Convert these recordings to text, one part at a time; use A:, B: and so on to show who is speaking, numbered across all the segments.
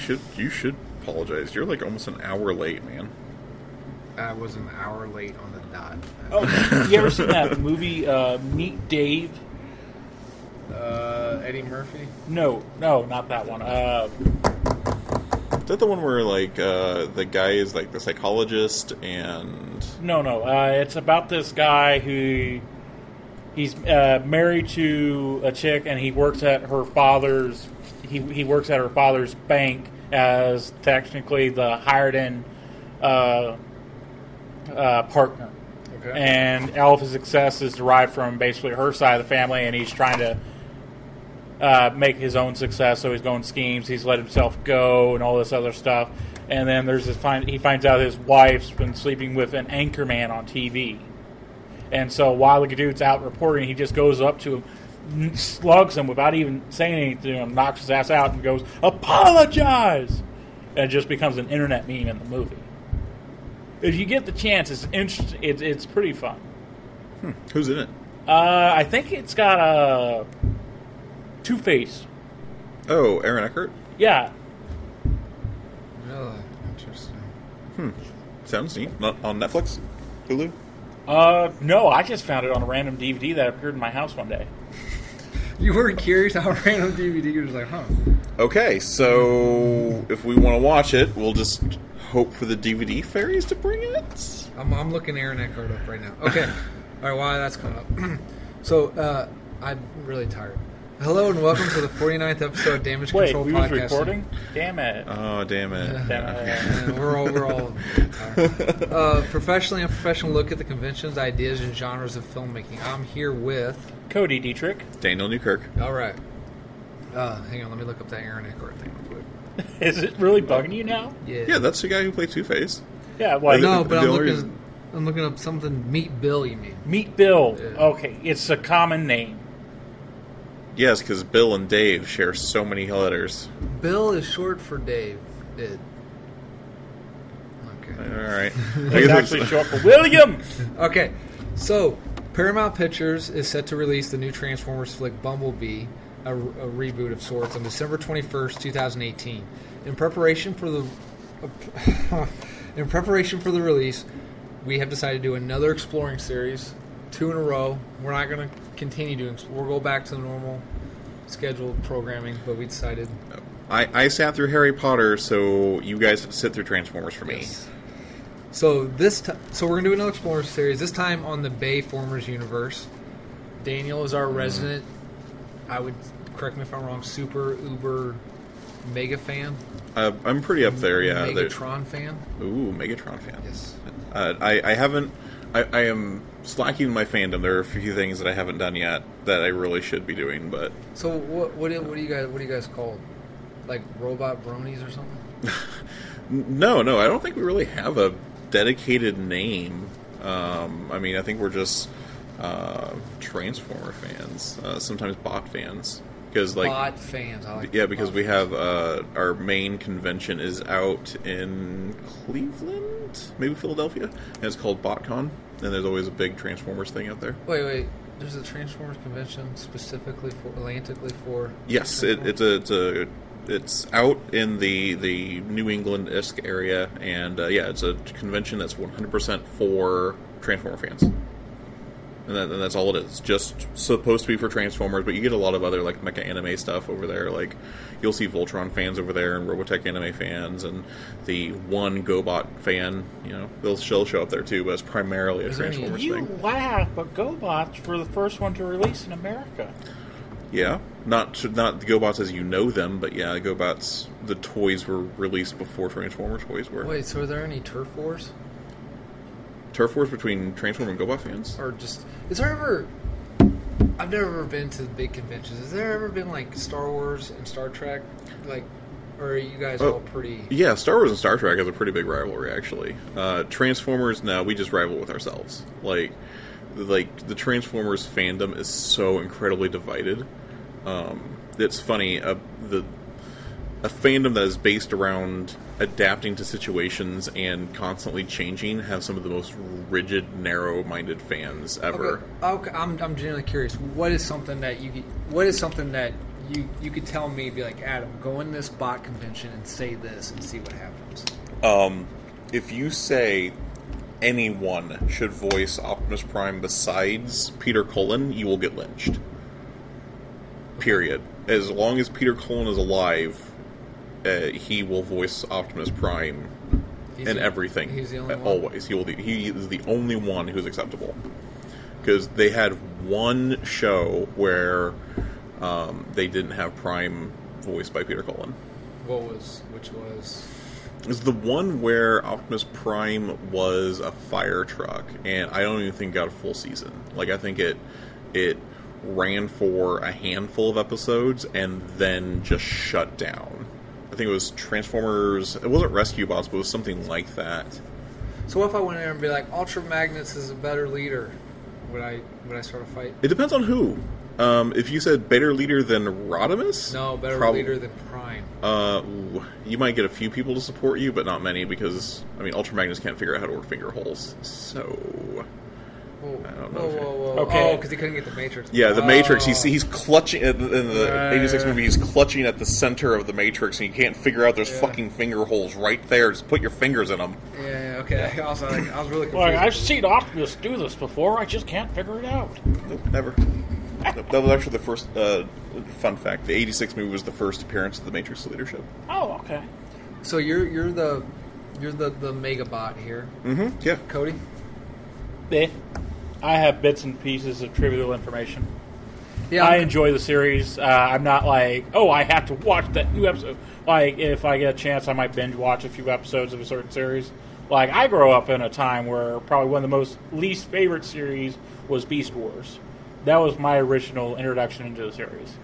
A: should apologize. You're like almost an hour late, man.
B: I was an hour late on the dot.
C: Oh, you ever seen that movie uh, Meet Dave?
B: Uh, Eddie Murphy.
C: No, no, not that one. Uh,
A: Is that the one where like uh, the guy is like the psychologist and
C: no, no. Uh, it's about this guy who he's uh, married to a chick, and he works at her father's. He he works at her father's bank as technically the hired in uh, uh, partner.
B: Okay.
C: And all of his success is derived from basically her side of the family, and he's trying to uh, make his own success. So he's going schemes. He's let himself go and all this other stuff. And then there's this find he finds out his wife's been sleeping with an anchor man on TV. And so while the dude's out reporting, he just goes up to him, n- slugs him without even saying anything to him, knocks his ass out, and goes apologize. And it just becomes an internet meme in the movie. If you get the chance, it's interesting. It's, it's pretty fun.
A: who's in it?
C: Uh, I think it's got a Two Face.
A: Oh, Aaron Eckhart.
C: Yeah,
B: really interesting.
A: Sounds neat. Not on Netflix, Hulu.
C: Uh, no, I just found it on a random DVD that appeared in my house one day.
B: You were curious how random DVD. You're just like, huh?
A: Okay, so if we want to watch it, we'll just hope for the DVD fairies to bring it.
B: I'm, I'm looking Aaron Eckhart up right now. Okay. All right, while that's coming up. so, uh, I'm really tired. Hello and welcome to the 49th episode of Damage
C: Wait,
B: Control
C: we was
B: Podcast.
C: recording? Damn it.
A: Oh damn it!
C: Damn it.
B: And we're all, we're all tired. Uh, professionally and professional look at the conventions, ideas, and genres of filmmaking. I'm here with.
C: Cody Dietrich.
A: Daniel Newkirk.
B: All right. Uh, hang on, let me look up that Aaron Eckhart thing real quick.
C: Is it really bugging you now?
A: Yeah, that's the guy who played Two Face.
C: Yeah, well,
B: no,
A: the-
B: but
A: the
B: I'm
A: only
B: looking.
A: reason-
B: I'm looking up something. Meet Bill, you mean?
C: Meet Bill.
B: Yeah.
C: Okay, it's a common name.
A: Yes, because Bill and Dave share so many letters.
B: Bill is short for Dave. Did. Okay.
A: All right.
C: It's actually short for William.
B: Okay, so Paramount Pictures is set to release the new Transformers flick Bumblebee, a, a reboot of sorts, on December 21st, 2018. In preparation for the in preparation for the release, we have decided to do another exploring series, two in a row. We're not going to continue doing. We'll go back to the normal scheduled programming, but we decided.
A: I, I sat through Harry Potter, so you guys have to sit through Transformers for me.
B: Yes. So this, t- so we're gonna do another Explorer series. This time on the Bayformers universe. Daniel is
A: Mm-hmm.
B: our resident. I would correct me if I'm wrong. Super uber mega fan.
A: Uh, I'm pretty up there, yeah. There-
B: Megatron fan.
A: Ooh, Megatron fan.
B: Yes.
A: Uh, I, I haven't. I, I am slacking my fandom. There are a few things that I haven't done yet that I really should be doing, but
B: So what what do, what do you guys what do you guys called? Like robot bronies or something?
A: no, no. I don't think we really have a dedicated name. Um, I mean, I think we're just uh, Transformer fans, uh, sometimes bot fans, because like
B: Bot fans. I like
A: Yeah, because
B: bot
A: we
B: fans.
A: have uh, our main convention is out in Cleveland, maybe Philadelphia, and it's called BotCon. And there's always a big Transformers thing out there.
B: Wait wait. There's a Transformers convention specifically for Atlantically for.
A: Yes, it,
B: Transformers?
A: it's a it's a it's out in the the New England isk area, and uh, yeah, it's a convention that's 100% for Transformer fans. And, that, and that's all it is. It's just supposed to be for Transformers, but you get a lot of other like mecha anime stuff over there. Like you'll see Voltron fans over there, and Robotech anime fans, and the one GoBot fan. You know, they'll she'll show up there too, but it's primarily a
B: Is there any-
A: Transformers
C: You
A: thing.
C: laugh, but GoBots were the first one to release in America.
A: Yeah, not not the GoBots as you know them, but yeah, GoBots. The toys were released before Transformers toys were.
B: Wait, so are there any turf wars?
A: Turf wars between Transformer and GoBot fans.
B: or just is there ever I've never ever been to the big conventions. Has there ever been like Star Wars and Star Trek like or are you guys
A: Oh.
B: all pretty
A: Yeah, Star Wars and Star Trek has a pretty big rivalry actually. Uh, Transformers, no, we just rival with ourselves. Like, like the Transformers fandom is so incredibly divided. Um, it's funny uh, the a fandom that is based around adapting to situations and constantly changing have some of the most rigid, narrow-minded fans ever.
B: Okay, okay, I'm I'm genuinely curious. What is something that you what is something that you you could tell me, be like, Adam, go in this bot convention and say this and see what happens.
A: Um, if you say anyone should voice Optimus Prime besides Peter Cullen, you will get lynched. Period. As long as Peter Cullen is alive, uh, he will voice Optimus Prime
B: He's
A: and
B: the-
A: everything.
B: He's the only
A: uh,
B: one.
A: Always, he will. be- He is the only one who's acceptable. Because they had one show where um, they didn't have Prime voiced by Peter Cullen.
B: What was which was
A: It's the one where Optimus Prime was a fire truck, and I don't even think got a full season. Like I think it it ran for a handful of episodes and then just shut down. I think it was Transformers. It wasn't Rescue Bots, but it was something like that.
B: So what if I went in there and be like, Ultra Magnus is a better leader? Would I would I start a fight?
A: It depends on who. Um, if you said better leader than Rodimus,
B: No, better
A: prob-
B: leader than Prime.
A: Uh, ooh, you might get a few people to support you, but not many because I mean, Ultra Magnus can't figure out how to work finger holes. So
B: Whoa,
A: I don't know
B: whoa,
A: if it-
B: whoa, whoa!
C: Okay.
B: because he couldn't get the Matrix.
A: yeah, the Matrix. He's
B: Oh.
A: he's clutching in the- in the
B: Right.
A: '86 movie. He's clutching at the center of the Matrix, and you can't figure out there's
B: Yeah.
A: fucking finger holes right there. Just put your fingers in them.
B: Yeah, yeah, okay. I was like, I was really confused.
C: Like, I've seen Optimus do this before. I just can't figure it out.
A: Nope, never. that that was actually the first uh, fun fact. The '86 movie was the first appearance of the Matrix leadership.
C: Oh, okay.
B: so you're you're the you're the the Megabot here,
A: Mm-hmm. Yeah.
B: Cody.
C: Eh. I have bits and pieces of trivial information.
B: Yeah,
C: I
B: I'm-
C: enjoy the series. Uh, I'm not like, oh, I have to watch that new episode. Like, if I get a chance, I might binge watch a few episodes of a certain series. Like, I grew up in a time where probably one of the most least favorite series was Beast Wars. That was my original introduction into the series.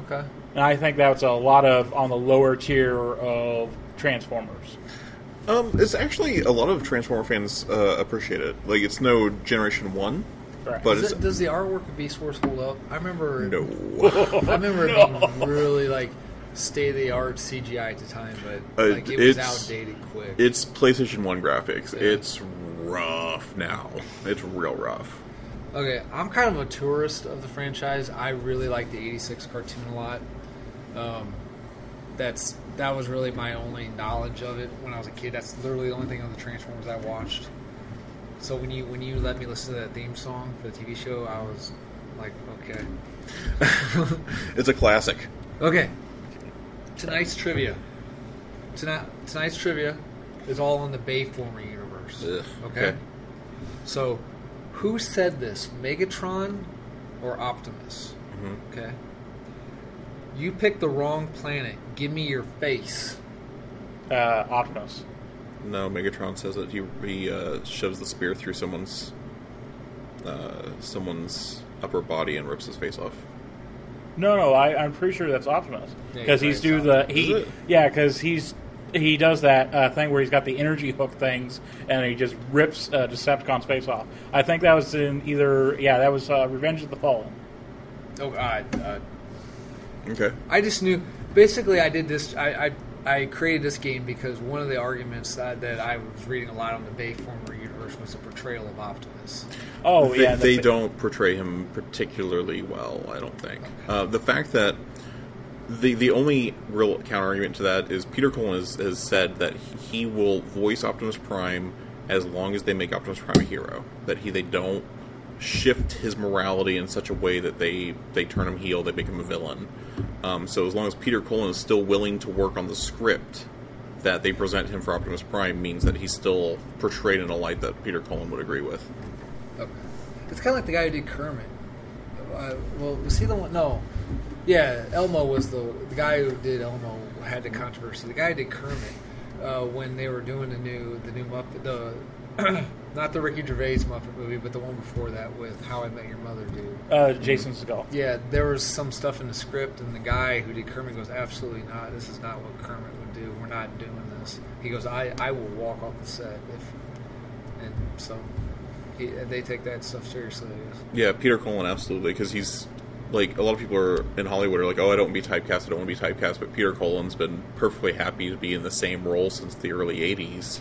B: Okay.
C: And I think that's a lot of on the lower tier of Transformers.
A: Um, it's actually a lot of Transformer fans uh, appreciate it. Like, it's no Generation One,
C: Right.
A: but
B: Does,
A: it's
B: it, does the artwork of Beast Wars hold up? I remember.
A: no.
B: I remember
C: No.
B: it being really like state of the art CGI at the time, but
A: Uh,
B: like it was
A: it's-
B: outdated quick.
A: it's PlayStation One graphics. It's rough now. It's real rough.
B: Okay, I'm kind of a tourist of the franchise. I really like the '86 cartoon a lot. Um, that's that was really my only knowledge of it when I was a kid. That's literally the only thing on the Transformers I watched. So when you when you let me listen to that theme song for the TV show, I was like, okay,
A: It's a classic.
B: okay. Tonight's trivia. Tonight tonight's trivia is all on the Bayformer universe.
A: Ugh, okay.
B: okay. So, who said this? Megatron or Optimus?
A: Mhm.
B: Okay. You picked the wrong planet. Give me your face.
C: Uh, Optimus.
A: No, Megatron says that he he uh, shoves the spear through someone's uh, someone's upper body and rips his face off.
C: No, no, I, I'm pretty sure that's Optimus
B: Yeah,
C: because
B: you're
C: he's
B: right,
C: do
B: it's
C: the
A: Optimus. Is
C: he
A: it?
C: yeah because he's he does that uh, thing where he's got the energy hook things and he just rips uh, Decepticon's face off. I think that was in either yeah that was uh, Revenge of the Fallen.
B: Oh, God. Uh,
A: Okay.
B: I just knew. Basically, I did this. I, I, I created this game because one of the arguments that, that I was reading a lot on the Bayformer universe was the portrayal of Optimus.
C: Oh
A: they,
C: yeah,
A: they
C: that's-
A: don't portray him particularly well. I don't think uh, the fact that the the only real counterargument to that is Peter Cullen has, has said that he will voice Optimus Prime as long as they make Optimus Prime a hero. That he they don't shift his morality in such a way that they they turn him heel, they make him a villain. Um, so as long as Peter Cullen is still willing to work on the script. That they present him for Optimus Prime means that he's still portrayed in a light that Peter Cullen would agree with.
B: Okay. It's kind of like the guy who did Kermit. Uh, well, was he the one? No. Yeah, Elmo was the the guy who did Elmo had the controversy. The guy who did Kermit uh, when they were doing the new the new Muppet the not the Ricky Gervais Muppet movie, but the one before that with How I Met Your Mother dude.
C: uh, Jason Segel.
B: Yeah, there was some stuff in the script, and the guy who did Kermit goes, "Absolutely not. This is not what Kermit would do. We're not doing this." He goes, "I, I will walk off the set if," and so he, they take that stuff seriously. I guess.
A: Yeah, Peter Cullen absolutely because he's like a lot of people are in Hollywood are like, oh, I don't want to be typecast, I don't want to be typecast, but Peter Cullen's been perfectly happy to be in the same role since the early '80s,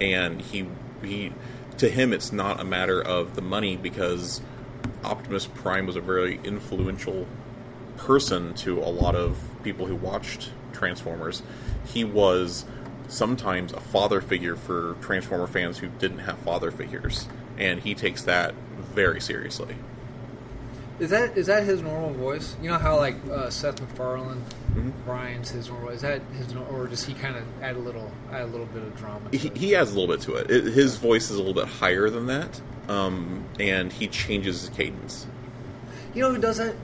A: and he he to him it's not a matter of the money because Optimus Prime was a very influential person to a lot of people who watched Transformers. He was sometimes a father figure for Transformer fans who didn't have father figures, and he takes that very seriously.
B: Is that is that his normal voice? You know how like uh, Seth MacFarlane, Brian's his normal. Is that his nor- or does he kind of add a little add a little bit of drama? to
A: He,
B: it?
A: he adds a little bit to it. it. His voice is a little bit higher than that, um, and he changes his cadence.
B: You know who does that?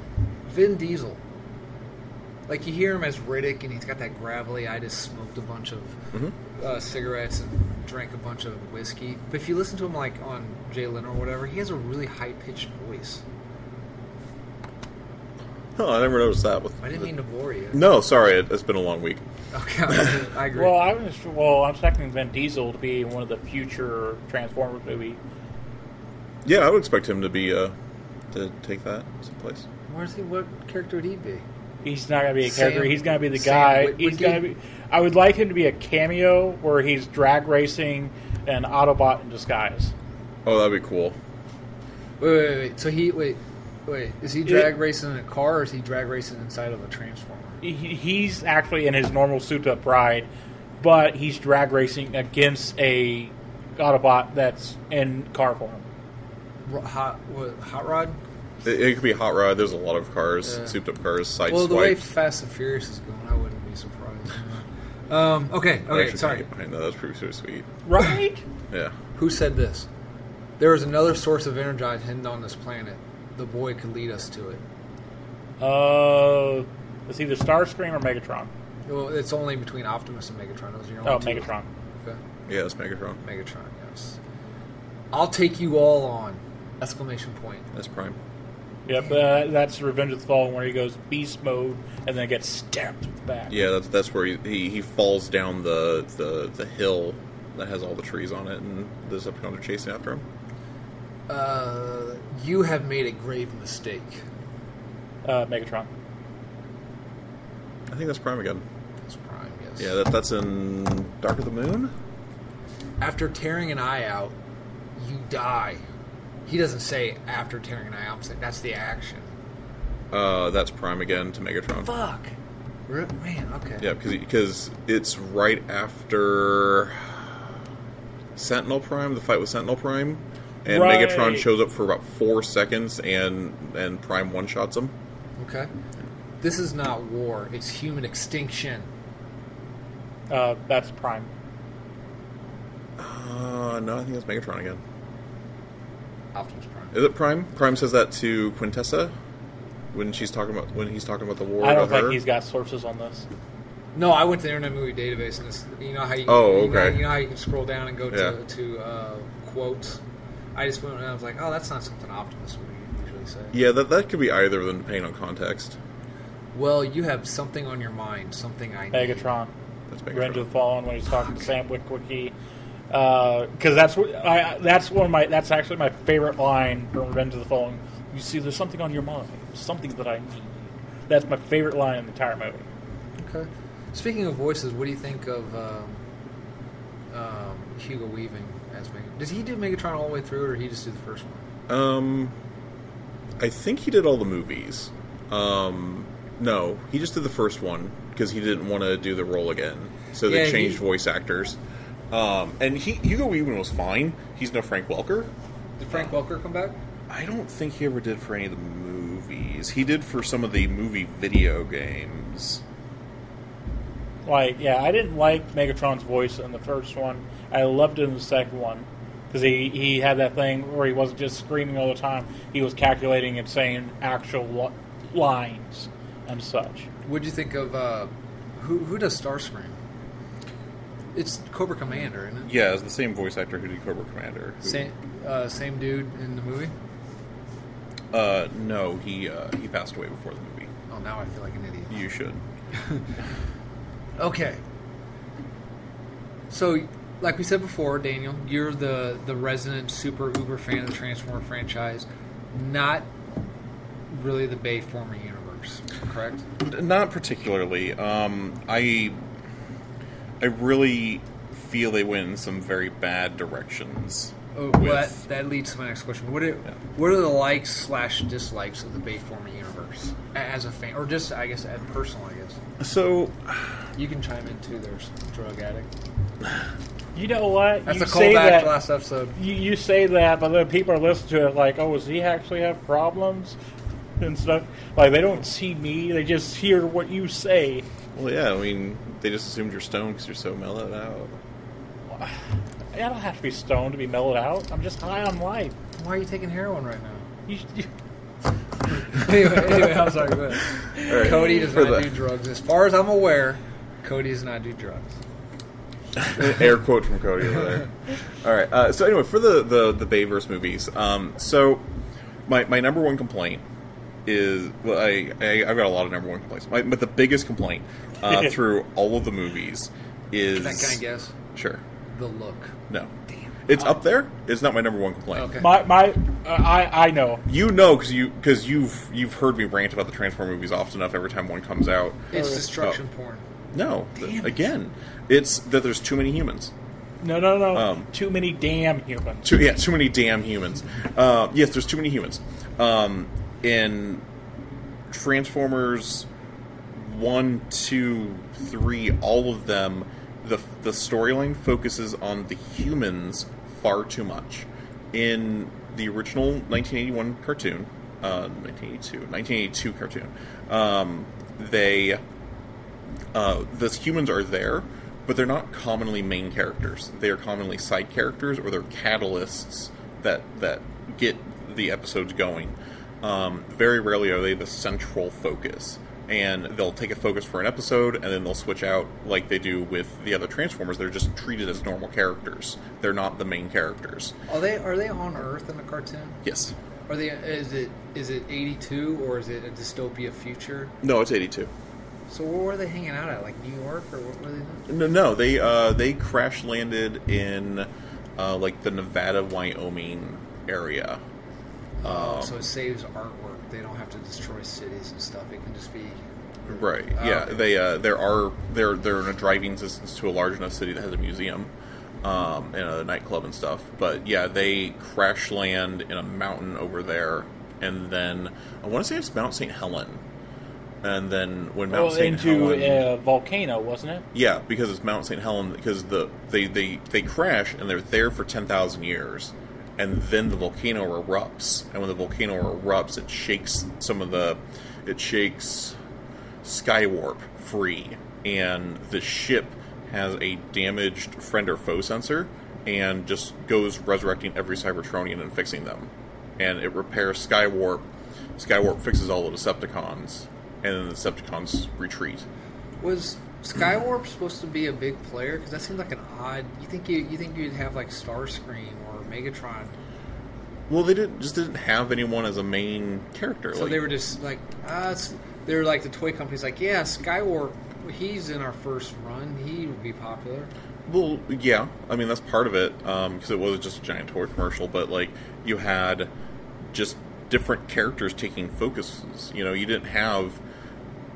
B: Vin Diesel. Like you hear him as Riddick, and he's got that gravelly. I just smoked a bunch of
C: Mm-hmm.
B: uh, cigarettes and drank a bunch of whiskey. But if you listen to him like on Jalen or whatever, he has a really high pitched voice.
A: Huh, I never noticed that. With
B: I didn't mean to bore you.
A: no, sorry, it, it's been a long week.
B: Okay, I agree.
C: Well, I was well. I'm expecting Vin Diesel to be one of the future Transformers movie.
A: Yeah, I would expect him to be uh, to take that someplace.
B: Where's he? What character would he be?
C: He's not going to be a
B: Sam-
C: character. He's going to be the
B: Sam
C: guy.
B: Witwicky?
C: he's going to be. I would like him to be a cameo where he's drag racing an Autobot in disguise.
A: Oh, that'd be cool.
B: Wait, wait, wait. So he wait, wait. Is he drag
C: It-
B: racing in a car, or is he drag racing inside of a transformer?
C: He, he's actually in his normal suit up ride, but he's drag racing against a Autobot that's in car form.
B: Ro- Hot, what, hot rod?
A: It, it could be hot rod. There's a lot of cars,
B: Yeah.
A: souped up cars, side
B: Well, the way
A: swipes.
B: Fast and Furious is going, I wouldn't be surprised. um, okay, okay, sorry.
A: I know that's pretty, pretty sweet.
C: Right?
A: Yeah.
B: Who said this? There is another source of energy hidden on this planet. The boy could lead us to it.
C: uh, it's either Starscream or Megatron.
B: Well, it's only between Optimus and Megatron. Those are your only
C: Oh,
B: two.
C: Megatron.
B: Okay.
A: Yeah, that's Megatron.
B: Megatron, yes. I'll take you all on! Exclamation point.
A: That's Prime.
C: Yep, uh, that's Revenge of the Fallen where he goes beast mode and then gets stabbed with the back.
A: Yeah, that's that's where he, he, he falls down the, the the hill that has all the trees on it, and the Decepticons are chasing after him.
B: Uh, you have made a grave mistake.
C: Uh, Megatron.
A: I think that's Prime again.
B: That's Prime, yes.
A: Yeah, that, that's in Dark of the Moon.
B: after tearing an eye out, you die. He doesn't say after tearing an eye out. I'm saying That's the action.
A: Uh, that's Prime again to Megatron.
B: Fuck. Re- Man, okay.
A: Yeah, because because it's right after Sentinel Prime, the fight with Sentinel Prime, and
C: Right.
A: Megatron shows up for about four seconds, and and Prime one shots him.
B: Okay. This is not war. It's human extinction.
C: Uh, that's Prime.
A: Uh, no, I think that's Megatron again.
B: Optimus Prime.
A: Is it Prime? Prime says that to Quintessa when she's talking about when he's talking about the war.
C: I don't
A: with
C: think
A: her.
C: he's got sources on this.
B: No, I went to the Internet Movie Database, and this, you know how you,
A: Oh,
B: you know-
A: okay.
B: you know how you can scroll down and go to
A: Yeah.
B: to uh, quotes. I just went and I was like, oh, that's not something Optimus would usually say.
A: Yeah, that that could be either of them depending on context.
B: Well, you have something on your mind, something I need.
C: Megatron.
A: That's
C: Revenge of
A: Megatron.
C: the Fallen when he's talking to Sam Witwicky. Because that's what I, I- that's one of my that's actually my favorite line from Revenge of the Fallen. You see, there's something on your mind, something that I need. That's my favorite line in the entire movie.
B: Okay. Speaking of voices, what do you think of um, um, Hugo Weaving as Megatron? Does he do Megatron all the way through, or did he just do the first one?
A: Um, I think he did all the movies. Um, no, he just did the first one because he didn't want to do the role again, so they
B: Yeah,
A: changed
B: he-
A: voice actors. Um, and he, Hugo Weaving was fine. He's no Frank Welker.
B: Did Frank Welker come back?
A: I don't think he ever did for any of the movies. He did for some of the movie video games.
C: Like, yeah, I didn't like Megatron's voice in the first one. I loved it in the second one because he, he had that thing where he wasn't just screaming all the time. He was calculating and saying actual lo- lines and such.
B: What'd you think of uh, who who does Starscream? It's Cobra Commander, isn't it?
A: Yeah, it's the same voice actor who did Cobra Commander. who-
B: Same uh, same dude in the movie.
A: Uh, no, he uh, he passed away before the movie.
B: Oh, now I feel like an idiot.
A: You should.
B: Okay. So, like we said before, Daniel, you're the the resident super uber fan of the Transformer franchise, not really the Bayformer universe, correct?
A: Not particularly. Um, I I really feel they went in some very bad directions
D: Oh,
A: With-
B: Well, that, that leads to my next question. What are, what are the likes slash dislikes of the Bayformer universe A- as a fan, or just I guess as personal? I guess
A: So
B: you can chime in too. There's drug addict.
C: You know what?
B: That's
C: you
B: a
C: say
B: callback
C: that,
B: to last episode.
C: you, you say that, but then people are listening to it like, oh, does he actually have problems and stuff? Like they don't see me; they just hear what you say.
A: well, yeah. I mean, they just assumed you're stoned because you're so mellowed out.
C: I don't have to be stoned to be mellowed out. I'm just high on life.
B: Why are you taking heroin right now?
C: You, you,
B: anyway, anyway, I'm sorry. Go ahead.
A: All right.
B: Cody does
A: For
B: not do drugs, as far as I'm aware. Cody does not do drugs.
A: An air quote from Cody over there. All right. Uh, so anyway, for the the the Bayverse movies, um, so my my number one complaint is well, I, I I've got a lot of number one complaints, my, but the biggest complaint uh, through all of the movies is
B: Can I, can I guess
A: sure
B: the look?
A: no. It's up there. It's not my number one complaint.
B: Okay.
C: my my, uh, I I know.
A: You know, because you because you've you've heard me rant about the Transformer movies often enough. Every time one comes out, Oh,
B: It's
C: Oh.
B: destruction porn.
A: no, th-
B: Damn it.
A: again, it's that there's too many humans.
C: No, no, no.
A: Um,
C: Too many damn humans.
A: Too, yeah, too many damn humans. Uh, yes, there's too many humans. Um, in Transformers one, two, three, all of them, the the storyline focuses on the humans far too much. In the original 1981 cartoon, uh, 1982, 1982 cartoon, um, they uh, the humans are there, but they're not commonly main characters. They are commonly side characters or they're catalysts that that get the episodes going. Um, very rarely are they the central focus, and they'll take a focus for an episode and then they'll switch out like they do with the other Transformers. They're just treated as normal characters. They're not the main characters.
B: Are they are they on Earth in the cartoon?
A: Yes.
B: Are they? Is it is it 82 or is it a dystopia future?
A: No, it's eighty-two.
B: So where were they hanging out at? Like New York or what were they? Doing?
A: No, no, they uh, they crash landed in uh, like the Nevada, Wyoming area.
B: Oh, so it saves artwork. They don't have to destroy cities and stuff. It can just be.
A: Right. Yeah.
B: okay.
A: They uh, there are they're they're in a driving distance to a large enough city that has a museum, um, and a nightclub and stuff. But yeah, they crash land in a mountain over there, and then I want to say it's Mount St. Helen, and then when Mount
C: Well,
A: St.
C: into
A: Helen,
C: a volcano, wasn't it?
A: yeah, because it's Mount St. Helen. Because the they, they, they crash and they're there for ten thousand years, and then the volcano erupts. And when the volcano erupts, it shakes some of the, it shakes, Skywarp free, and the ship has a damaged friend or foe sensor, and just goes resurrecting every Cybertronian and fixing them, and it repairs Skywarp. Skywarp fixes all the Decepticons, and then the Decepticons retreat.
B: Was Skywarp supposed to be a big player? Because that seems like an odd. You think you you think you'd have like Starscream or Megatron?
A: Well, they didn't just didn't have anyone as a main character.
B: So
A: like,
B: they were just like ah, it's they were like the toy company's like yeah Skywarp. He's in our first run. He would be popular.
A: well, yeah. I mean, that's part of it because it was just a giant toy commercial. But like, you had just different characters taking focuses. You know, you didn't have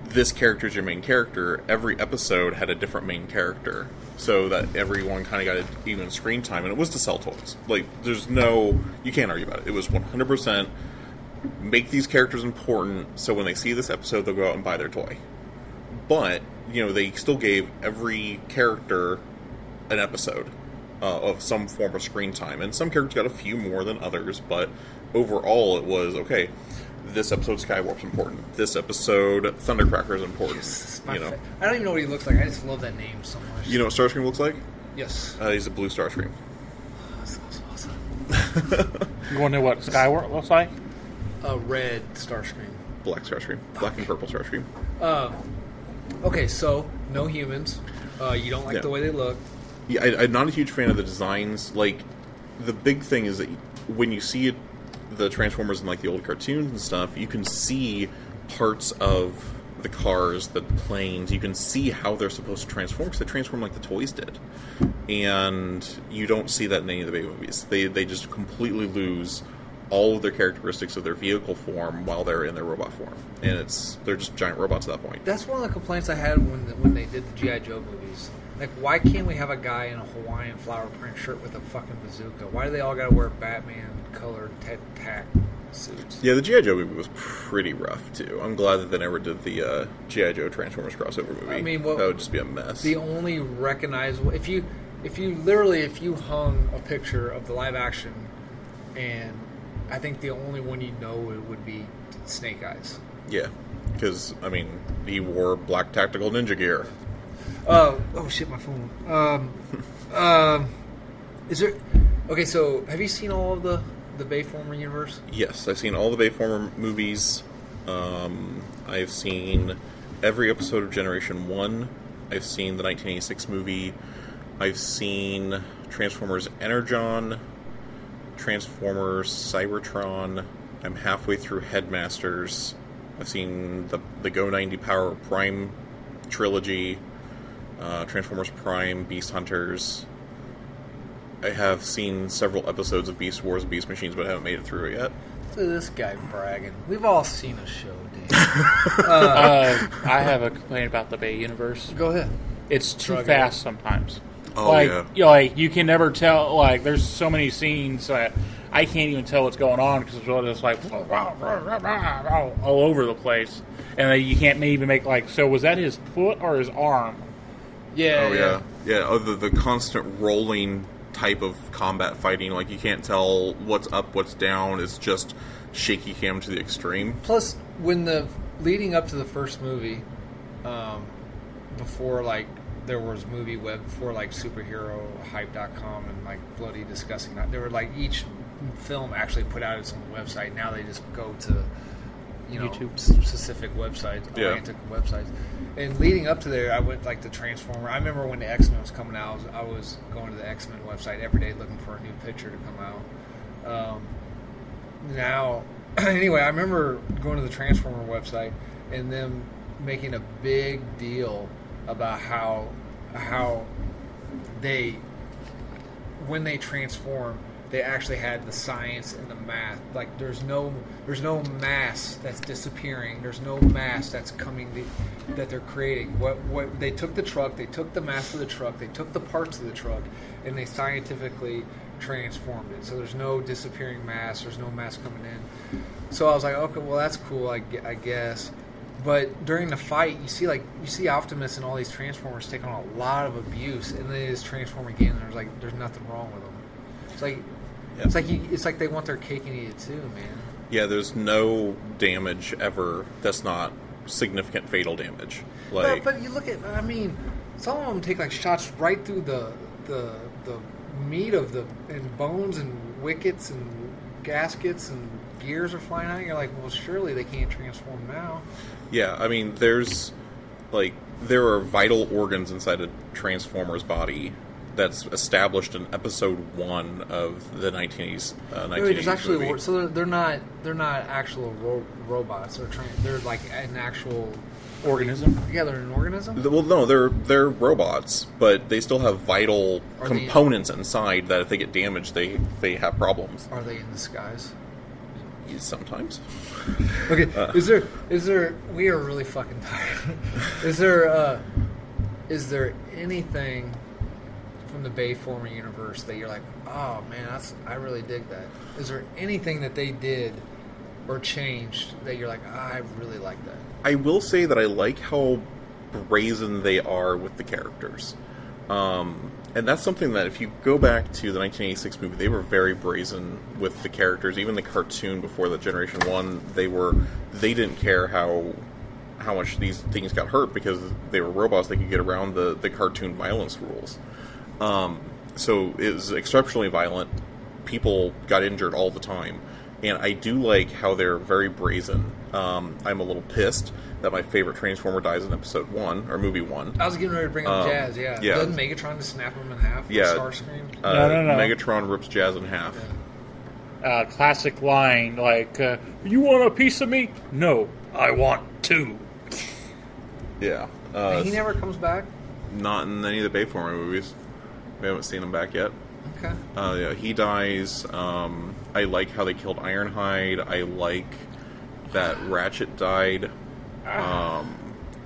A: this character's your main character. Every episode had a different main character, so that everyone kind of got even screen time, and it was to sell toys. Like, there's no you can't argue about it. It was 100 percent make these characters important, so when they see this episode, they'll go out and buy their toy. but you know they still gave every character an episode uh, of some form of screen time and some characters got a few more than others but overall it was okay this episode skywarp's important this episode thundercracker is important
B: It's my
A: you know
B: fa- I don't even know what he looks like. I just love that name so much.
A: you know what starscream looks like
B: yes.
A: uh, he's a blue starscream
B: That's that's awesome.
C: You want to know what Skywarp looks like?
B: A red Starscream.
A: black starscream black and purple starscream
B: Okay, so no humans. Uh, you don't like
A: Yeah.
B: the way they look.
A: yeah, I, I'm not a huge fan of the designs. Like, the big thing is that when you see it, the Transformers in like the old cartoons and stuff, you can see parts of the cars, the planes. You can see how they're supposed to transform because they transform like the toys did, and you don't see that in any of the baby movies. They they just completely lose all of their characteristics of their vehicle form while they're in their robot form, and it's they're just giant robots at that point.
B: That's one of the complaints I had when when they did the GI Joe movies. Like, why can't we have a guy in a Hawaiian flower print shirt with a fucking bazooka? Why do they all gotta wear Batman colored Ted Pack suits?
A: Yeah, the GI Joe movie was pretty rough too. I'm glad that they never did the uh, GI Joe Transformers crossover movie.
B: I mean, what-
A: that would just be a mess.
B: The only recognizable, if you, if you literally, if you hung a picture of the live action, and I think the only one you know would, would be Snake Eyes.
A: yeah, because I mean, he wore black tactical ninja gear.
B: Oh, oh shit, my phone. Um, um, is there? Okay, so have you seen all of the the Bayformer universe?
A: Yes, I've seen all the Bayformer movies. Um, I've seen every episode of Generation 1. I've seen the 1986 movie. I've seen Transformers Energon, Transformers Cybertron. I'm halfway through Headmasters. I've seen the, the Go 90 Power Prime trilogy, uh, Transformers Prime, Beast Hunters. I have seen several episodes of Beast Wars, Beast Machines, but I haven't made it through it yet.
B: Look at this guy bragging. We've all seen a show, Dave.
C: Uh, I have a complaint about the Bay Universe.
B: Go ahead.
C: It's too
B: Drug
C: fast sometimes.
A: Oh,
C: like,
A: yeah.
C: you know, like you can never tell. Like there's so many scenes that I can't even tell what's going on because it's all just like all over the place, and then you can't even make like. So was that his foot or his arm?
B: Yeah,
A: Oh yeah, yeah. Oh, the the constant rolling type of combat fighting, like you can't tell what's up, what's down. It's just shaky cam to the extreme.
B: Plus, when the leading up to the first movie, um, before like there was movie web before like superhero hype.com and like bloody discussing that there were like each film actually put out its own website now they just go to you know
C: YouTube.
B: s- specific websites
A: Yeah.
B: oriented websites and leading up to there i went like the transformer i remember when the x-men was coming out i was, I was going to the x-men website every day looking for a new picture to come out um, now anyway i remember going to the transformer website and them making a big deal about how how they when they transform they actually had the science and the math like there's no there's no mass that's disappearing there's no mass that's coming the, that they're creating what what they took the truck they took the mass of the truck they took the parts of the truck and they scientifically transformed it so there's no disappearing mass there's no mass coming in so i was like okay well that's cool i, gue- I guess but during the fight, you see like you see Optimus and all these Transformers take on a lot of abuse, and then they just transform again. And there's like there's nothing wrong with them. It's like
A: Yeah.
B: it's like you, it's like they want their cake and eat it too, man.
A: Yeah, there's no damage ever that's not significant fatal damage. Like,
B: but, but you look at I mean, some of them take like shots right through the the the meat of the and bones and wickets and gaskets and gears are flying out. And you're like, well, surely they can't transform now.
A: yeah, I mean, there's like there are vital organs inside a transformer's body. That's established in episode one of the 1980s. Uh, 1980s
B: Wait, wait, there's actually
A: movie.
B: wor- so they're, they're not they're not actual ro- robots. They're tran they're like an actual
C: Organism?
B: yeah they're an organism.
A: Well, no, they're they're robots, but they still have vital
B: Are they-
A: components inside that if they get damaged, they they have problems.
B: Are they in disguise?
A: Sometimes,
B: Okay,
A: Uh.
B: is there is there we are really fucking tired. is there uh, is there anything from the Bay Former universe that you're like, oh man, that's I really dig that. Is there anything that they did or changed that you're like, ah, I really like that?
A: I will say that I like how brazen they are with the characters, um, and that's something that if you go back to the 1986 movie, they were very brazen with the characters. Even the cartoon before the Generation One, they were they didn't care how how much these things got hurt because they were robots. They could get around the the cartoon violence rules. Um, so it was exceptionally violent. People got injured all the time. And I do like how they're very brazen. Um, I'm a little pissed that my favorite Transformer dies in episode one, or movie one.
B: I was getting ready to bring up
A: Um,
B: Jazz. Yeah.
A: yeah.
B: doesn't Megatron just snap him in half? with
A: Yeah.
B: Starscream.
A: Uh,
C: No, no, no.
A: Megatron rips Jazz in half.
C: Uh, classic line like, uh, "You want a piece of me? No, I want two.
A: Yeah.
B: And
A: Uh,
B: he never comes back.
A: not in any of the Bayformer movies. We haven't seen him back yet.
B: Okay.
A: Uh, yeah, he dies. Um, I like how they killed Ironhide. I like that Ratchet died. Um,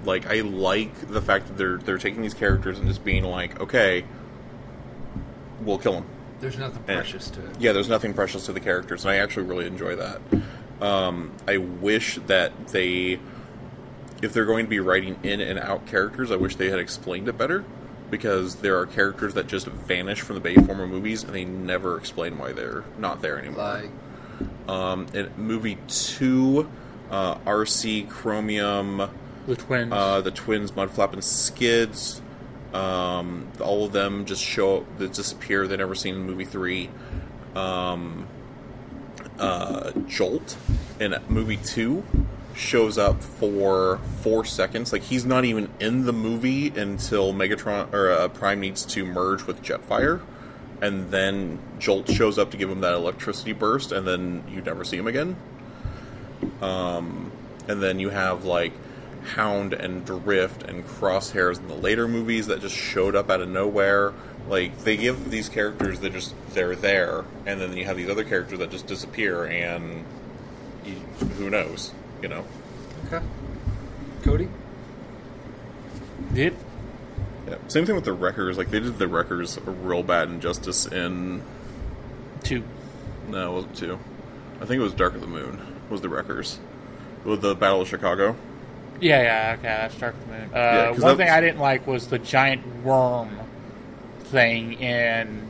A: Like I like the fact that they're they're taking these characters and just being like, okay, we'll kill them.
B: There's nothing
A: Yeah.
B: precious to it.
A: Yeah, there's nothing precious to the characters, and I actually really enjoy that. Um, I wish that they, if they're going to be writing in and out characters, I wish they had explained it better, because there are characters that just vanish from the Bayformer movies, and they never explain why they're not there anymore.
B: Like,
A: um, in movie two, uh, RC Chromium.
C: The twins.
A: Uh, the twins, Mudflap and Skids, um, all of them just show up, they disappear. They're never seen in movie three. Um, uh, Jolt in movie two shows up for four seconds. Like he's not even in the movie until Megatron or uh, Prime needs to merge with Jetfire. And then Jolt shows up to give him that electricity burst, and then you never see him again and then you have like Hound and Drift and Crosshairs in the later movies that just showed up out of nowhere. Like they give these characters that just they're there, and then you have these other characters that just disappear, and you, who knows, you know?
B: okay. Cody?
C: Yep.
A: Yeah. Same thing with the Wreckers. Like they did the Wreckers a real bad injustice in
C: Two.
A: no, it wasn't two. I think it was Dark of the Moon. Was the Wreckers with the Battle of Chicago?
C: Yeah, yeah, okay, that's Dark of the Moon. Uh,
A: 'cause
C: one
A: that-
C: thing I didn't like was the giant worm thing in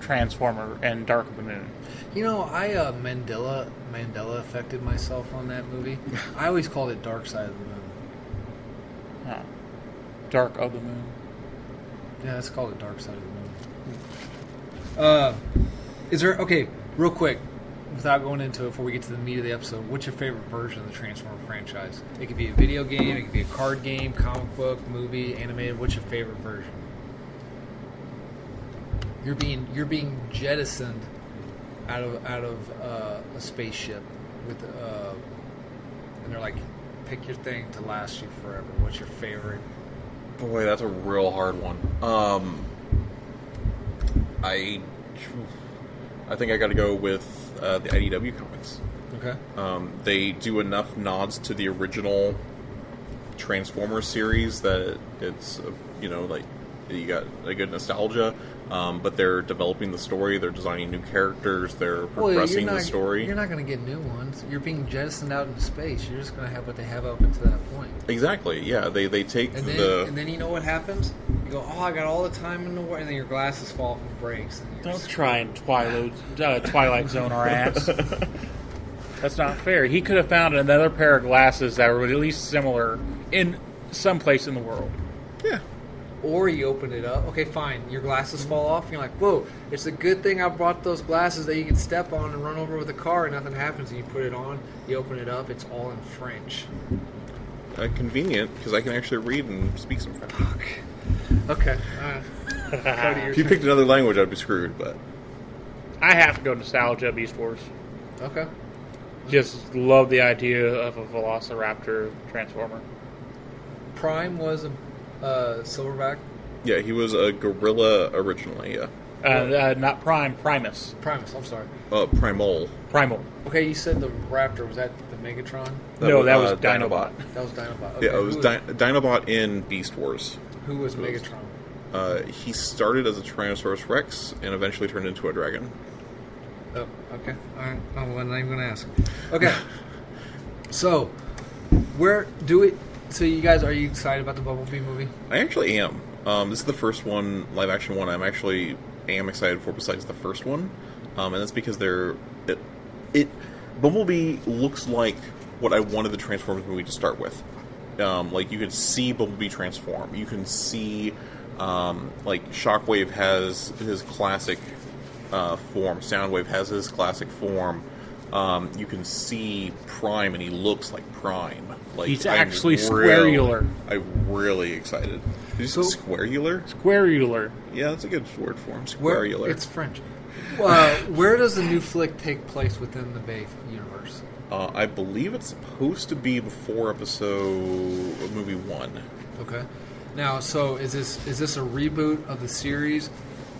C: Transformer and Dark of the Moon.
B: You know, I uh, Mandela Mandela affected myself on that movie. I always called it Dark Side of the Moon.
C: Huh. Dark of the Moon.
B: Yeah, it's called it Dark Side of the Moon. Uh, is there okay? Real quick, without going into it before we get to the meat of the episode, what's your favorite version of the Transformer franchise? It could be a video game, it could be a card game, comic book, movie, animated. What's your favorite version? You're being you're being jettisoned out of out of uh, a spaceship with uh, and they're like, pick your thing to last you forever. What's your favorite?
A: Boy, that's a real hard one. Um, I, I think I got to go with uh, the IDW comics.
B: Okay.
A: Um, they do enough nods to the original Transformers series that it's uh, you know like you got a good nostalgia. Um, but they're developing the story. They're designing new characters. They're
B: Well, you're
A: progressing
B: not-
A: the story.
B: You're not going to get new ones. You're being jettisoned out into space. You're just going to have what they have up until that point.
A: Exactly. Yeah. They they take
B: And then,
A: the
B: and then you know what happens? You go, oh, I got all the time in the world, and then your glasses fall off and breaks. And you're
C: Don't
B: just-
C: try and Twilight, uh, Twilight Zone our ass. That's not fair. He could have found another pair of glasses that were at least similar in some place in the world.
A: yeah.
B: Or you open it up. Okay, fine. Your glasses fall off. And you're like, whoa, it's a good thing I brought those glasses that you can step on and run over with a car, and nothing happens. And you put it on, you open it up, it's all in French.
A: Uh, convenient because I can actually read and speak some French.
B: Okay. Uh, Cody, your
A: If you
B: turn.
A: picked another language, I'd be screwed. But
C: I have to go nostalgia Beast Wars.
B: Okay.
C: Just love the idea of a Velociraptor Transformer.
B: Prime was a uh, silverback.
A: yeah, he was a gorilla originally. Yeah,
C: Uh, uh, not Prime, Primus.
B: Primus, I'm sorry.
A: uh, primal.
C: Primal.
B: Okay, you said the Raptor. Was that the Megatron?
C: no, that was
A: uh,
C: Dinobot.
B: That was Dinobot. Okay,
A: Yeah, it was
B: who,
A: Di- Dinobot in Beast Wars.
B: who was
A: was-
B: Megatron?
A: Uh, he started as a Tyrannosaurus Rex and eventually turned into a dragon.
B: Oh, okay. All right. Oh, well, I'm not even going to ask. Okay. so, where do it? So, you guys, are you excited about the Bumblebee movie?
A: I actually am. Um, this is the first one, live action one. I'm actually am excited for besides the first one, um, and that's because they're it, it. Bumblebee looks like what I wanted the Transformers movie to start with. Um, like you could see Bumblebee transform. You can see um, like Shockwave has his classic uh, form. Soundwave has his classic form. Um, you can see Prime, and he looks like Prime. Like
C: He's
A: I'm
C: actually
A: really-
C: squarular.
A: I'm really excited. Did you say
B: So-
A: squarular?
C: Squarular.
A: Yeah, that's a good word for him.
B: Where,
A: Squarular.
B: It's French. Uh, where does the new flick take place within the Bay universe?
A: Uh, I believe it's supposed to be before episode movie one.
B: Okay. Now, so is this is this a reboot of the series,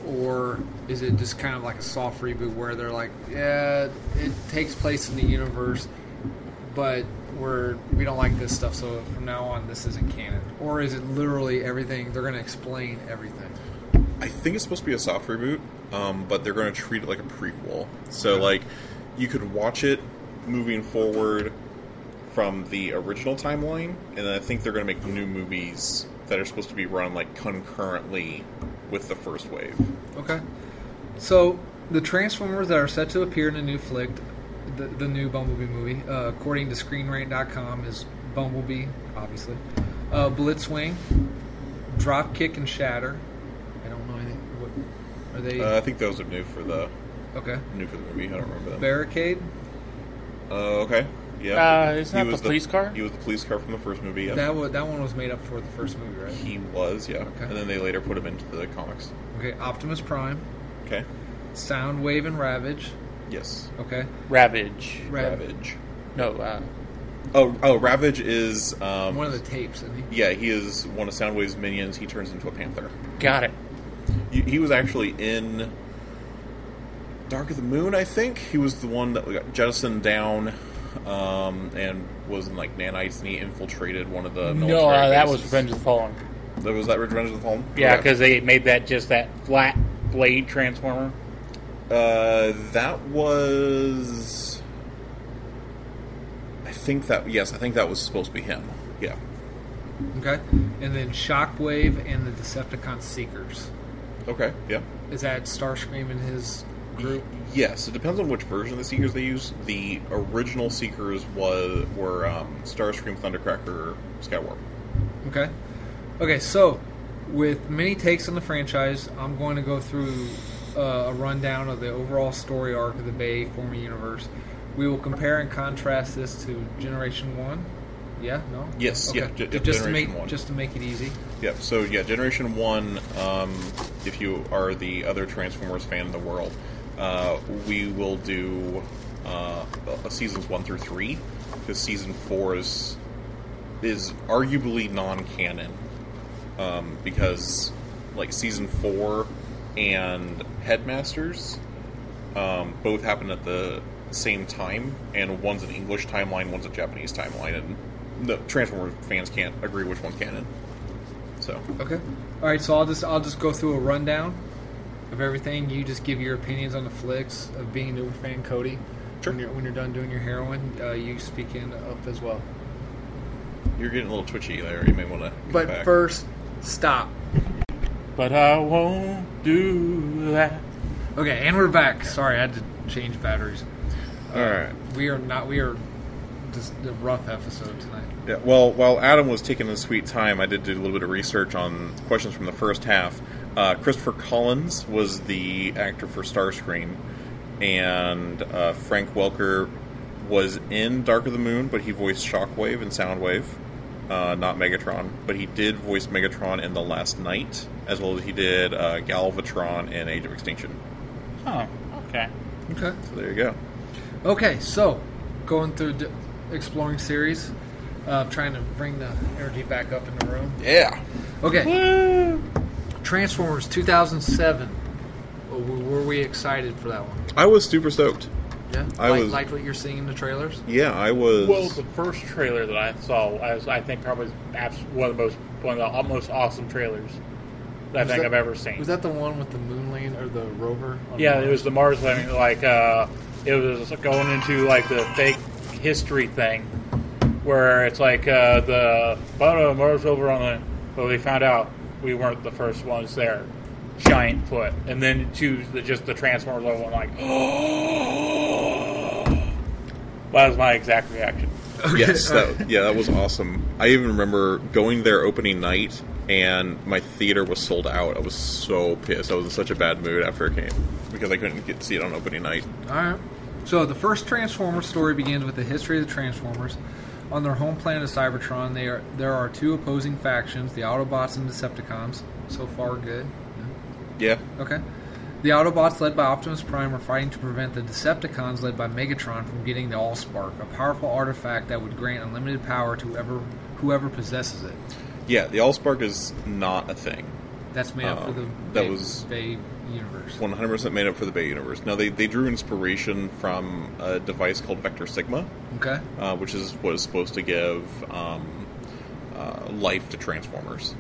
B: or is it just kind of like a soft reboot where they're like, yeah, it takes place in the universe, but we're we don't like this stuff, so from now on this isn't canon? Or is it literally everything? They're going to explain everything.
A: I think it's supposed to be a soft reboot, um, but they're going to treat it like a prequel. So, like, you could watch it moving forward from the original timeline, and I think they're going to make new movies that are supposed to be run like concurrently with the first wave.
B: Okay. So the Transformers that are set to appear in a new flick, the, the new Bumblebee movie, uh, according to ScreenRant.com, is Bumblebee, obviously, uh, Blitzwing, Dropkick, and Shatter. I don't know anything. What, are they
A: Uh, I think those are new for the
B: okay?
A: new for the movie. I don't remember them.
B: Barricade.
A: Uh, okay. Yeah.
C: Uh, isn't
A: He
C: that
A: was
C: the police car?
A: He was the police car from the first movie. Yeah.
B: That wa that one was made up for the first movie, right?
A: he was, yeah.
B: Okay.
A: And then they later put him into the comics.
B: Okay. Optimus Prime,
A: Okay.
B: Soundwave, and Ravage.
A: Yes.
B: Okay.
C: Ravage.
B: Rav-
A: Ravage.
C: No, uh,
A: Oh, oh, Ravage is um,
B: One of the tapes, isn't he?
A: Yeah, he is one of Soundwave's minions. He turns into a panther.
C: got it.
A: He, he was actually in Dark of the Moon, I think. He was the one that got jettisoned down um, and was in like nanites, and he infiltrated one of the military
C: No, uh, that was
A: bases.
C: Revenge of the Fallen.
A: That was that Revenge of the Fallen.
C: Yeah,
A: Okay.
C: because they made that just that flat blade transformer.
A: Uh, that was. I think that yes, I think that was supposed to be him. Yeah.
B: Okay. And then Shockwave and the Decepticon Seekers.
A: Okay. Yeah.
B: Is that Starscream and his group?
A: Yes, it depends on which version of the Seekers they use. The original Seekers was were um, Starscream, Thundercracker, Skywarp. Mm-hmm.
B: Okay. Okay, so with many takes on the franchise, I'm going to go through uh, a rundown of the overall story arc of the Bay Former universe. We will compare and contrast this to Generation One. Yeah. No.
A: Yes, yeah, Ge-
B: Ju- just to
A: Generation
B: make
A: One.
B: just to make it easy.
A: Yep. So yeah, Generation One. Um, if you are the other Transformers fan in the world, uh, we will do uh, uh, seasons one through three because season four is is arguably non-canon um, because like season four and Headmasters um, both happen at the same time, and one's an English timeline, one's a Japanese timeline, and the Transformers fans can't agree which one's canon. So
B: Okay. All right. So I'll just I'll just go through a rundown of everything. You just give your opinions on the flicks of being a new fan, Cody.
A: Sure.
B: When you're, when you're done doing your heroin, uh, you speak in up as well.
A: you're getting a little twitchy there. You may want to.
B: But
A: back.
B: first, stop.
C: But I won't do that.
B: Okay, and we're back. Sorry, I had to change batteries.
A: all right.
B: We are not. We are just a rough episode tonight.
A: Yeah, well, while Adam was taking his sweet time, I did do a little bit of research on questions from the first half. Uh, Christopher Collins was the actor for Starscream, and uh, Frank Welker was in Dark of the Moon, but he voiced Shockwave and Soundwave, uh, not Megatron. But he did voice Megatron in The Last Night, as well as he did uh, Galvatron in Age of Extinction.
C: Oh, okay.
B: Okay.
A: So there you go.
B: Okay. So, going through the exploring series, uh, trying to bring the energy back up in the room.
A: Yeah.
B: Okay.
C: Woo!
B: Transformers 2007. Oh, w- Were we excited for that one?
A: I was super stoked.
B: Yeah.
A: I
B: like,
A: was-
B: liked what you're seeing in the trailers.
A: Yeah, I was.
C: Well, the first trailer that I saw was, I think, probably abs- one of the most one of the most awesome trailers that I
B: Was
C: think
B: that-
C: I've ever seen.
B: Was that the one with the moon landing or the rover? on
C: yeah,
B: Mars?
C: it was the Mars landing. Like, uh, it was going into like the fake history thing, where it's like uh, the bottom of Mars over on the, but we found out we weren't the first ones there. Giant foot, and then to the, just the Transformers level, and like, that was my exact reaction.
A: Yes,
B: all
A: that, yeah, that was awesome. I even remember going there opening night, and my theater was sold out. I was so pissed. I was in such a bad mood after it came because I couldn't get see it on opening night.
B: All right. So the first Transformers story begins with the history of the Transformers. On their home planet of Cybertron, they are, there are two opposing factions: the Autobots and Decepticons. So far, good.
A: Yeah,
B: Okay. The Autobots, led by Optimus Prime, are fighting to prevent the Decepticons, led by Megatron, from getting the Allspark, a powerful artifact that would grant unlimited power to whoever whoever possesses it.
A: yeah. The Allspark is not a thing.
B: That's made up for
A: Um,
B: the
A: that
B: Bay-
A: was-
B: Bay universe.
A: 100% made up for the Bay universe. Now they, they drew inspiration from a device called Vector Sigma,
B: Okay.
A: uh, which is what is supposed to give um, uh, life to Transformers.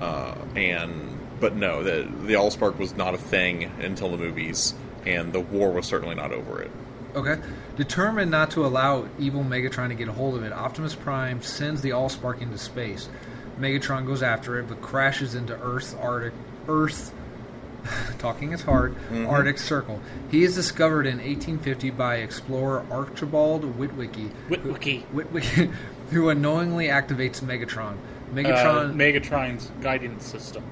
A: Uh, and but no, the the Allspark was not a thing until the movies, and the war was certainly not over it.
B: Okay. Determined not to allow evil Megatron to get a hold of it, Optimus Prime sends the Allspark into space. Megatron goes after it, but crashes into Earth's Arctic Earth. Talking is hard. Arctic Circle. He is discovered in 1850 by explorer Archibald Witwicky.
C: Witwicky.
B: Witwicky, who unknowingly activates Megatron.
C: Uh,
B: Megatron.
C: Megatron's guidance system.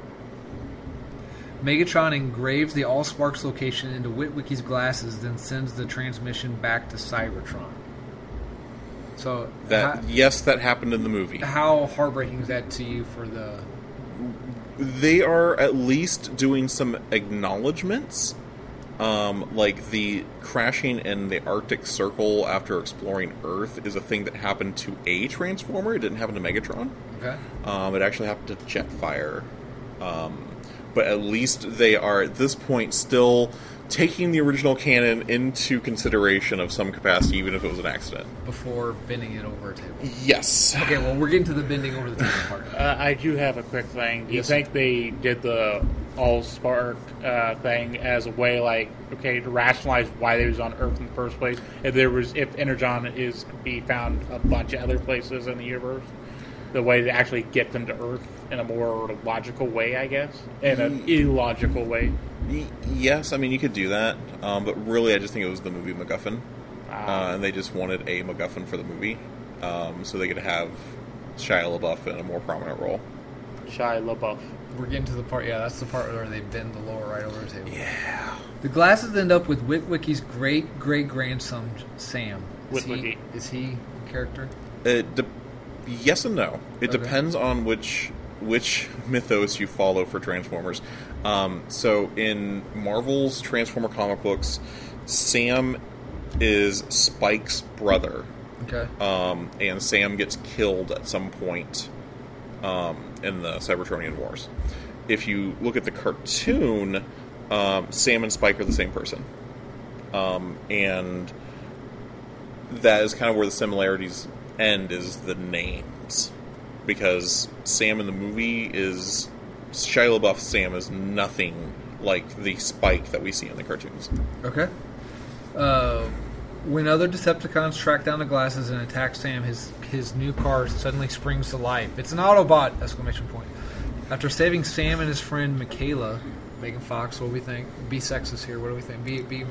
B: Megatron engraves the Allspark's location into Witwicky's glasses, then sends the transmission back to Cybertron. So
A: That
B: ho-
A: yes, that happened in the movie.
B: how heartbreaking is that to you for the?
A: they are at least doing some acknowledgments um, like the crashing in the arctic circle after exploring earth is a thing that happened to a transformer it didn't happen to megatron
B: Okay.
A: um, it actually happened to jetfire um, but at least they are at this point still taking the original canon into consideration of some capacity even if it was an accident
B: Before bending it over a table.
A: yes
B: Okay, well we're getting to the bending over the table part.
C: Uh, I do have a quick thing. Do you
B: Yes.
C: think they did the all spark uh, thing as a way, like, okay, to rationalize why they was on Earth in the first place? If there was, if energon is could be found a bunch of other places in the universe, the way to actually get them to Earth in a more logical way, I guess, in an illogical way.
A: Y- Yes, I mean you could do that, um, but really I just think it was the movie MacGuffin, uh, and they just wanted a MacGuffin for the movie, um, so they could have Shia LaBeouf in a more prominent role.
C: Shia LaBeouf.
B: We're getting to the part, yeah, that's the part where they bend the lower right over the table. Yeah. The glasses end up with Witwicky's great great grandson Sam. Is he-
C: Witwicky.
B: is he a character?
A: It de- yes and no. It
B: Okay.
A: depends on which which mythos you follow for Transformers. Um, so in Marvel's Transformer comic books, Sam is Spike's brother.
B: Okay.
A: um, and Sam gets killed at some point um, in the Cybertronian Wars. If you look at the cartoon, um, Sam and Spike are the same person, um, and that is kind of where the similarities end is the names, because Sam in the movie is Shia LaBeouf. Sam is nothing like the Spike that we see in the cartoons.
B: Okay. Uh, when other Decepticons track down the glasses and attack Sam, his his new car suddenly springs to life. It's an Autobot! Exclamation point. After saving Sam and his friend Michaela, Megan Fox, what do we think? Be sexist here. What do we think? Be be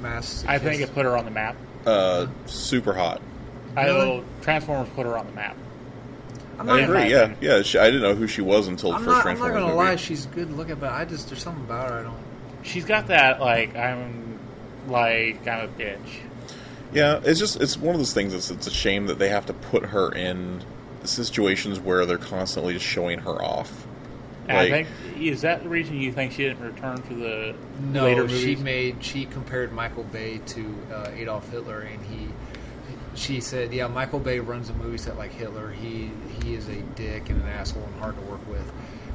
B: mass.
C: I think it put her on the map.
A: Uh, super hot.
C: I
B: Really?
C: will Transformers put her on the map.
B: I'm
A: I
B: not,
C: agree.
A: agree. Yeah, yeah. She, I didn't know who she was until the
B: I'm
A: first
B: not, I'm not
A: Transformers
B: gonna
A: movie.
B: lie. She's good looking, but I just there's something about her I don't.
C: She's got that like I'm like I'm a bitch.
A: Yeah, it's just it's one of those things. It's it's a shame that they have to put her in situations where they're constantly just showing her off.
C: And
A: Like-
C: I think is that the reason you think she didn't return for the
B: No,
C: later
B: she
C: movies?
B: made she compared Michael Bay to uh, Adolf Hitler, and he she said, "Yeah, Michael Bay runs a movie set like Hitler. He he is a dick and an asshole and hard to work with."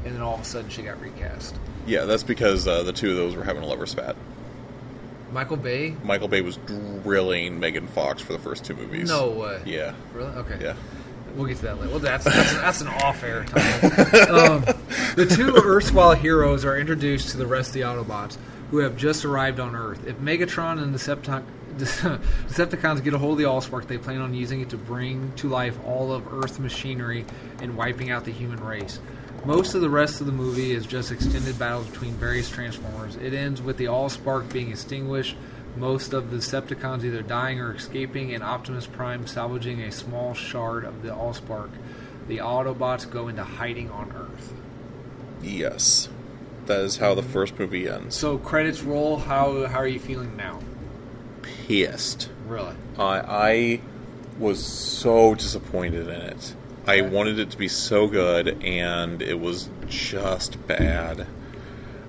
B: And then all of a sudden, she got recast.
A: Yeah, that's because uh, the two of those were having a lover spat.
B: Michael Bay?
A: Michael Bay was drilling Megan Fox for the first two movies.
B: No way.
A: Yeah,
B: Really? Okay.
A: yeah.
B: We'll get to that later. Well, that's that's, that's an off-air topic. um, the two erstwhile heroes are introduced to the rest of the Autobots, who have just arrived on Earth. If Megatron and Decepticon, Decepticons get a hold of the Allspark, they plan on using it to bring to life all of Earth's machinery and wiping out the human race. Most of the rest of the movie is just extended battles between various Transformers. It ends with the Allspark being extinguished, most of the Decepticons either dying or escaping, and Optimus Prime salvaging a small shard of the Allspark. The Autobots go into hiding on Earth.
A: Yes, that is how the first movie ends.
B: So credits roll. How how are you feeling now?
A: Pissed.
B: Really?
A: I I was so disappointed in it. I wanted it to be so good, and it was just bad.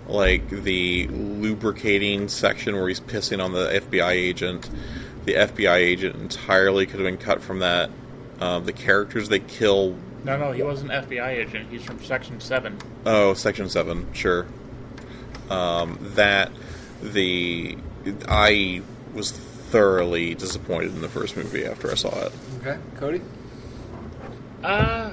A: Like the lubricating section where he's pissing on the FBI agent. The FBI agent entirely could have been cut from that. Uh, the characters they kill.
C: No, no, he was an FBI agent. He's from Section Seven.
A: Oh, Section 7, sure. um, that the I was thoroughly disappointed in the first movie after I saw it.
B: Okay, Cody.
C: Uh,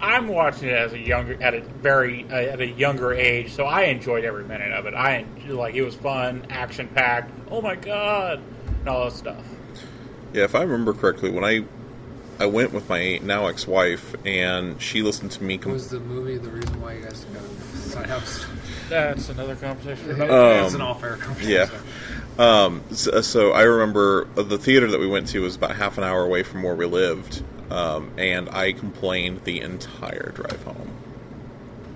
C: I'm watching it as a younger, at a very uh, at a younger age, so I enjoyed every minute of it. I en- like it was fun, action packed. Oh my god, and all that stuff.
A: Yeah, if I remember correctly, when I I went with my now ex-wife, and she listened to me. Com-
B: Was the movie the reason why you guys got sign up?
C: That's another conversation.
B: Uh,
C: For another.
B: it's an all fair conversation.
A: yeah. Um, so, so I remember uh, the theater that we went to was about half an hour away from where we lived, um, and I complained the entire drive home.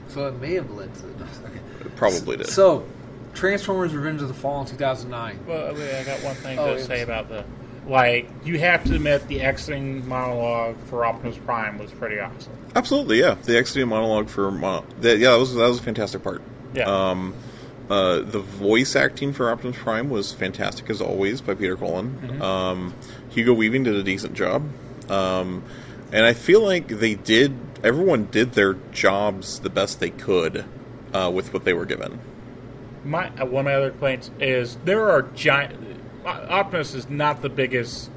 B: So it may have led to the. Okay.
A: It probably did.
B: So, Transformers: Revenge of the Fall in 2009.
C: Well, wait, I got one thing
B: Oh,
C: to
B: yes.
C: say about the like. You have to admit the exiting monologue for Optimus Prime was pretty awesome.
A: Absolutely, yeah. The Exidia monologue for mon- that, yeah, that was that was a fantastic part.
C: Yeah.
A: Um, uh, the voice acting for Optimus Prime was fantastic as always by Peter Cullen.
C: Mm-hmm.
A: Um, Hugo Weaving did a decent job, um, and I feel like they did. Everyone did their jobs the best they could uh, with what they were given.
C: My uh, one of my other complaints is there are giant. O- Optimus is not the biggest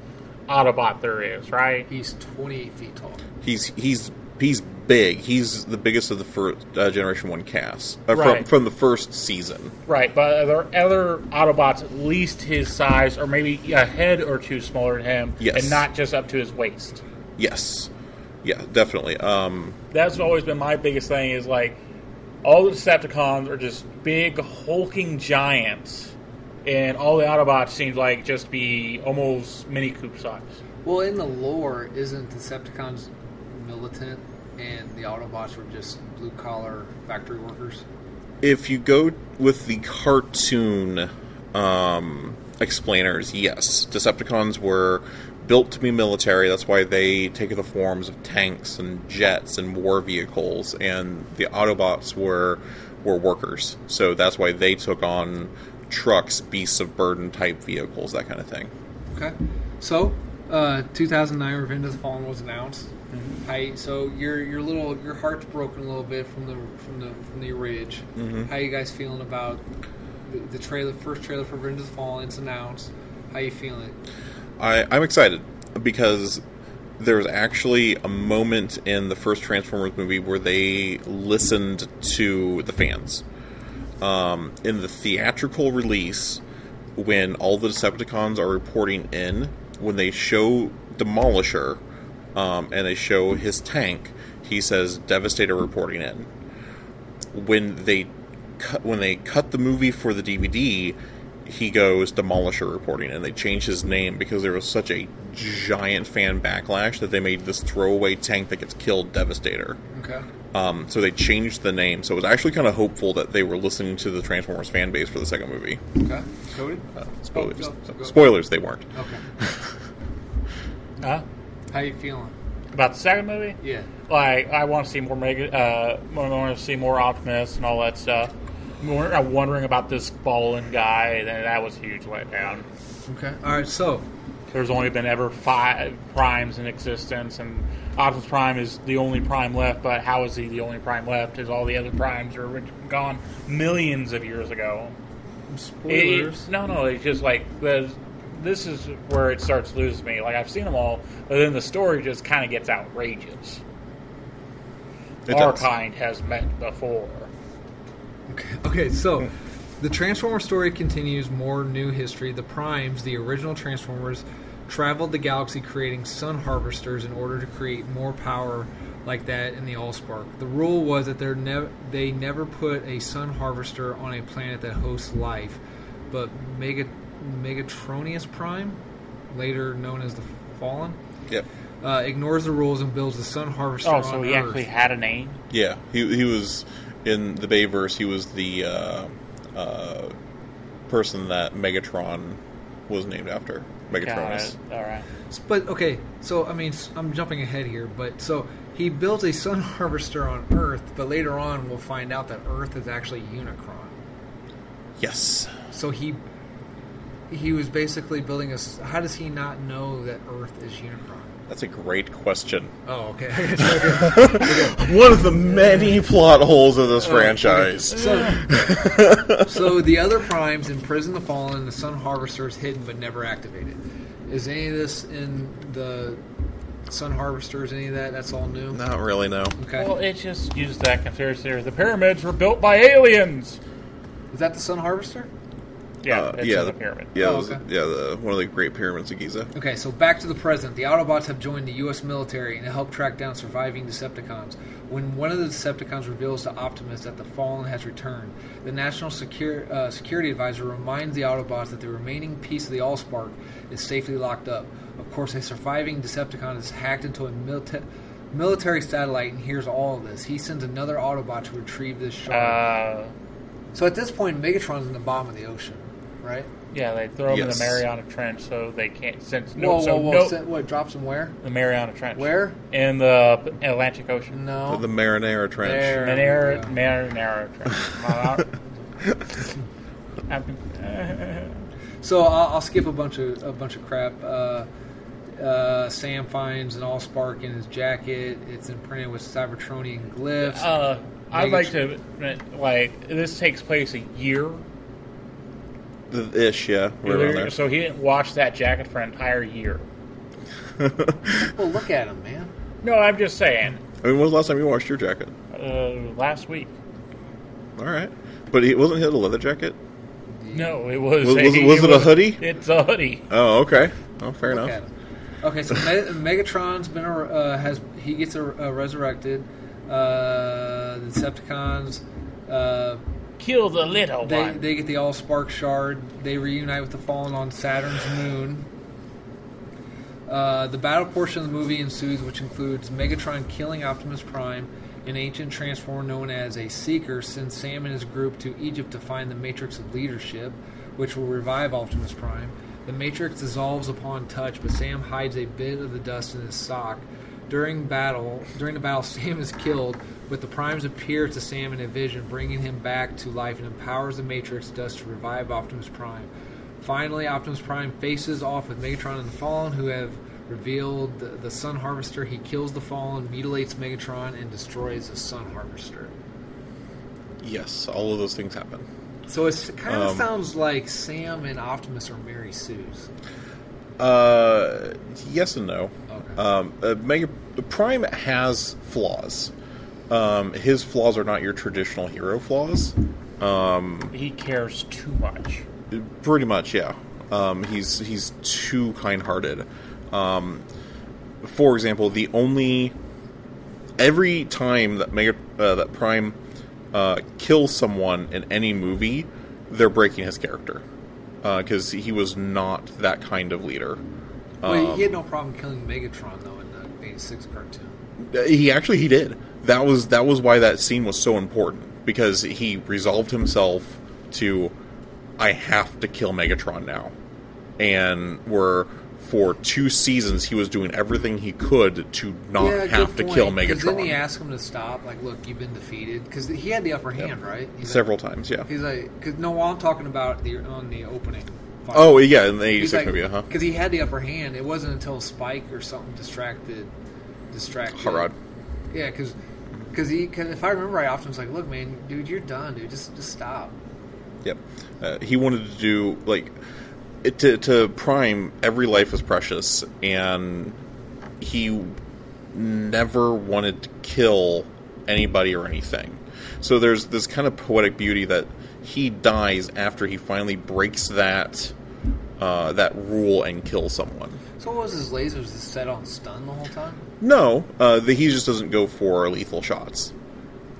C: Autobot there is, right?
B: He's 28 feet tall.
A: He's he's he's big. He's the biggest of the first uh, Generation One cast uh, from
C: Right.
A: from the first season.
C: Right, but there are other Autobots at least his size, or maybe a head or two smaller than him,
A: Yes.
C: and not just up to his waist.
A: Yes, yeah, definitely. Um,
C: That's always been my biggest thing is like all the Decepticons are just big hulking giants, and all the Autobots seem like just to be almost mini coop size.
B: Well, in the lore, isn't Decepticons militant, and the Autobots were just blue collar factory workers?
A: if you go with the cartoon um, explainers, yes, Decepticons were built to be military. That's why they take the forms of tanks and jets and war vehicles, and the Autobots were were workers. So that's why they took on trucks, beasts of burden type vehicles, that kind of thing.
B: Okay. So, uh, 2009, Revenge of the Fallen was announced. Hi. So your your little your heart's broken a little bit from the from the from the ridge. How you guys feeling about the, the trailer? First trailer for Revenge of the Fallen. It's announced. How you feeling?
A: I, I'm excited because there was actually a moment in the first Transformers movie where they listened to the fans. Um, in the theatrical release, when all the Decepticons are reporting in, when they show Demolisher um, and they show his tank, he says Devastator reporting in when they cut, when they cut the movie for the DVD, he goes Demolisher reporting, and they changed his name because there was such a giant fan backlash that they made this throwaway tank that gets killed Devastator.
B: Okay.
A: Um, so they changed the name. So it was actually kind of hopeful that they were listening to the Transformers fan base for the second movie. Uh,
B: Okay. Cody.
A: Spoilers,
B: Oh, no, go.
A: spoilers, they weren't.
B: Okay.
C: Huh?
B: How you feeling?
C: About the second movie?
B: Yeah.
C: Like I want to see more Mega, uh, I want to see more Optimus and all that stuff. We're not wondering about this fallen guy, and that was a huge letdown.
B: Okay. All right. So
C: There's only been ever five primes in existence, and Optimus Prime is the only prime left. But how is he the only prime left? Is all the other primes are gone millions of years ago? It- it- no, no, it's just like the, this is where it starts losing me. Like I've seen them all, but then the story just kind of gets outrageous.
A: It
C: Our
A: does.
C: kind has met before.
B: Okay. Okay. So, the Transformer story continues. More new history. The Primes, the original Transformers, traveled the galaxy creating sun harvesters in order to create more power like that in the Allspark. The rule was that they're nev- they never put a sun harvester on a planet that hosts life, but Mega Megatronius Prime, later known as the Fallen,
A: Yep.
B: uh, ignores the rules and builds a sun harvester
C: Oh,
B: on
C: so
B: Earth.
C: he actually had a name.
A: Yeah, he he was in the Bayverse. He was the uh, uh, person that Megatron was named after. Megatronus.
C: Got it. All right.
B: But okay, so I mean, s- I'm jumping ahead here, but so he builds a sun harvester on Earth, but later on we'll find out that Earth is actually Unicron.
A: Yes.
B: So he he was basically building a. s- How does he not know that Earth is Unicron?
A: That's a great question.
B: Oh, okay.
A: One of the many plot holes of this
C: Oh,
A: franchise.
B: so, so the other primes imprison the fallen, and the sun harvester is hidden but never activated. Is any of this in the sun harvesters? Any of that? That's all new.
A: Not really, no.
B: Okay.
C: Well, it just used that conspiracy theory. The pyramids were built by aliens.
B: is that the sun harvester?
C: Yeah,
A: Uh,
C: it's
A: yeah,
C: in the pyramid.
A: Yeah,
B: Oh,
A: it was-
B: okay.
A: yeah, the one of the Great Pyramids of Giza.
B: Okay, so back to the present. The Autobots have joined the U.S. military and help track down surviving Decepticons. When one of the Decepticons reveals to Optimus that the Fallen has returned, the National Secur- uh, Security Advisor reminds the Autobots that the remaining piece of the Allspark is safely locked up. Of course, a surviving Decepticon is hacked into a milita- military satellite and hears all of this. He sends another Autobot to retrieve this shard.
C: Uh,
B: so at this point, Megatron's in the bottom of the ocean, right?
C: yeah, they throw them
A: Yes.
C: in the Mariana Trench so they can't sense. No,
B: whoa,
C: so
B: whoa, whoa!
C: no-
B: Sent- what drops him where?
C: the Mariana Trench.
B: Where?
C: In the Atlantic Ocean.
B: No.
A: The Marinara Trench.
B: There.
C: Manera,
B: Yeah.
C: Marinara Trench. I'm-
B: So I'll, I'll skip a bunch of a bunch of crap. Uh, uh, Sam finds an all spark in his jacket. It's imprinted with Cybertronian glyphs.
C: Uh, I'd
B: Megatron-
C: like to like this takes place a year.
A: The ish, yeah. Right around there.
C: So he didn't wash that jacket for an entire year.
B: well, uh, oh, look at him, man.
C: No, I'm just saying.
A: I mean, when was the last time you washed your jacket?
C: Uh, last week.
A: All right. But it wasn't it a leather jacket?
C: No, it was.
A: Was- was it- was it a hoodie?
C: It's a hoodie.
A: Oh, okay. Oh, fair
B: Look at
A: enough.
B: him. Okay, so Me- Megatron's been a, uh, has he gets a, uh resurrected. Uh, the Decepticons. Uh,
C: Kill the little
B: they,
C: one.
B: they get the all spark shard. They reunite with the fallen on Saturn's moon. Uh, the battle portion of the movie ensues, which includes Megatron killing Optimus Prime, an ancient transformer known as a Seeker, sends Sam and his group to Egypt to find the Matrix of Leadership, which will revive Optimus Prime. The Matrix dissolves upon touch, but Sam hides a bit of the dust in his sock. During battle, during the battle, Sam is killed, but the Primes appear to Sam in a vision, bringing him back to life and empowers the Matrix dust to revive Optimus Prime. Finally, Optimus Prime faces off with Megatron and the Fallen, who have revealed the, the Sun Harvester. He kills the Fallen, mutilates Megatron, and destroys the Sun Harvester.
A: Yes, all of those things happen.
B: So it kind of
A: Um,
B: sounds like Sam and Optimus are Mary Sue's.
A: Uh, yes and no.
B: Okay.
A: Um, uh, Mega Prime has flaws. Um, his flaws are not your traditional hero flaws.
C: he cares too much.
A: Pretty much, yeah. Um, he's he's too kind-hearted. Um, for example, the only every time that Mega uh, that Prime uh, kills someone in any movie, they're breaking his character because he was not that kind of leader. um,
B: well, he had no problem killing Megatron, though, in the 86 cartoon.
A: Uh, He actually he did. That was that was why that scene was so important because he resolved himself to I have to kill Megatron now. And where for two seasons he was doing everything he could to not Oh, have to
B: good
A: kill
B: point. 'Cause Didn't he
A: Megatron
B: ask him to stop? Like, look, you've been defeated. Because he had the upper hand, right? He's
A: several times, yeah.
B: Like, he's like, cause, no, I'm talking about the on the opening. fight.
A: Oh yeah, in the eighty
B: He's
A: six
B: like,
A: movie, uh-huh. huh?
B: Because he had the upper hand. It wasn't until Spike or something distracted, distracted.
A: Harad.
B: Yeah, because he. Cause if I remember right, often was like, "Look, man, dude, you're done, dude. Just just stop."
A: Yep. Uh, he wanted to do like it, to to Prime. Every life is precious, and he never wanted to kill anybody or anything. So there's this kind of poetic beauty that he dies after he finally breaks that uh, that rule and kills someone.
B: So what was his lasers just set on stun the whole time?
A: No, uh, the, he just doesn't go for lethal shots.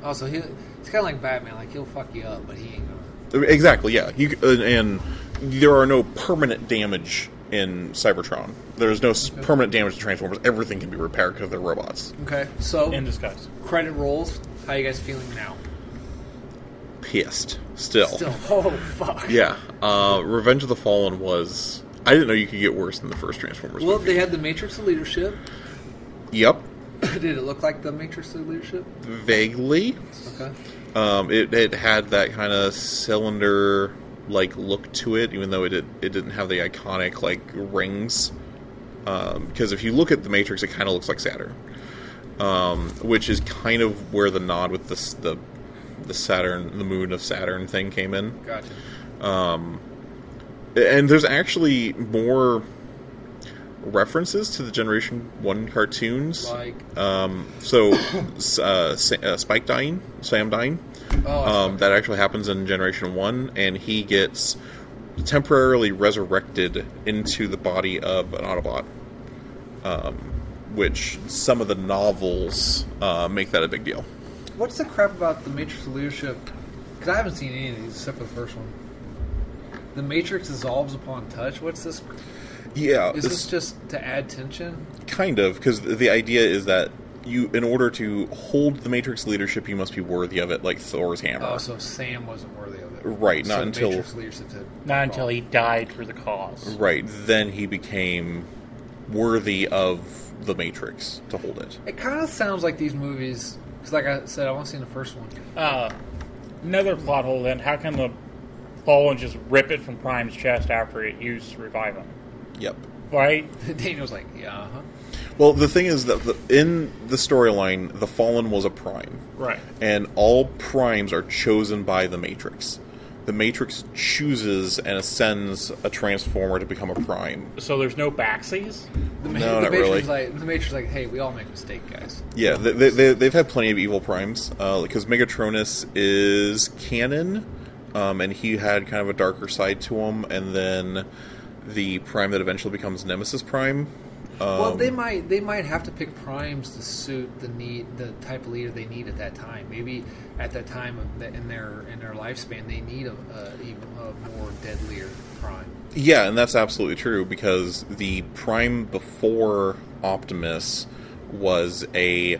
B: Also, Oh, he it's kind of like Batman. Like he'll fuck you up, but he ain't gonna.
A: Exactly. Yeah. You c- uh, and there are no permanent damage in Cybertron. There's no s permanent damage to Transformers. Everything can be repaired because they're robots.
B: Okay, so
C: In disguise.
B: credit rolls. How you guys feeling now?
A: Pissed. Still.
B: Still, oh fuck.
A: Yeah. Uh, Revenge of the Fallen was. I didn't know you could get worse than the first Transformers.
B: Well,
A: movie.
B: they had the Matrix of Leadership.
A: Yep.
B: Did it look like the Matrix of Leadership?
A: Vaguely.
B: Okay.
A: Um, it, it had that kind of cylinder like look to it, even though it did, it didn't have the iconic like rings. because if you look at the Matrix, it kind of looks like Saturn, um, which is kind of where the nod with this the the Saturn, the moon of Saturn thing came in.
B: Gotcha.
A: And there's actually more references to the Generation One cartoons.
B: Like,
A: Um, so s- uh, Sa- uh, Spike dying, Sam dying.
B: oh,
A: Um, that actually happens in Generation 1, and he gets temporarily resurrected into the body of an Autobot, um, which some of the novels uh, make that a big deal.
B: what's the crap about the Matrix leadership? Because I haven't seen any of these except for the first one. The Matrix dissolves upon touch. What's this?
A: Yeah,
B: Is this just to add tension?
A: kind of because the idea is that you, in order to hold the Matrix leadership, you must be worthy of it, like Thor's hammer.
B: Oh, so Sam wasn't worthy of it.
A: Uh, Right,
B: So
A: not until-
B: Matrix leadership did.
C: Not until he died for the cause.
A: Right, then he became worthy of the Matrix to hold it.
B: It kind of sounds like these movies. Because, like I said, I've only seen the first one.
C: Uh, another plot hole then. How can the Fallen just rip it from Prime's chest after it used to revive him?
A: Yep.
C: Right?
B: Daniel's like, yeah, uh-huh.
A: Well, the thing is that the, in the storyline, the Fallen was a prime,
C: Right.
A: and all primes are chosen by the Matrix. The Matrix chooses and ascends a Transformer to become a prime.
C: So there's no backsies?
B: The, Ma-
A: No,
B: the
A: not
B: Matrix
A: really.
B: is like, the Matrix is like, hey, we all make mistakes, guys.
A: Yeah, they, they, they, they've had plenty of evil primes because Megatronus is canon, um, and he had kind of a darker side to him, and then the prime that eventually becomes Nemesis Prime. Um,
B: well, they might they might have to pick primes to suit the need the type of leader they need at that time. Maybe at that time of the, in their in their lifespan, they need a, a, even a more deadlier prime.
A: Yeah, and that's absolutely true because the prime before Optimus was a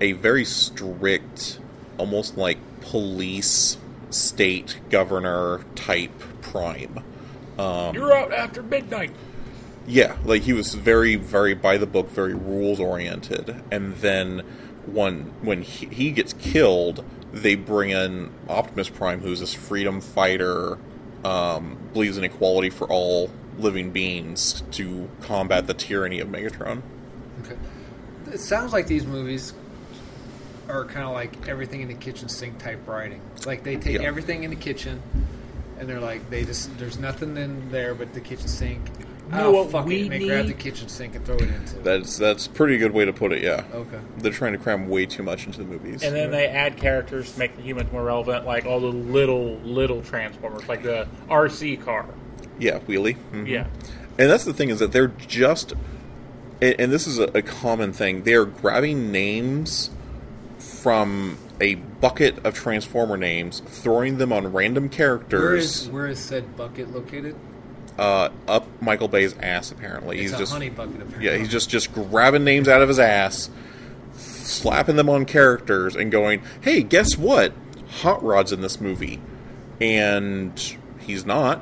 A: a very strict, almost like police state governor type prime. Um.
C: You're out after midnight.
A: Yeah, like he was very, very by the book, very rules oriented. And then when when he, he gets killed, they bring in Optimus Prime, who's this freedom fighter, um, believes in equality for all living beings to combat the tyranny of Megatron.
B: Okay. It sounds like these movies are kind of like everything in the kitchen sink type writing. Like they take
A: Yeah.
B: everything in the kitchen, and they're like they just there's nothing in there but the kitchen sink.
C: know
B: oh
C: what
B: fuck
C: we
B: it! And they grab the
C: need?
B: kitchen sink and throw it into. it.
A: That's that's a pretty good way to put it. Yeah,
B: okay.
A: they're trying to cram way too much into the movies.
C: And then they add characters to make the humans more relevant, like all the little, little Transformers, like the RC car.
A: yeah, Wheelie. Mhm.
C: Yeah.
A: And that's the thing is that they're just, and, and this is a, a common thing. They are grabbing names from a bucket of Transformer names, throwing them on random
B: Where is
A: characters
B: where is said bucket located?
A: uh, up Michael Bay's ass. Apparently,
B: It's
A: he's
B: a
A: just
B: honey bucket. Apparently.
A: yeah, he's just just grabbing names out of his ass, slapping them on characters, and going, "Hey, guess what? Hot Rod's in this movie," and he's not.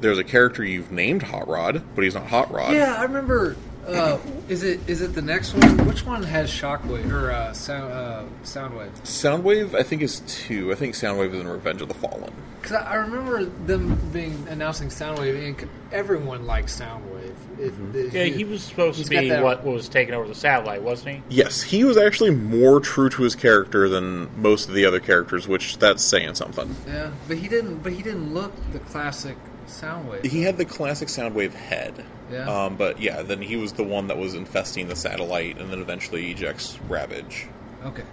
A: There's a character you've named Hot Rod, but he's not Hot Rod.
B: Yeah, I remember. Uh, is it is it the next one? Which one has shockwave or uh, sound uh, soundwave?
A: Soundwave, I think, is two. I think Soundwave is in Revenge of the Fallen.
B: Because I I remember them being announcing Soundwave, and c- everyone likes Soundwave. It,
A: Mm-hmm.
B: it-
C: Yeah, he was supposed
B: He's
C: to be
B: got that-
C: what was taking over the satellite, wasn't he?
A: Yes, he was actually more true to his character than most of the other characters, which that's saying something.
B: Yeah, but he didn't. But he didn't look the classic Soundwave.
A: He had the classic Soundwave head.
B: Yeah.
A: Um, but yeah, then he was the one that was infesting the satellite and then eventually ejects Ravage.
B: okay,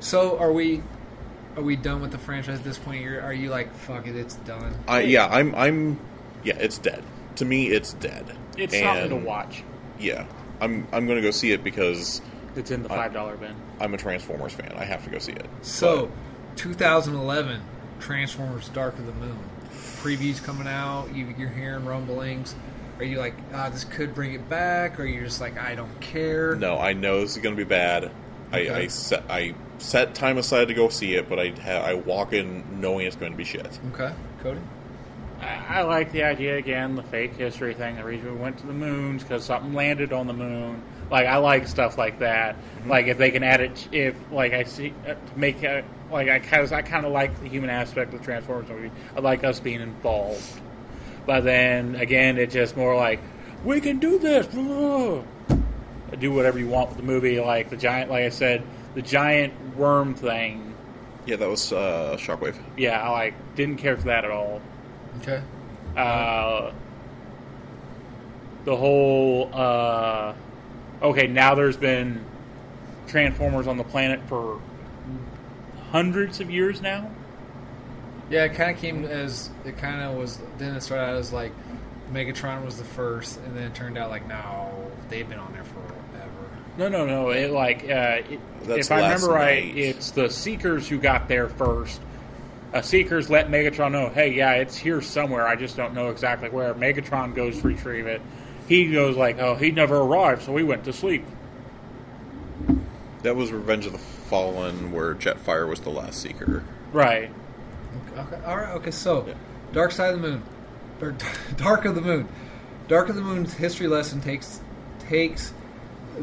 B: so are we? Are we done with the franchise at this point? You're, are you like fuck it? It's done.
A: I yeah, I'm I'm yeah, it's dead. To me it's dead.
C: It's
A: And,
C: something to watch.
A: Yeah. I'm I'm gonna go see it because
C: It's in the five dollar bin.
A: I'm a Transformers fan. I have to go see it.
B: So, 2011, Transformers: Dark of the Moon previews coming out. You, you're hearing rumblings. Are you like, ah, this could bring it back? Or you're just like, I don't care.
A: No, I know this is going to be bad. I, I
B: Okay.
A: set I set time aside to go see it, but I ha- I walk in knowing it's going to be shit.
B: Okay, Cody.
C: I I like the idea again, the fake history thing. The reason we went to the moons because something landed on the moon. Like I like stuff like that. Like if they can add it, if like I see uh, to make a, like I kind of I kind of like the human aspect of the Transformers movie. I like us being involved, but then again, it's just more like we can do this. Do whatever you want with the movie. Like the giant, like I said, the giant worm thing.
A: Yeah, that was uh, Shockwave.
C: Yeah, I like didn't care for that at all.
B: Okay.
C: Uh, the whole uh, okay now there's been transformers on the planet for hundreds of years now
B: Yeah, it kind of came as it kind of was. Then it started out as like Megatron was the first, and then it turned out like no, they've been on there forever.
C: no no no it like uh, it,
A: That's
C: if i
A: last
C: remember right
A: night.
C: it's the seekers who got there first uh, seekers let megatron know hey yeah it's here somewhere i just don't know exactly where megatron goes to retrieve it he goes like oh he never arrived so we went to sleep
A: That was Revenge of the Fallen, where Jetfire was the last Seeker.
C: right
B: Okay. All right. Okay. So,
A: Yeah.
B: Dark Side of the Moon, or Dark of the Moon, Dark of the Moon's history lesson takes takes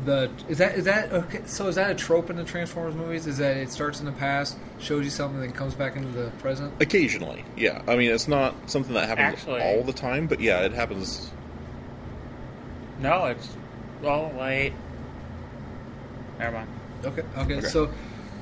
B: the is that is that okay? So is that a trope in the Transformers movies? Is that it starts in the past, shows you something, then comes back into the present?
A: Occasionally, yeah. I mean, it's not something that happens
C: Actually-
A: all the time, but yeah, it happens.
C: No, it's. Well, wait. Never mind.
B: Okay. Okay.
A: Okay.
B: So,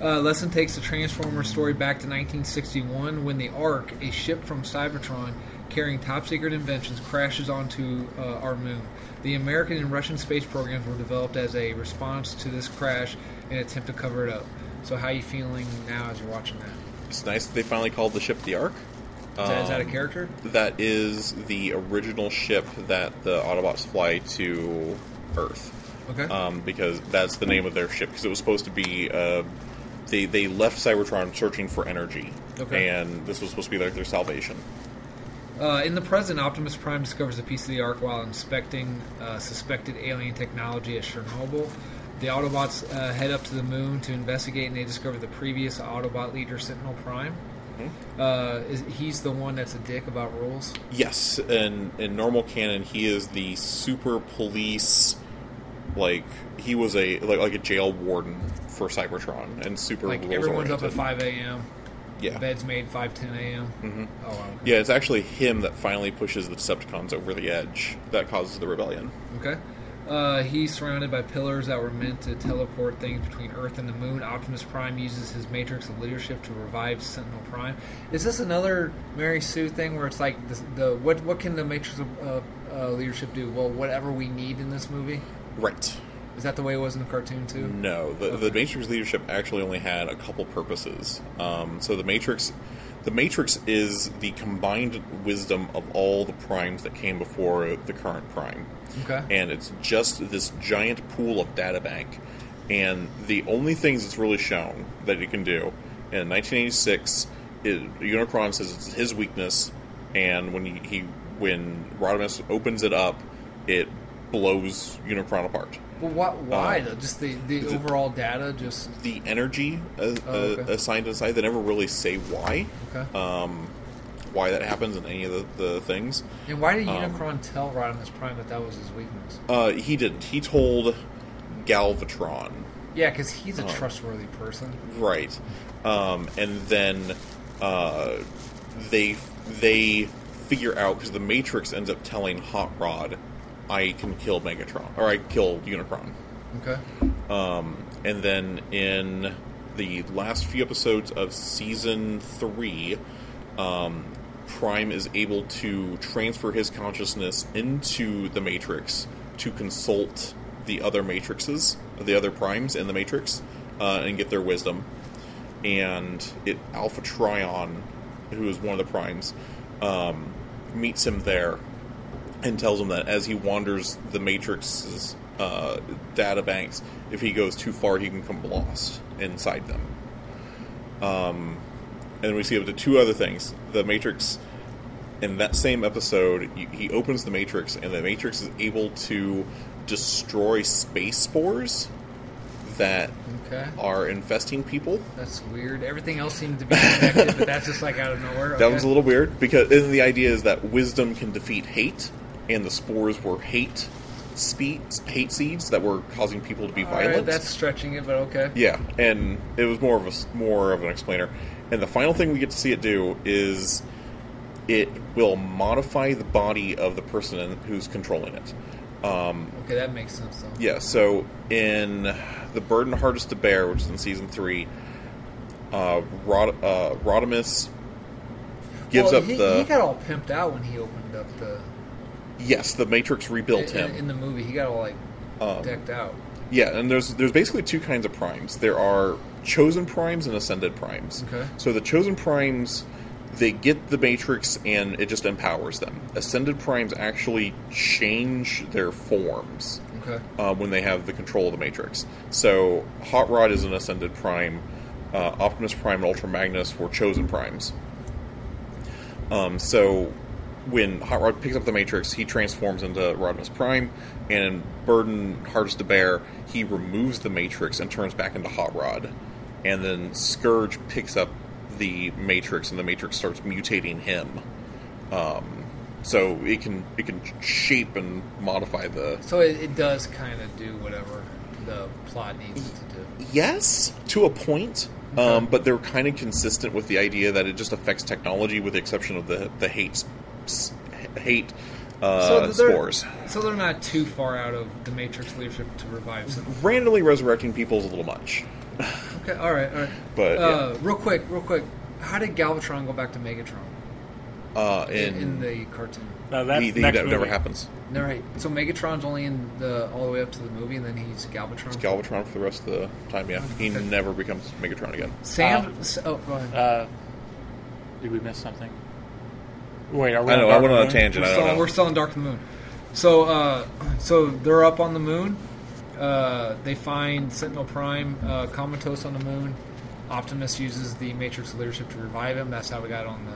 B: uh, lesson takes the Transformers story back to 1961 when the Ark, a ship from Cybertron carrying top secret inventions, crashes onto uh, our moon. The American and Russian space programs were developed as a response to this crash and attempt to cover it up. So, how you feeling now as you're watching that? Is
A: It's nice that they finally called the ship the Ark.
B: that, is that a
A: Um,
B: character?
A: That is the original ship that the Autobots fly to Earth.
B: Okay.
A: um, because that's the name of their ship. Because it was supposed to be uh, they they left Cybertron searching for energy,
B: Okay.
A: and this was supposed to be like their salvation.
B: Uh, in the present, Optimus Prime discovers a piece of the Ark while inspecting uh, suspected alien technology at Chernobyl. The Autobots uh, head up to the moon to investigate, and they discover the previous Autobot leader, Sentinel Prime. Uh, is, he's the one that's a dick about rules.
A: Yes, and in normal canon, he is the super police. Like he was a like, like a jail warden for Cybertron, and super
B: Like
A: rules
B: everyone's up at
A: oriented.
B: five a.m.
A: Yeah.
B: Beds made five ten a.m. Mm-hmm. Oh, wow.
A: Yeah, it's actually him that finally pushes the Decepticons over the edge that causes the rebellion.
B: Okay. Uh, he's surrounded by pillars that were meant to teleport things between Earth and the Moon. Optimus Prime uses his matrix of leadership to revive Sentinel Prime. Is this another Mary Sue thing where it's like the, the what what can the matrix of uh, uh, leadership do? Well, whatever we need in this movie.
A: Right.
B: Is that the way it was in the cartoon too?
A: No, the, the Matrix leadership actually only had a couple purposes. Um, so the Matrix, the Matrix is the combined wisdom of all the primes that came before the current prime,
B: Okay.
A: and it's just this giant pool of data bank. And the only things it's really shown that it can do in 1986, is Unicron says it's his weakness, and when he, he when Rodimus opens it up, it blows Unicron apart.
B: well, why, why
A: uh,
B: though? Just the, the overall data. Just
A: the energy uh,
B: Oh, okay.
A: uh, assigned inside. They never really say why,
B: okay.
A: um, why that happens in any of the, the things.
B: and why did
A: um,
B: Unicron tell Rodimus Prime that that was his weakness?
A: Uh, he didn't. He told Galvatron,
B: Yeah, because he's
A: uh,
B: a trustworthy person.
A: right? Um, and then uh, they they figure out because the Matrix ends up telling Hot Rod, "I can kill Megatron, or I kill Unicron."
B: Okay.
A: Um, and then in the last few episodes of season three, um, Prime is able to transfer his consciousness into the Matrix to consult the other Matrixes, the other Primes in the Matrix, uh, and get their wisdom. And it Alpha Trion, who is one of the Primes, um, meets him there and tells him that as he wanders the Matrix's uh, data banks, if he goes too far, he can come lost inside them. Um, and we see up to two other things. The Matrix, in that same episode, y- he opens the Matrix, and the Matrix is able to destroy space spores that
B: Okay.
A: are infesting people.
B: That's weird. Everything else seemed to be connected, but that's just like out of nowhere.
A: That
B: Okay.
A: was a little weird because and the idea is that wisdom can defeat hate, and the spores were hate speeds, hate seeds that were causing people to be
B: All right,
A: violent.
B: that's stretching it, but okay.
A: Yeah, and it was more of a s- more of an explainer. And the final thing we get to see it do is it will modify the body of the person in- who's controlling it.
B: Okay, that makes sense though.
A: Yeah, so in The Burden Hardest to Bear, which is in season three, uh, Rod- uh, Rodimus gives
B: Well,
A: up
B: he,
A: the.
B: He got all pimped out when he opened up the.
A: yes, the Matrix rebuilt
B: in,
A: him. Um,
B: in the movie. He got all like decked out.
A: Yeah, and there's there's basically two kinds of primes. There are chosen primes and ascended primes.
B: Okay.
A: So the chosen primes, they get the matrix and it just empowers them. Ascended primes actually change their forms
B: Okay.
A: uh, when they have the control of the matrix. So Hot Rod is an ascended prime. Uh, Optimus Prime and Ultra Magnus were chosen primes. Um, so when Hot Rod picks up the Matrix, he transforms into Rodimus Prime, and in Burden Hardest to Bear, he removes the Matrix and turns back into Hot Rod. And then Scourge picks up the Matrix, and the Matrix starts mutating him. Um, so it can it can shape and modify the
B: So it, it does kind of do whatever the plot needs it to do.
A: Yes, to a point. Um, but they're kind of consistent with the idea that it just affects technology, with the exception of the the hate sp- s- hate uh,
B: they're,
A: spores.
B: So they're not too far out of the Matrix leadership to revive someone.
A: Randomly resurrecting people is a little much.
B: Okay, all right, all right.
A: But,
B: uh, real quick, real quick, how did Galvatron go back to Megatron
A: Uh,
B: in,
A: and
B: in the cartoon?
C: No, that's
A: he- he-
C: next
A: that never
C: movie.
A: happens.
B: No, right. So Megatron's only in the all the way up to the movie, and then he's Galvatron.
A: Galvatron for the rest of the time. Yeah, he
B: Okay.
A: never becomes Megatron again.
B: Sam.
A: Ah.
C: Uh,
B: S oh, go ahead.
C: Uh, did we miss something? Wait, are we
A: I know.
C: on
A: I
C: Dark
A: went on a
C: Moon?
A: tangent.
B: We're
A: I
B: still,
A: don't know.
B: we're still in Dark of the Moon. So, uh, so they're up on the moon. Uh, they find Sentinel Prime uh, comatose on the moon. Optimus uses the Matrix leadership to revive him. That's how we got on the.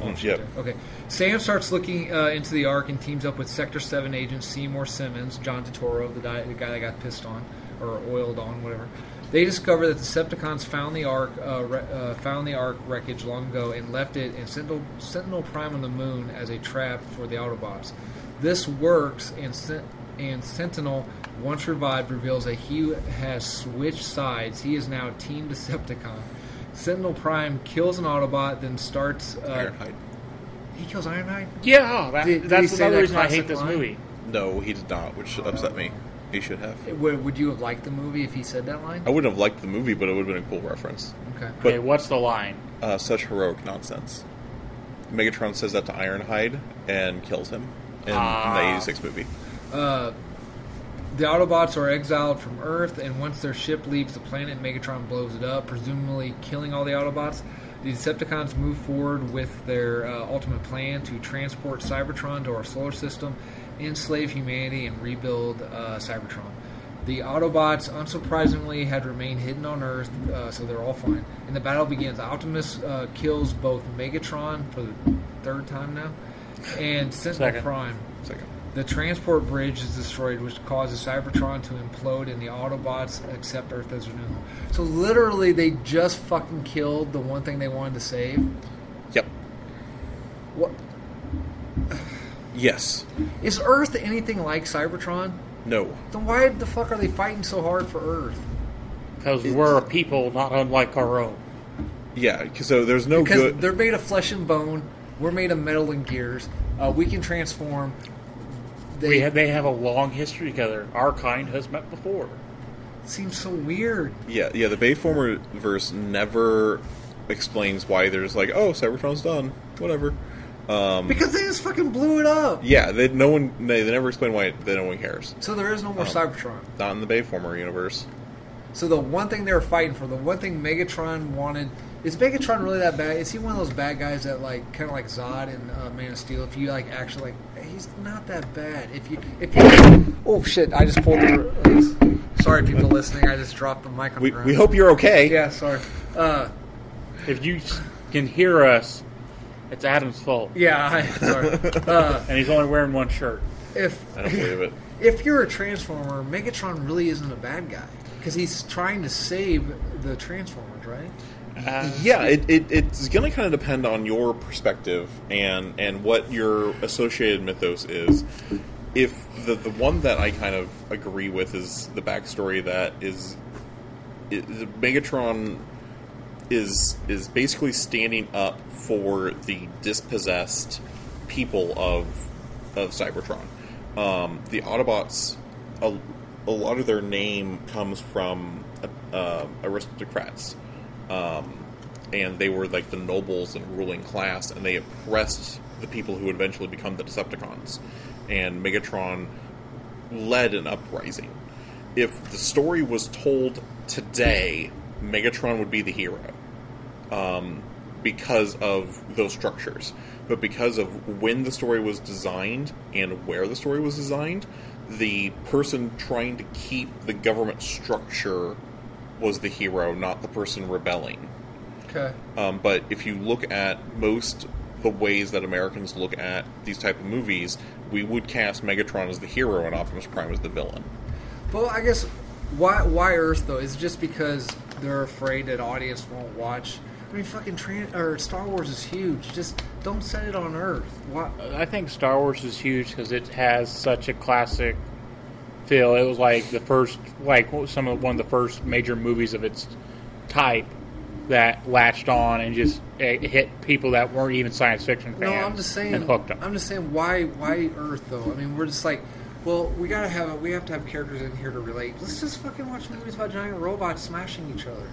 B: the
A: Mhm, yep.
B: Okay. Sam starts looking uh, into the Ark and teams up with Sector Seven agents Seymour Simmons, John Totoro, the, di- the guy that got pissed on or oiled on, whatever. They discover that the Decepticons found the Ark, uh, re- uh, found the Ark wreckage long ago and left it in Sentinel, Sentinel Prime on the Moon as a trap for the Autobots. This works, and Sen- and Sentinel, once revived, reveals that he has switched sides. He is now Team Decepticon. Sentinel Prime kills an Autobot, then starts. Uh,
A: Ironhide.
B: he kills Ironhide.
C: Yeah, oh, that,
B: Did- did he
C: that's
B: say
C: another
B: that
C: reason I
B: classic
C: hate this
B: line?
C: movie.
A: No, he did not, which upset me. He should have.
B: Would, would you have liked the movie if he said that line?
A: I wouldn't have liked the movie, but it would have been a cool reference.
B: Okay.
A: But-
C: okay, what's the line?
A: Uh, such heroic nonsense. Megatron says that to Ironhide and kills him in
C: Ah.
A: the 86 movie.
B: The Autobots are exiled from Earth, and once their ship leaves the planet, Megatron blows it up, presumably killing all the Autobots. The Decepticons move forward with their uh, ultimate plan to transport Cybertron to our solar system, enslave humanity, and rebuild uh, Cybertron. The Autobots, unsurprisingly, had remained hidden on Earth, uh, so they're all fine. And the battle begins. Optimus uh, kills both Megatron for the third time now, and Sentinel
C: Second.
B: Prime.
A: Second.
B: The transport bridge is destroyed, which causes Cybertron to implode, and the Autobots accept Earth as their new home. So literally, they just fucking killed the one thing they wanted to save.
A: Yep.
B: What
A: Yes.
B: is Earth anything like Cybertron?
A: No.
B: Then why the fuck are they fighting so hard for Earth?
A: Oh,
C: Because we're a people not unlike our own.
A: Yeah, 'cause- so there's no
B: Because
A: good.
B: they're made of flesh and bone. We're made of metal and gears. Uh, we can transform. They
C: We have, they have a long history together. Our kind has met before.
B: seems so weird.
A: Yeah, yeah, the Bayformer verse never explains why they're just like, oh, Cybertron's done. Whatever. Um,
B: Because they just fucking blew it up.
A: yeah, they, no one. They, they never explain why that no one cares.
B: So there is no more
A: Oh.
B: Cybertron.
A: Not in the Bayformer universe.
B: So the one thing they were fighting for, the one thing Megatron wanted, is Megatron really that bad? Is he one of those bad guys that like kind of like Zod in uh, Man of Steel? If you like actually like, he's not that bad. If you if you oh shit, I just pulled the. Sorry, people listening, I just dropped the mic on
A: We,
B: the ground.
A: we hope you're okay.
B: Yeah, sorry. Uh,
C: If you s- can hear us, it's Adam's fault.
B: yeah, I, sorry. Uh,
C: And he's only wearing one shirt.
B: if
A: I don't believe it.
B: if you're a Transformer, Megatron really isn't a bad guy because he's trying to save the Transformers, right?
C: Uh,
A: Yeah, it, it, it's going to kind of depend on your perspective and and what your associated mythos is. If the the one that I kind of agree with is the backstory that is, i Megatron is is basically standing up for the dispossessed people of of Cybertron. um, the Autobots, a, a lot of their name comes from uh, aristocrats, um, and they were like the nobles and ruling class, and they oppressed the people who would eventually become the Decepticons, and Megatron led an uprising. If the story was told today, Megatron would be the hero um, because of those structures. But because of when the story was designed and where the story was designed, the person trying to keep the government structure was the hero, not the person rebelling.
B: Okay.
A: Um, but if you look at most the ways that Americans look at these type of movies, we would cast Megatron as the hero and Optimus Prime as the villain.
D: Well, I guess why why Earth though? Is it just because they're afraid that audience won't watch? I mean, fucking tran- or Star Wars is huge. Just don't set it on Earth. Why?
C: I think Star Wars is huge because it has such a classic feel. It was like the first, like some of one of the first major movies of its type that latched on and just it hit people that weren't even science fiction fans.
D: No, I'm just saying.
C: and hooked them.
D: I'm just saying why why Earth though? I mean, we're just like, well, we gotta have we have to have characters in here to relate. Let's just fucking watch movies about giant robots smashing each other.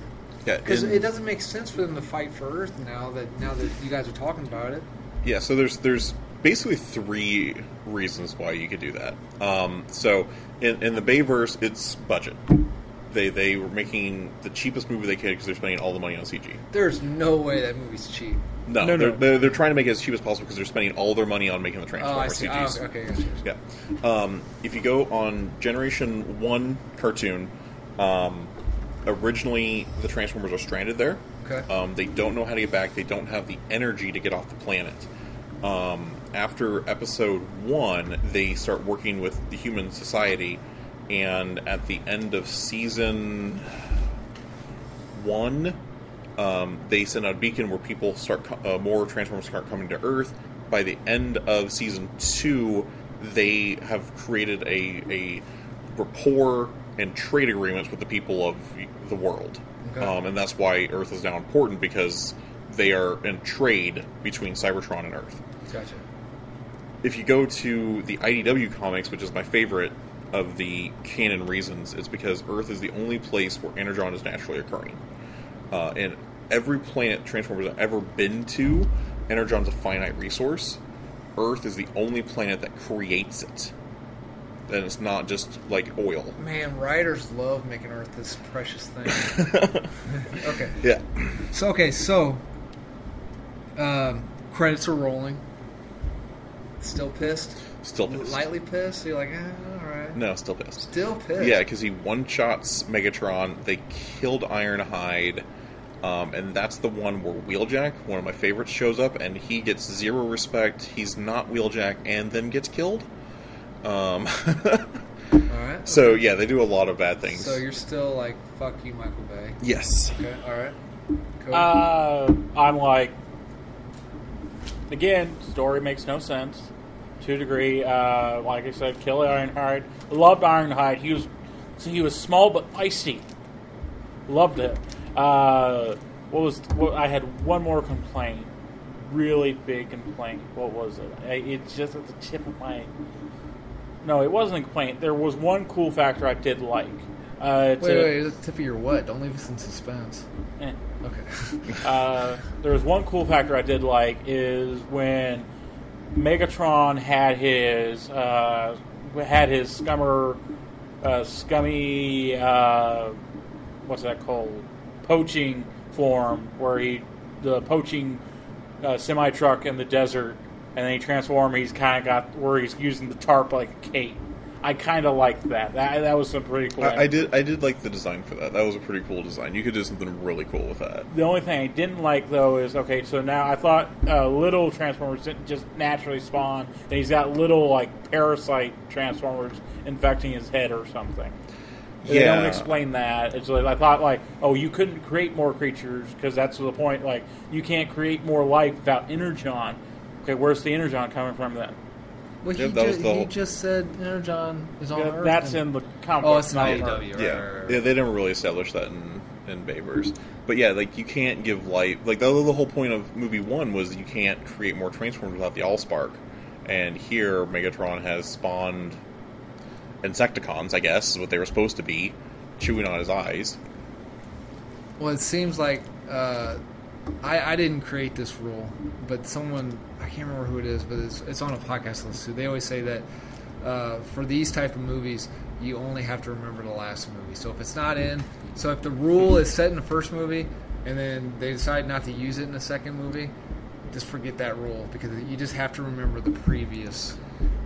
A: Yeah,
D: Because
A: in-
D: it doesn't make sense for them to fight for Earth now that now that you guys are talking about it.
A: Yeah, so there's there's basically three reasons why you could do that. Um, so in, in the Bayverse, it's budget. They they were making the cheapest movie they could because they're spending all the money on CG.
D: There's no way that movie's cheap.
A: No,
C: No, no.
A: they're, They're, they're trying to make it as cheap as possible because they're spending all their money on making the
D: Oh, I
A: Transformers
D: see.
A: CGs.
D: Oh, okay, gotcha.
A: Yeah. Um, if you go on Generation 1 cartoon, um, originally the Transformers are stranded there.
D: Okay.
A: Um, they don't know how to get back, they don't have the energy to get off the planet. Um, after episode 1, they start working with the human society, and at the end of season one, um, they send out a beacon where people start co- uh, more Transformers start coming to Earth. By the end of season two, they have created a, a rapport and trade agreements with the people of the world,
D: Okay.
A: um, and that's why Earth is now important because they are in trade between Cybertron and Earth
D: Gotcha.
A: if you go to the IDW comics, which is my favorite of the canon reasons, it's because Earth is the only place where energon is naturally occurring. Uh, and every planet Transformers have ever been to, energon's a finite resource. Earth is the only planet that creates it. And it's not just like oil.
D: Man, writers love making Earth this precious thing. okay.
A: Yeah.
D: So okay, so um, credits are rolling. Still pissed.
A: Still pissed.
D: Lightly pissed. So you're like, eh, all right.
A: No, still pissed.
D: Still pissed.
A: Yeah, because he one shots Megatron. They killed Ironhide, um, and that's the one where Wheeljack, one of my favorites, shows up, and he gets zero respect. He's not Wheeljack, and then gets killed. Um,
D: All right.
A: so yeah, they do a lot of bad things.
D: So you're still like, fuck you, Michael Bay.
A: yes,
D: Okay. All right. Cool.
C: Uh, I'm like, again, story makes no sense to a degree. Uh, like I said, kill Ironhide. Loved Ironhide. He was so he was small but feisty. Loved it. Uh, what was what, I had one more complaint. Really big complaint. What was it? I- It's just at the tip of my. No, it wasn't a complaint. There was one cool factor I did like. Uh, it's
D: wait,
C: a-
D: wait. That's the tip of your what? Don't leave us in suspense.
C: eh.
D: Okay.
C: Uh, there was one cool factor I did like is when Megatron had his uh, had his scummer uh, scummy uh, what's that called poaching form where he the poaching uh, semi truck in the desert and then he transformed he's kind of got where he's using the tarp like a cape. I kind of liked that. That that was some pretty cool.
A: I, I did. I did like the design for that. That was a pretty cool design. You could do something really cool with that.
C: The only thing I didn't like though is okay. So now I thought uh, little transformers didn't just naturally spawn, and he's got little like parasite transformers infecting his head or something. They
A: Yeah.
C: don't explain that. It's like, I thought like, oh, you couldn't create more creatures because that's the point. Like you can't create more life without energon. Okay, where's the energon coming from then?
D: Well, he,
A: Yeah, that was
D: ju-
A: the
D: he
A: whole-
D: just said Energon is on
C: Yeah,
D: Earth.
C: that's
D: and-
C: in the comic.
D: Oh,
C: book,
D: it's
C: not
D: not
C: Earth.
D: AW.
A: yeah, yeah. They didn't really establish that in in Bayverse, but yeah, like you can't give light. Like the, the whole point of movie one was you can't create more Transformers without the Allspark, and here Megatron has spawned Insecticons, I guess, is what they were supposed to be, chewing on his eyes.
B: Well, it seems like uh, I, I didn't create this rule, but someone I can't remember who it is, but it's, it's on a podcast list too. They always say that uh, for these type of movies, you only have to remember the last movie. So if it's not in, so if the rule is set in the first movie, and then they decide not to use it in the second movie, just forget that rule because you just have to remember the previous.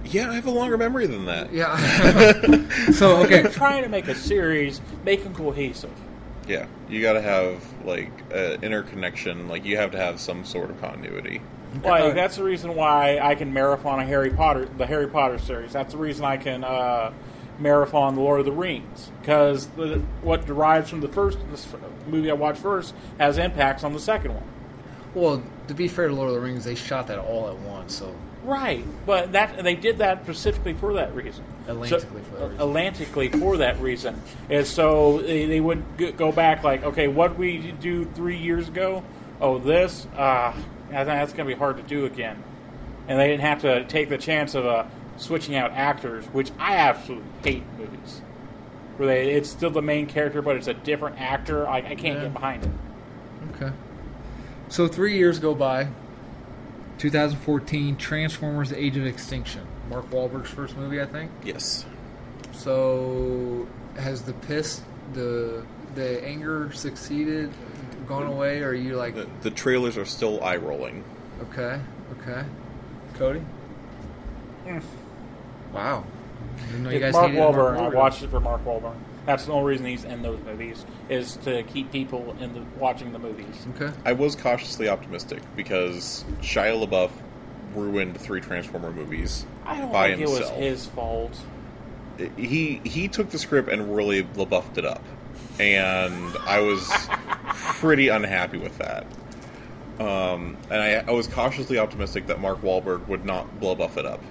A: Yeah, I have a longer memory than that.
B: Yeah. so okay,
C: They're trying to make a series, make them cohesive.
A: Yeah, you got to have like uh, interconnection. Like you have to have some sort of continuity.
C: Like that's the reason why I can marathon a Harry Potter, the Harry Potter series. That's the reason I can uh, marathon the Lord of the Rings because what derives from the first this movie I watched first has impacts on the second one.
B: well, to be fair to Lord of the Rings, they shot that all at once, so
C: Right, but that they did that specifically for that reason.
B: Atlantically for that reason.
C: Atlantically for that reason, and so they, they would g- go back like, okay, what we do three years ago? Oh, this ah, I think that's going to be hard to do again. And they didn't have to take the chance of uh, switching out actors, which I absolutely hate movies where they it's still the main character, but it's a different actor. I, I can't
B: Yeah.
C: get behind it.
B: okay. So three years go by. 2014, Transformers: Age of Extinction. Mark Wahlberg's first movie, I think.
A: Yes.
B: So has the piss, the the anger succeeded, gone away? Or are you like
A: The, the trailers are still eye rolling.
B: okay, okay, Cody? Wow. I didn't know you
C: It's
B: guys
C: Mark
B: hated
C: Wahlberg. I
B: Wahlberg.
C: watched it for Mark Wahlberg. That's the only reason he's in those movies is to keep people in the watching the movies.
B: Okay.
A: I was cautiously optimistic because Shia LaBeouf ruined three Transformer movies
C: I don't
A: by
C: think
A: himself.
C: it was his fault.
A: He he took the script and really LaBeoufed it up, and I was pretty unhappy with that. Um, and I, I was cautiously optimistic that Mark Wahlberg would not LaBeouf it up.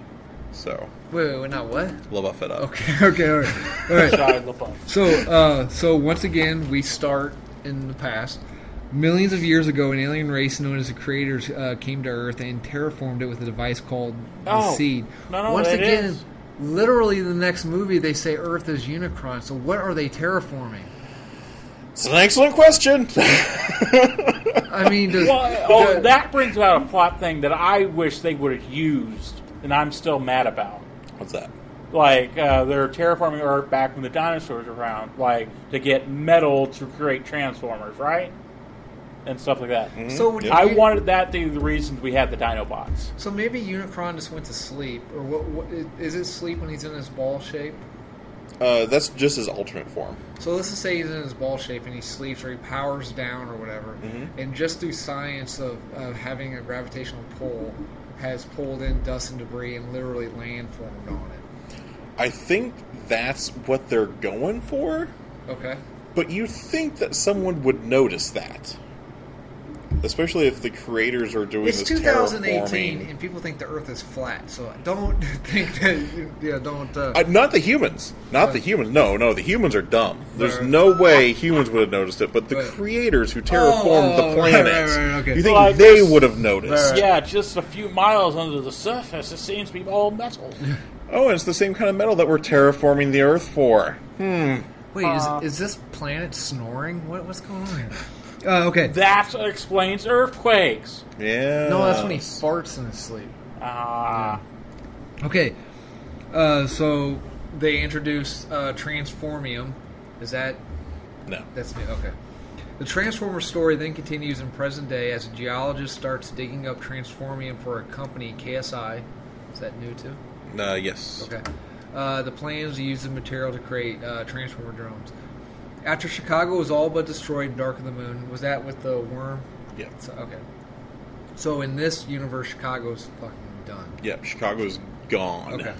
A: So
B: Wait, wait, wait, not what?
A: LaBeouf it up.
B: Okay, okay, all right, all right.
C: Shia LaBeouf.
B: So, uh, so once again, we start in the past.
E: Millions of years ago, an alien race known as the Creators uh, came to Earth and terraformed it with a device called the
C: Oh.
E: Seed.
C: No, no,
B: once
C: it
B: again,
C: is.
B: literally the next movie, they say Earth is Unicron. So, what are they terraforming?
A: It's an excellent question.
B: I mean, does,
C: Well, oh,
B: the-
C: that brings out a plot thing that I wish they would have used, and I'm still mad about.
A: What's that?
C: Like uh, they're terraforming Earth back when the dinosaurs were around, like to get metal to create transformers, right? And stuff like that.
A: Mm-hmm.
B: So would
A: Yeah.
C: I
B: you-
C: wanted that to be the reasons we had the Dinobots.
B: So maybe Unicron just went to sleep, or what? what is it sleep when he's in his ball shape?
A: Uh, that's just his alternate form.
B: So let's just say he's in his ball shape and he sleeps or he powers down or whatever, and just through science of, of having a gravitational pull, has pulled in dust and debris and literally land formed on it.
A: I think that's what they're going for,
B: Okay.
A: but you think that someone would notice that. Especially if the creators are doing
B: It's
A: this
B: 2018
A: terraforming.
B: and people think the Earth is flat, so don't think that. Yeah, don't. Uh,
A: Uh, not the humans. Not the humans. No, no, the humans are dumb. There's
B: Right.
A: no way humans would have noticed it, but the
B: Right.
A: creators who terraformed
B: oh,
A: the
B: right, right,
A: planet,
B: right, okay.
A: you think
C: Like
A: they
C: this-
A: would have noticed.
B: Right.
C: Yeah, just a few miles under the surface, it seems to be all metal.
A: Oh, and it's the same kind of metal that we're terraforming the Earth for.
B: wait, is, is this planet snoring? What, what's going on here?
E: Uh, okay.
C: that explains earthquakes.
A: Yeah.
B: No, that's when he farts in his sleep.
C: Ah,
E: Okay. Uh, so
B: They introduce uh, Transformium. Is that
A: No.
B: That's me. Okay. The Transformer story then continues in present day as a geologist starts digging up transformium for a company, KSI. Is that new too?
A: Uh, yes.
B: Okay. Uh, the plans to use the material to create uh, Transformer drones. After Chicago was all but destroyed, Dark of the Moon was that with the worm.
A: Yeah.
B: So, okay. So in this universe, Chicago's fucking done.
A: Yep, Chicago's gone.
B: Okay.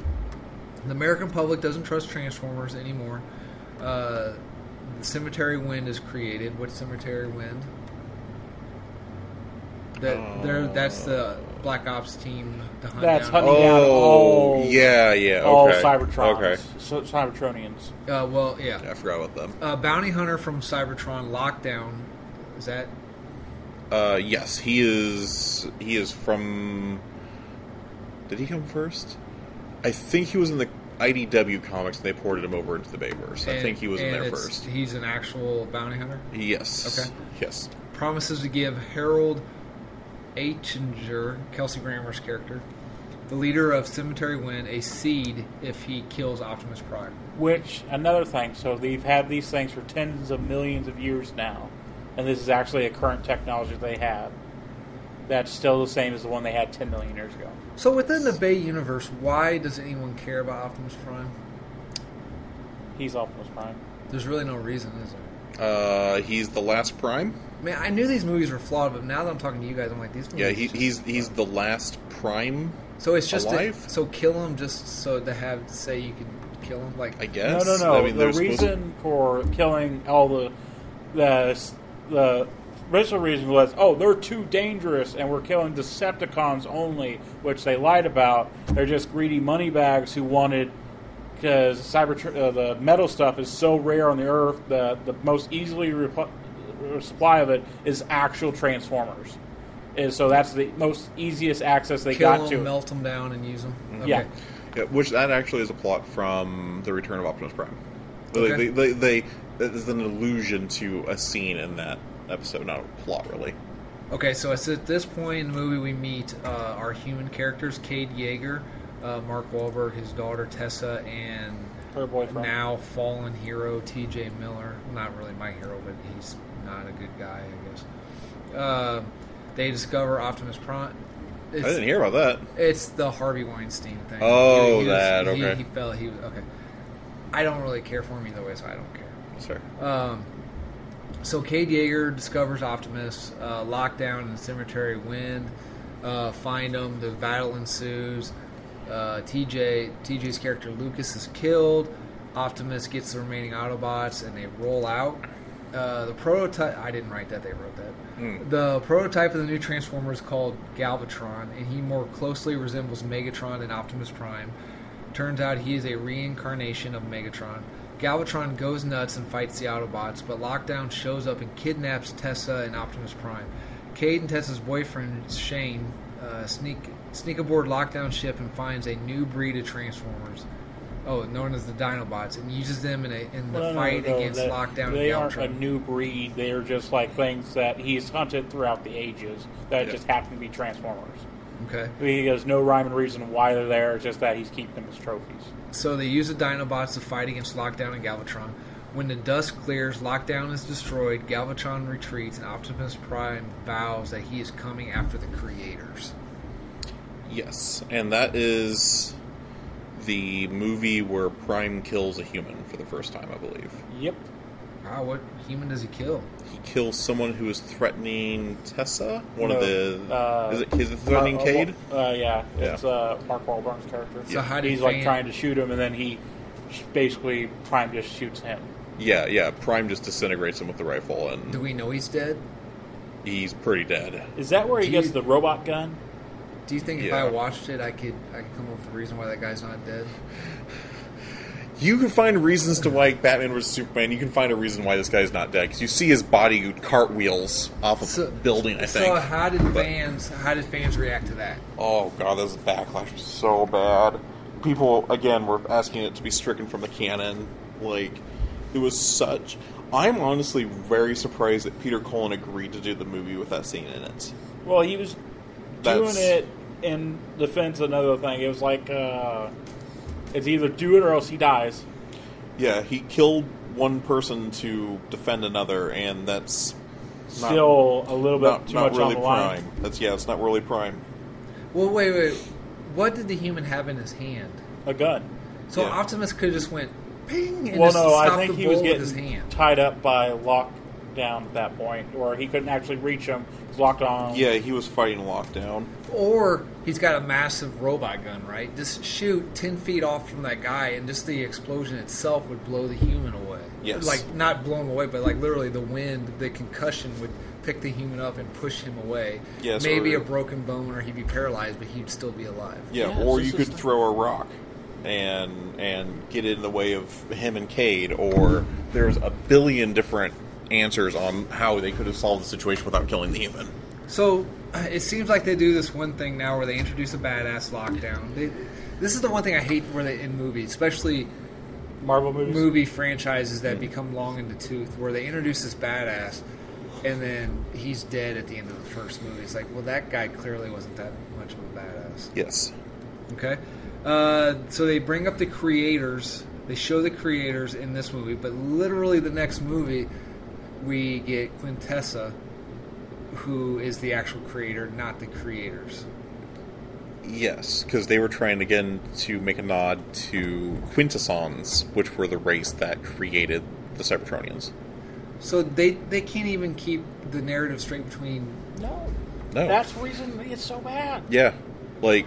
B: The American public doesn't trust Transformers anymore. Uh, the Cemetery Wind is created. What Cemetery Wind? That there. That's the Black Ops team. To hunt
C: that's
B: down.
C: hunting down
A: Oh,
C: all,
A: yeah, yeah. Okay.
C: all Cybertrons,
A: Okay.
C: so, Cybertronians.
B: Uh, well, yeah.
A: I forgot about them.
B: Uh, bounty hunter from Cybertron Lockdown. Is that
A: Uh, yes, he is. He is from Did he come first? I think he was in the IDW comics, and they ported him over into the Bayverse. I
B: And-
A: think he was in
B: and
A: there
B: it's-
A: first.
B: He's an actual bounty hunter.
A: Yes.
B: Okay.
A: Yes.
B: promises to give Harold Achinger, Kelsey Grammer's character, the leader of Cemetery Wind, a seed if he kills Optimus Prime.
C: Which another thing, so they've had these things for tens of millions of years now, and this is actually a current technology they have. That's still the same as the one they had ten million years ago.
B: So within the Bay universe, why does anyone care about Optimus Prime?
C: He's Optimus Prime.
B: There's really no reason, is there?
A: Uh, he's the last Prime.
B: Man, I knew these movies were flawed, but now that I'm talking to you guys, I'm like these. Movies
A: Yeah, he,
B: just-
A: he's he's the last Prime.
B: so it's just to,
A: alive?
B: so kill him just so to have say you can kill him like
A: I guess.
C: No, no, no.
A: I mean,
C: the
A: they're supposed to-
C: reason for killing all the the the original reason was, oh, they're too dangerous, and we're killing Decepticons only, which they lied about. They're just greedy moneybags who wanted because cyber tr- uh, the metal stuff is so rare on the earth. The the most easily repl- uh, supply of it is actual Transformers, and so that's the most easiest access they
B: kill
C: got
B: him,
C: to. it.
B: melt him down, and use him.
A: Mm-hmm.
C: Yeah.
A: Yeah, which that actually is a plot from the Return of Optimus Prime. They-
B: Okay.
A: They, they, they, that is an allusion to a scene in that episode, not a plot really.
B: Okay, so it's at this point in the movie we meet uh, our human characters: Cade Yeager, uh, Mark Wahlberg, his daughter Tessa, and
C: Her boyfriend.
B: now fallen hero T.J. Miller. Not really my hero, but he's not a good guy, I guess. Uh, they discover Optimus Prime.
A: I didn't hear about that.
B: It's the Harvey Weinstein thing.
A: Oh,
B: was-
A: that,
B: he-
A: okay.
B: He, fell. He was okay. I don't really care for him either way, so I don't care.
A: Sorry.
C: Uh,
B: Um, so Cade Yeager discovers Optimus, uh, lockdown in the cemetery. Wind, uh, find him. The battle ensues. Uh, TJ TJ's character Lucas is killed. Optimus gets the remaining Autobots, and they roll out. Uh, the prototype. I didn't write that. They wrote that. The prototype of the new Transformer is called Galvatron, and he more closely resembles Megatron and Optimus Prime. Turns out he is a reincarnation of Megatron. Galvatron goes nuts and fights the Autobots, but Lockdown shows up and kidnaps Tessa and Optimus Prime. Cade and Tessa's boyfriend, Shane, uh, sneak, sneak aboard Lockdown ship and finds a new breed of Transformers. Oh, known as the Dinobots, and uses them in, a, in the
C: No, no,
B: fight
C: no, no,
B: against
C: that-
B: Lockdown
C: They
B: and
C: aren't a
B: Galvatron.
C: new breed. They are just like things that he's hunted throughout the ages that
A: Yeah.
C: just happen to be Transformers.
B: okay.
C: He has no rhyme and reason why they're there. It's just that he's keeping them as trophies.
B: So they use the Dinobots to fight against Lockdown and Galvatron. When the dust clears, Lockdown is destroyed, Galvatron retreats, and Optimus Prime vows that he is coming after the creators.
A: Yes, and that is the movie where Prime kills a human for the first time, I believe.
C: Yep.
B: Wow, what human does he kill?
A: He kills someone who is threatening Tessa. One of
C: No,
A: the
C: uh,
A: is it is it threatening
C: Uh, uh,
A: Cade?
C: Uh, yeah,
A: Yeah.
C: it's uh, Mark Wahlberg's character.
B: So how did
C: he's like
B: Fan-
C: trying to shoot him, and then he sh- basically Prime just shoots him.
A: Yeah, yeah. Prime just disintegrates him with the rifle, and
B: Do we know he's dead?
A: he's pretty dead.
C: Is that where he
B: Do
C: gets
B: you-
C: the robot gun?
B: Do you think if
A: Yeah.
B: I watched it, I could I could come up with a reason why that guy's not dead?
A: You can find reasons to why Batman was Superman. You can find a reason why this guy's not dead because you see his body cartwheels off of
B: So-
A: a building. I think.
B: So how did
A: But-
B: fans how did fans react to that?
A: Oh god, this backlash was so bad. People again were asking it to be stricken from the canon. Like it was such. I'm honestly very surprised that Peter Cullen agreed to do the movie with that scene in it.
C: Well, he was
A: That's-
C: doing it in defense of another thing. It was like uh, it's either do it or else he dies.
A: Yeah, he killed one person to defend another, and that's Not-
C: Still a little bit
A: not,
C: too
A: not
C: much
A: really
C: on the line.
A: prime. That's yeah, it's not really prime.
B: Well, wait, wait. What did the human have in his hand?
C: A gun.
B: So
A: Yeah.
B: Optimus could have just went ping and
C: well,
B: just
C: no, I
B: stopped
C: think
B: the
C: he was
B: bull with his
C: getting
B: hand.
C: tied up by lockdown at that point, where he couldn't actually reach him. He's locked on.
A: Yeah, he was fighting lockdown.
B: Or he's got a massive robot gun, right? Just shoot 10 feet off from that guy, and just the explosion itself would blow the human away.
A: Yes.
B: Like, not blow him away, but like literally the wind, the concussion would pick the human up and push him away.
A: Yes,
B: Maybe
A: or-
B: a broken bone, or he'd be paralyzed, but he'd still be alive.
A: Yeah,
C: Yeah,
A: or
C: it's
A: you
C: just
A: could
C: a-
A: throw a rock and and get in the way of him and Cade, or there's a billion different answers on how they could have solved the situation without killing the human.
B: So it seems like they do this one thing now where they introduce a badass lockdown. They, this is the one thing I hate where they in movies, especially
C: Marvel movies.
B: movie franchises that become long in the tooth, where they introduce this badass and then he's dead at the end of the first movie. It's like, well, that guy clearly wasn't that much of a badass.
A: Yes.
B: Okay. Uh, so they bring up the creators. They show the creators in this movie, but literally the next movie, we get Quintessa, who is the actual creator, not the creators.
A: Yes, because they were trying again to make a nod to Quintessons, which were the race that created the Cybertronians.
B: So they they can't even keep the narrative straight between.
C: No.
A: No.
C: That's the reason it's so bad.
A: Yeah, like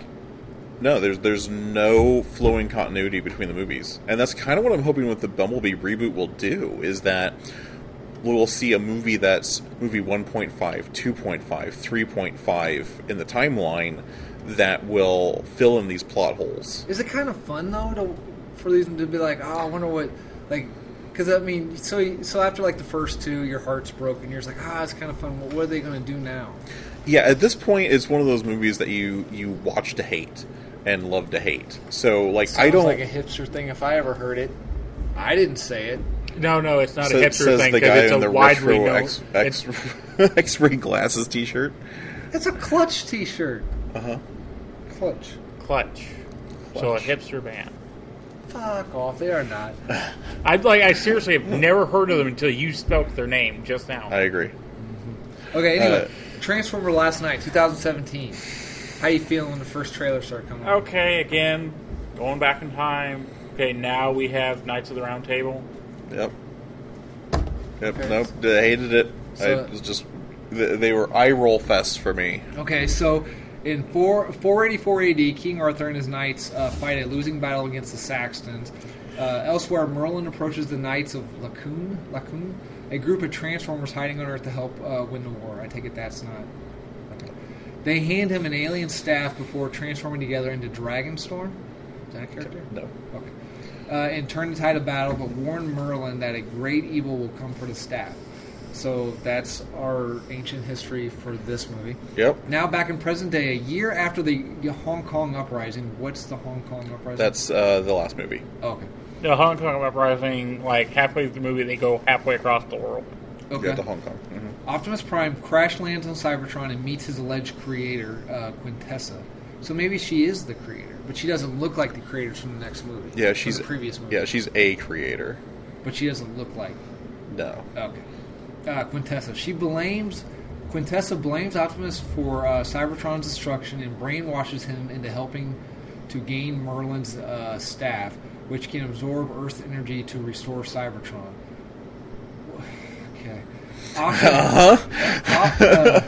A: no, there's there's no flowing continuity between the movies, and that's kind of what I'm hoping with the Bumblebee reboot will do is that we'll see a movie that's movie 1.5, 2.5, 3.5 in the timeline that will fill in these plot holes.
B: Is it kind of fun though to for these to be like, oh, I wonder what like. Because I mean, so you- so after like the first two, your heart's broken. You're just like, ah, it's kind of fun. What, what are they going to do now?
A: Yeah, at this point, it's one of those movies that you you watch to hate and love to hate. So like, I
B: Sounds
A: don't.
B: like a hipster thing if I ever heard it. I didn't say it.
C: No, no, it's not
A: sa-
C: a hipster
A: says
C: thing
A: the
C: because
A: guy
C: it's
A: in
C: a
A: the
C: widely
A: retro
C: known.
A: X,
C: it's-
A: X, X-ray glasses T-shirt.
B: That's a clutch T-shirt.
A: Uh huh.
B: Clutch.
C: Clutch. So a
A: Clutch.
C: hipster band.
B: Fuck off. They are not.
C: I like. I seriously have never heard of them until you spoke their name just now.
A: I agree.
B: Okay. Anyway,
A: Uh.
B: Transformer last night, 2017. How you feeling when the first trailer started coming? out?
C: okay, again, going back in time. Okay, now we have Knights of the Round Table.
A: Yep. Yep.
B: Okay.
A: Nope. I hated it.
B: So-
A: I was just th- they were eye roll fests for me.
B: Okay, so in 4, 484 AD, King Arthur and his knights uh, fight a losing battle against the Saxons. Uh, elsewhere, Merlin approaches the knights of Lacoon, Lacoon, a group of Transformers hiding on Earth to help uh, win the war. I take it that's not. Okay. They hand him an alien staff before transforming together into Dragonstorm. Is that a character?
A: No.
B: Okay. Uh, and turn the tide of battle, but warn Merlin that a great evil will come for the staff. So that's our ancient history for this movie.
A: Yep.
B: Now back in present day, a year after the Hong Kong uprising, what's the Hong Kong uprising?
A: That's uh, the last movie.
B: oh, okay.
C: The Hong Kong uprising, like halfway through the movie, they go halfway across the world.
A: Yeah, the
B: Okay.
A: Hong Kong. hmm
B: Optimus Prime crash lands on Cybertron and meets his alleged creator, uh, Quintessa. So maybe she is the creator, but she doesn't look like the creators from the next movie.
A: Yeah,
B: from
A: she's
B: the previous movie.
A: Yeah, she's a creator.
B: but she doesn't look like
A: No.
B: Okay. Uh, Quintessa. She blames. Quintessa blames Optimus for uh, Cybertron's destruction and brainwashes him into helping to gain Merlin's uh, staff, which can absorb Earth's energy to restore Cybertron. Okay. Optimus, Op- uh,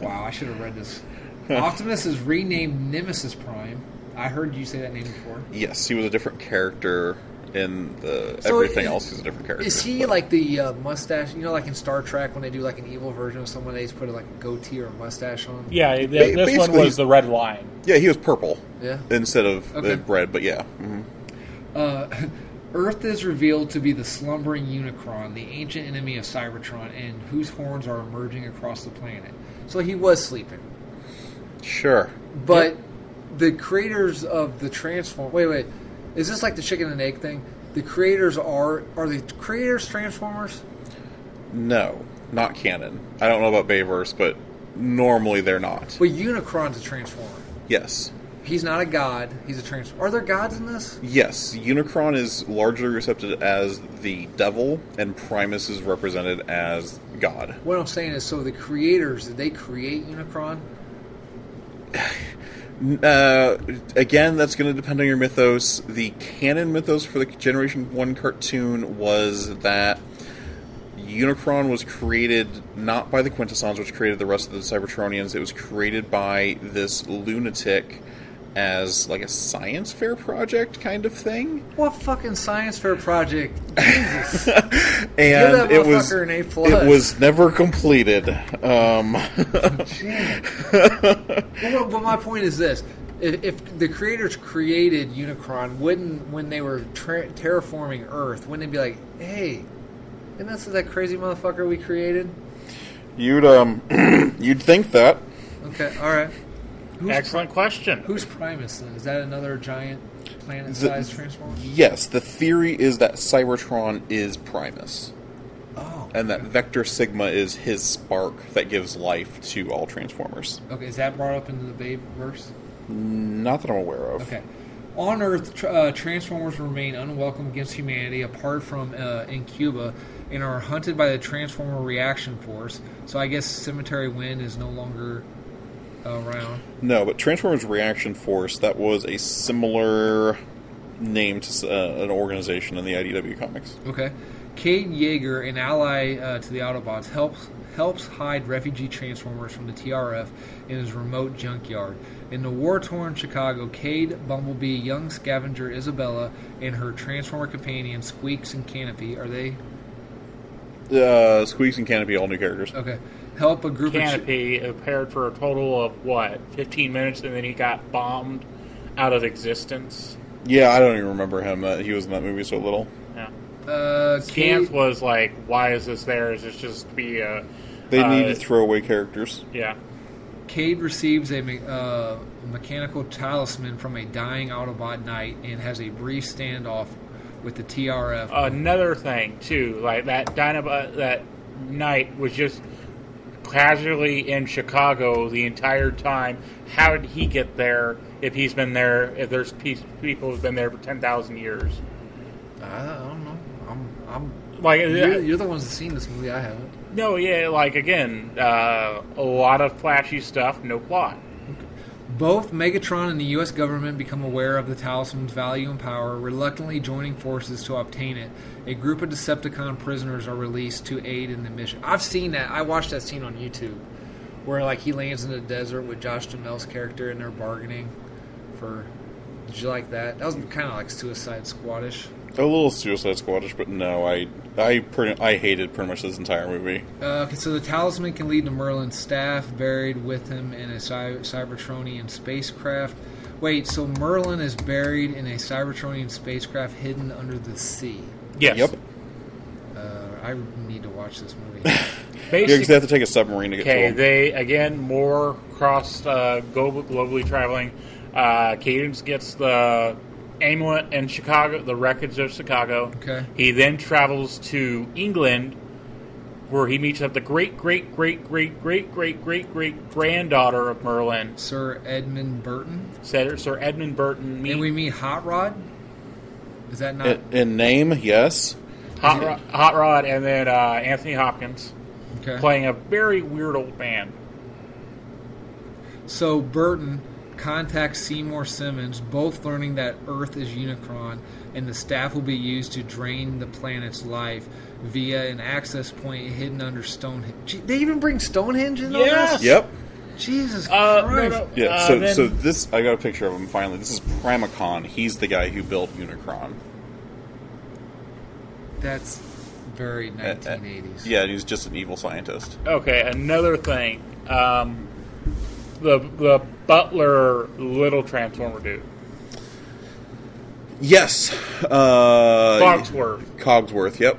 B: wow, I should have read this. Optimus is renamed Nemesis Prime. I heard you say that name before.
A: Yes, he was a different character in the
B: So
A: everything
B: is-
A: else. He's a different character.
B: Is he
A: but-
B: like the uh, mustache? You know, like in Star Trek when they do like an evil version of someone, they just put like a goatee or a mustache on.
C: Yeah, th-
A: Ba-
C: this one
A: basically-
C: was the Red Lion.
A: Yeah, he was purple.
B: Yeah.
A: Instead of
B: Okay.
A: the bread, but yeah. hmm
B: Uh, Earth is revealed to be the slumbering Unicron, the ancient enemy of Cybertron, and whose horns are emerging across the planet. So he was sleeping,
A: Sure.
B: but the creators of the Transform. Wait, wait, is this like the chicken and egg thing? The creators are are the creators Transformers?
A: No, not canon. I don't know about Bayverse, but normally they're not.
B: But Unicron's a Transformer.
A: Yes.
B: He's not a god. He's a transformer. Are there gods in this?
A: Yes, Unicron is largely accepted as the devil, and Primus is represented as God.
B: What I'm saying is, so the creators did they create Unicron?
A: Uh, again, that's going to depend on your mythos. The canon mythos for the Generation 1 cartoon was that Unicron was created not by the Quintessons, which created the rest of the Cybertronians. It was created by this lunatic as like a science fair project kind of thing.
B: What fucking science fair project? Jesus, that
A: And it was
B: motherfucker an A plus.
A: it was never completed. Um,
B: Damn. but, what- but my point is this: if, if the creators created Unicron, wouldn't when they were tra- terraforming Earth, wouldn't they be like, "Hey, isn't that that crazy motherfucker we created?"
A: You'd um, you'd think that.
B: Okay, all right. Who's,
C: Excellent question.
B: Who's Primus then? Is that another giant
A: The-
B: planet-sized transformer?
A: Yes, the theory is that Cybertron is Primus,
B: Oh,
A: and that Vector Sigma is his spark that gives life to all Transformers.
B: okay. Is that brought up into the Babe verse?
A: Not that I'm aware of.
B: Okay. On Earth, tr- uh, Transformers remain unwelcome against humanity, apart from uh, in Cuba, and are hunted by the Transformer Reaction Force. So I guess Cemetery Wind is no longer around.
A: No, but Transformers Reaction Force that was a similar name to s- uh, an organization in the IDW comics.
B: Okay. Kate Yeager, an ally uh, to the Autobots, helps helps hide refugee transformers from the TRF in his remote junkyard. In the war-torn Chicago, Cade, Bumblebee, young scavenger Isabella, and her transformer companion Squeaks and Canopy are they
A: Uh, Squeaks and Canopy, all new characters.
B: okay? Help a group of chi-
C: Canopy appeared for a total of what, 15 minutes, and then he got bombed out of existence.
A: Yeah, I don't even remember him. That he was in that movie so little.
C: Yeah.
B: uh,
C: Gans
B: Cade,
C: was like, "Why is this there? Is this just to be a?"
A: They
C: uh,
A: needed throwaway characters.
C: Yeah,
B: Cade receives a me- uh, mechanical talisman from a dying Autobot knight and has a brief standoff with the TRF.
C: another thing too, like that Dinobot that night was just casually in Chicago the entire time. How did he get there? If he's been there, if there's pe- people who've been there for ten thousand years,
B: I don't know. I'm, I'm
C: like uh,
B: You're, you're the ones that seen this movie. I haven't.
C: no, yeah, like again, uh, a lot of flashy stuff, no plot.
B: Both Megatron and the U.S. government become aware of the talisman's value and power, reluctantly joining forces to obtain it. A group of Decepticon prisoners are released to aid in the mission. I've seen that. I watched that scene on YouTube, where like he lands in the desert with Josh Duhamel's character, and they're bargaining for. Did you like that? That was kind of like Suicide Squadish.
A: A little Suicide Squadish, but no, I I pretty, I hated pretty much this entire movie.
B: Uh, okay, so the talisman can lead to Merlin's staff buried with him in a cy- Cybertronian spacecraft. Wait, so Merlin is buried in a Cybertronian spacecraft hidden under the sea.
C: Yes.
A: Yep.
B: Uh, I need to watch this movie.
A: Yeah, 'cause they
C: Basically,
A: have to take a submarine to get
C: Okay,
A: to them.
C: they again more cross uh, global, globally traveling. Uh, Cadence gets the amulet in Chicago, the wreckage of Chicago.
B: Okay.
C: He then travels to England, where he meets up the great, great, great, great, great, great, great, great granddaughter of Merlin,
B: Sir Edmund Burton,
C: Sir Sir Edmund Burton. Meet
B: and we meet Hot Rod. Is
C: uh,
B: that not?
A: In, in name, yes.
C: Hot, Rod, Hot Rod, and then uh, Anthony Hopkins
B: okay.
C: playing a very weird old man.
B: So Burton contacts Seymour Simmons, both learning that Earth is Unicron and the staff will be used to drain the planet's life via an access point hidden under Stonehenge. Gee, They even bring Stonehenge in
C: Yes.
B: on
A: Yep.
B: this? Jesus
C: Uh, no,
B: Christ.
C: no,
A: Yeah.
C: uh,
A: so
C: then-
A: so this I got a picture of him finally. This is Primacon. He's the guy who built Unicron.
B: That's very
A: Uh, uh,
B: 1980s.
A: Yeah, and he's just an evil scientist.
C: Okay, another thing. Um, the the butler little transformer dude.
A: Yes. Uh,
C: Foxworth.
A: Cogsworth. Yep.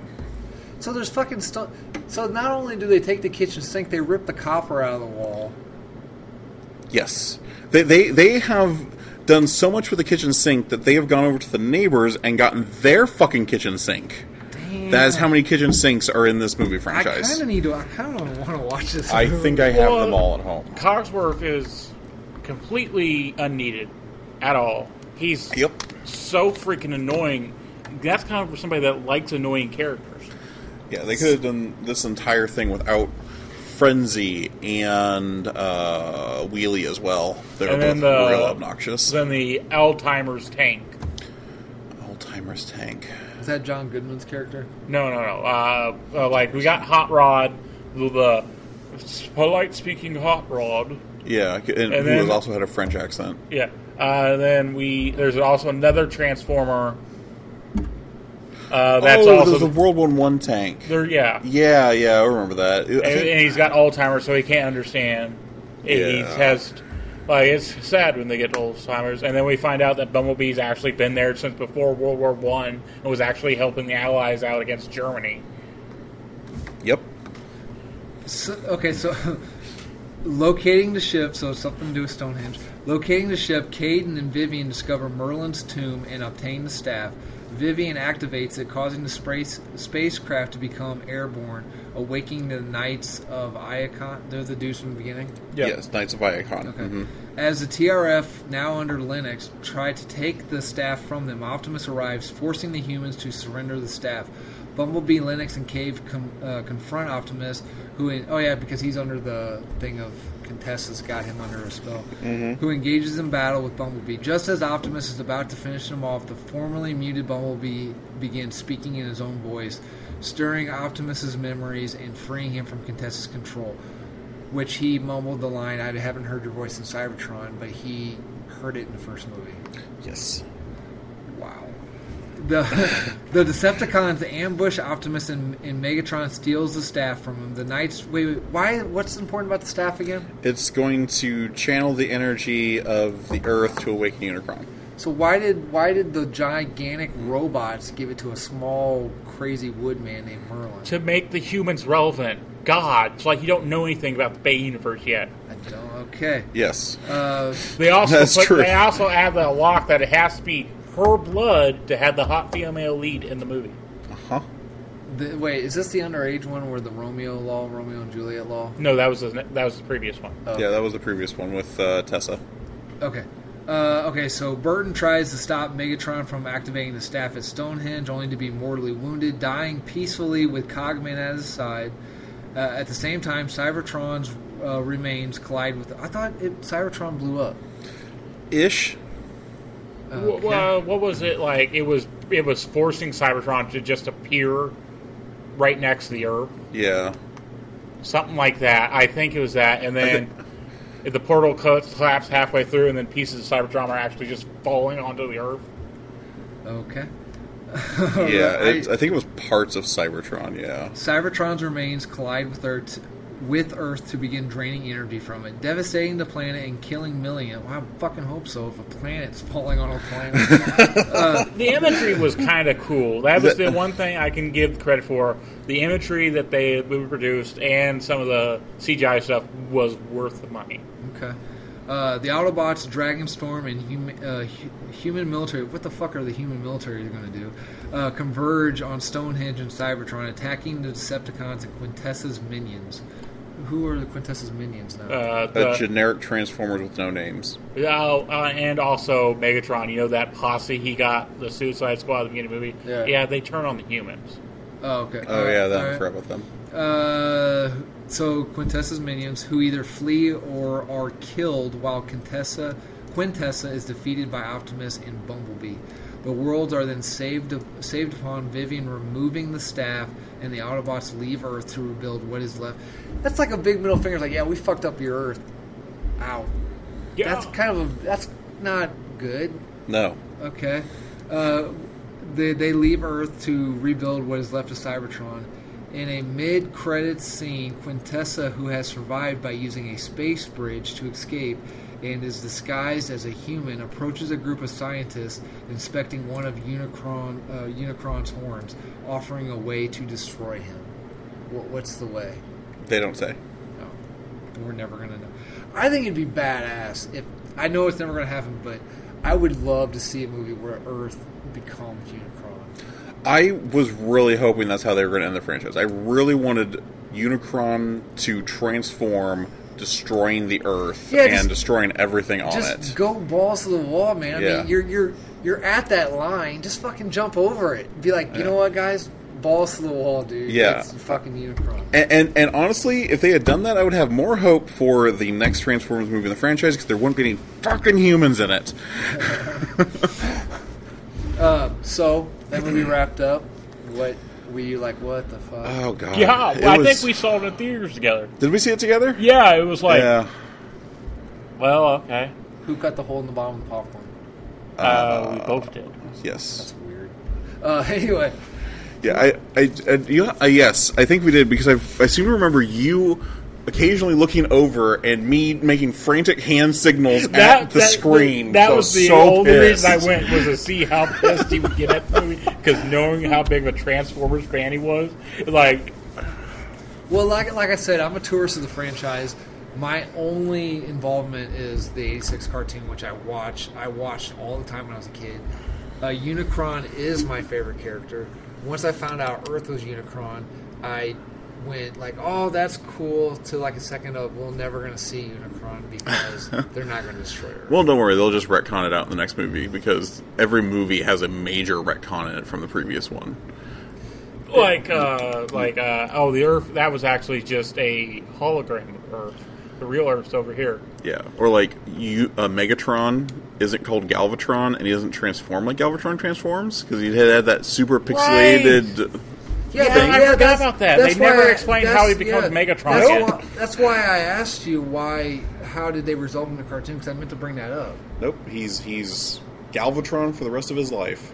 B: So there's fucking stone. So not only do they take the kitchen sink, they rip the copper out of the wall.
A: Yes. They they they have done so much with the kitchen sink that they have gone over to the neighbors and gotten their fucking kitchen sink. That is how many kitchen sinks are in this movie
B: I kind
A: franchise.
B: of need to. I kind of want to watch this.
A: I
B: movie.
A: think I have
C: Well-
A: them all at home.
C: Cogsworth is completely unneeded at all. He's
A: Yep.
C: so freaking annoying. That's kind of for somebody that likes annoying characters.
A: Yeah, they could have done this entire thing without Frenzy and uh, Wheelie as well. They're
C: And
A: both
C: then the-
A: real obnoxious.
C: Then the Alzheimer's tank.
A: Alzheimer's tank.
B: is that John Goodman's character.
C: No, no, no. Uh, uh, like we got Hot Rod, the, the polite speaking Hot Rod.
A: Yeah, and, who
C: then-
A: has also had a French accent.
C: Yeah. Uh, then we there's also another transformer. Uh, that's
A: oh,
C: also
A: there's a World War One tank.
C: there. Yeah,
A: Yeah, yeah, I remember that. I
C: and,
A: think-
C: and he's got Alzheimer's, so he can't understand. And He
A: Yeah.
C: has like it's sad when they get Alzheimer's, and then we find out that Bumblebee's actually been there since before World War One and was actually helping the Allies out against Germany.
A: yep.
B: So, okay, so locating the ship, so something to do with Stonehenge. Locating the ship, Caden and Vivian discover Merlin's tomb and obtain the staff. Vivian activates it, causing the space, spacecraft to become airborne, awaking the Knights of Iacon. They're the dudes from the beginning.
C: Yeah.
A: Yes, Knights of Iacon.
B: Okay.
A: Mhm.
B: As the TRF, now under Linux, tried to take the staff from them, Optimus arrives, forcing the humans to surrender the staff. Bumblebee, Linux, and Cave com- uh, confront Optimus, who, en- oh yeah, because he's under the thing of Contessa's got him under a spell, who engages in battle with Bumblebee. Just as Optimus is about to finish him off, the formerly muted Bumblebee begins speaking in his own voice, stirring Optimus's memories and freeing him from Contessa's control which he mumbled the line, I haven't heard your voice in Cybertron, but he heard it in the first movie.
A: Yes.
B: Wow. The, the Decepticons ambush Optimus and, and Megatron steals the staff from him. The Knights. Wait, wait, why? What's important about the staff again?
A: It's going to channel the energy of the Earth to awaken Unicron.
B: So why did why did the gigantic robots give it to a small crazy wood man named Merlin?
C: To make the humans relevant. God, it's like you don't know anything about the Bay Universe yet.
B: I don't. Okay.
A: Yes.
B: Uh,
C: They also
A: That's
C: put,
A: true.
C: they also add the lock that it has to be her blood to have the hot female lead in the movie.
B: Uh-huh.
A: Huh?
B: the, wait, is this the underage one where the Romeo law, Romeo and Juliet law?
C: No, that was the, that was the previous one.
A: Yeah, that was the previous one with uh, Tessa.
B: Okay. Uh, okay, so Burton tries to stop Megatron from activating the staff at Stonehenge, only to be mortally wounded, dying peacefully with Cogman at his side. Uh, at the same time, Cybertron's uh, remains collide with. I thought it, Cybertron blew up.
A: Ish.
B: Uh,
C: Wh- Well, what was it like? It was it was forcing Cybertron to just appear right next to the Earth,
A: Yeah.
C: something like that. I think it was that, and then if the portal co- collapsed halfway through, and then pieces of Cybertron are actually just falling onto the Earth.
B: okay.
A: Yeah.
B: Alright.
A: It, I think it was parts of Cybertron. Yeah.
B: Cybertron's remains collide with Earth, with Earth to begin draining energy from it, devastating the planet and killing millions. Well, I fucking hope so. If a planet's falling on a planet.
C: The imagery was kind of cool. That was the one thing I can give credit for. The imagery that they produced and some of the CGI stuff was worth the money.
B: Okay. Uh, the Autobots, Dragonstorm, and hum- uh, hu- human military. What the fuck are the human military going to do? Uh, converge on Stonehenge and Cybertron, attacking the Decepticons and Quintessa's minions. Who are the Quintessa's minions now?
C: Uh,
A: A
C: the,
A: generic Transformers with no names.
C: oh, uh, and also Megatron, you know that posse he got, the Suicide Squad at the beginning of the movie?
B: Yeah.
C: they turn on the humans.
B: oh, okay.
A: Oh
B: Alright,
A: yeah, that I
B: alright.
A: forgot about them.
B: Uh, so Quintessa's minions, who either flee or are killed, while Quintessa Quintessa is defeated by Optimus and Bumblebee. The worlds are then saved saved upon Vivian removing the staff, and the Autobots leave Earth to rebuild what is left. That's like a big middle finger. Like, yeah, we fucked up your Earth. Ow.
C: Yeah.
B: That's kind of a. That's not good.
A: No.
B: Okay. Uh, they, they leave Earth to rebuild what is left of Cybertron. In a mid credits scene, Quintessa, who has survived by using a space bridge to escape and is disguised as a human, approaches a group of scientists inspecting one of Unicron, uh, Unicron's horns, offering a way to destroy him. What, what's the way?
A: They don't say.
B: No. We're never going to know. I think it'd be badass if. I know it's never going to happen, but I would love to see a movie where Earth becomes Unicron.
A: I was really hoping that's how they were going to end the franchise. I really wanted Unicron to transform, destroying the Earth
B: Yeah,
A: and
B: just-
A: destroying everything on
B: Just
A: it.
B: go balls to the wall, man. I
A: Yeah.
B: mean, you're you're you're at that line. Just fucking jump over it. Be like, you know what, guys, balls to the wall, dude.
A: Yeah.
B: it's fucking Unicron.
A: and, and and honestly, if they had done that, I would have more hope for the next Transformers movie in the franchise because there wouldn't be any fucking humans in it.
B: Uh, so that movie wrapped up. What were you like? What the fuck?
A: Oh god.
C: Yeah,
A: It
C: well, I
A: was-
C: think we saw it in theaters together.
A: did. We see it together.
C: Yeah, it was like,
A: Yeah.
C: well, okay.
B: Who cut the hole in the bottom of the popcorn?
C: Uh, we both did.
A: Yes.
B: That's weird. Uh, anyway,
A: Yeah, I, I, I, you know, I- yes, I think we did because I, I seem to remember you occasionally looking over and me making frantic hand signals at the screen.
C: That
A: So I
C: was the
A: so
C: only
A: pissed.
C: reason I went was to see how pissed he would get at the movie because knowing how big of a Transformers fan he was, like
B: Well, like like I said, I'm a tourist of the franchise. My only involvement is the '86 cartoon, which I watch. I watched all the time when I was a kid. Uh, Unicron is my favorite character. Once I found out Earth was Unicron, I went like, "Oh, that's cool." To like a second of, "We're never going to see Unicron because they're not going to destroy Earth."
A: Well, don't worry, they'll just retcon it out in the next movie because every movie has a major retcon in it from the previous one.
C: Like, uh, like, uh, oh, the Earth that was actually just a hologram of Earth. The real Earth's over here.
A: Yeah, or like you, uh, Megatron isn't called Galvatron, and he doesn't transform like Galvatron transforms because he had, had that super pixelated.
B: Yeah,
C: Yeah,
B: that-
C: I forgot
B: that's-
C: about that.
B: that's
C: They never
B: why I-
C: explained
B: that's-
C: how he becomes Megatron
B: That's,
C: yet.
B: why, that's why I asked you why. How did they resolve in the cartoon? Because I meant to bring that up,
A: Nope, he's he's Galvatron for the rest of his life,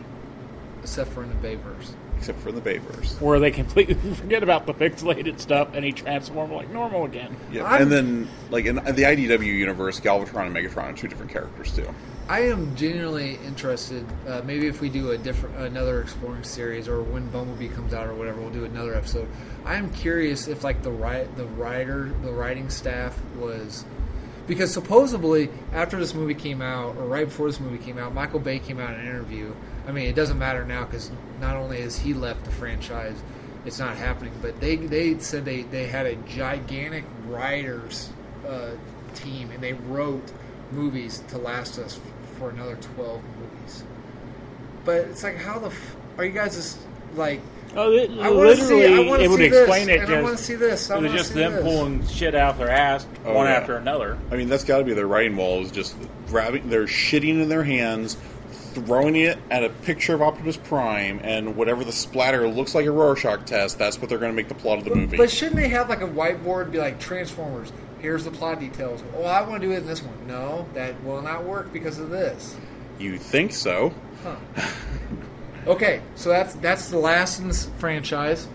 B: except for in the Bayverse.
A: except for in the Bayverse.
C: Where they completely forget about the pixelated stuff and he transforms like normal again.
A: Yeah,
B: I'm-
A: and then like in the IDW universe, Galvatron and Megatron are two different characters too.
B: I am genuinely interested. Uh, maybe if we do a different, another exploring series, or when Bumblebee comes out, or whatever, we'll do another episode. I am curious if like the ri- the writer, the writing staff was, because supposedly after this movie came out, or right before this movie came out, Michael Bay came out in an interview. I mean, it doesn't matter now because not only has he left the franchise, it's not happening. But they they said they they had a gigantic writers uh, team, and they wrote movies to last us f- for another 12 movies. But it's like, how the f- are you guys just like?
C: Oh, it,
B: I want to see.
C: literally,
B: I want
C: it
B: to
C: would
B: see
C: explain
B: this,
C: it
B: and I want to
C: just.
B: see this. I
C: It
B: want
C: was
B: to
C: just
B: see
C: them
B: this.
C: pulling shit out their ass
A: Oh,
C: one
A: yeah.
C: after another.
A: I mean, that's got to be their writing wall is just grabbing, they're shitting in their hands, throwing it at a picture of Optimus Prime, and whatever the splatter looks like a Rorschach test, that's what they're going to make the plot of the movie.
B: But shouldn't they have like a whiteboard? Be like Transformers. Here's the plot details. Oh, I want to do it in this one. No, that will not work because of this.
A: you think so?
B: Huh. okay, so that's that's the last in this franchise.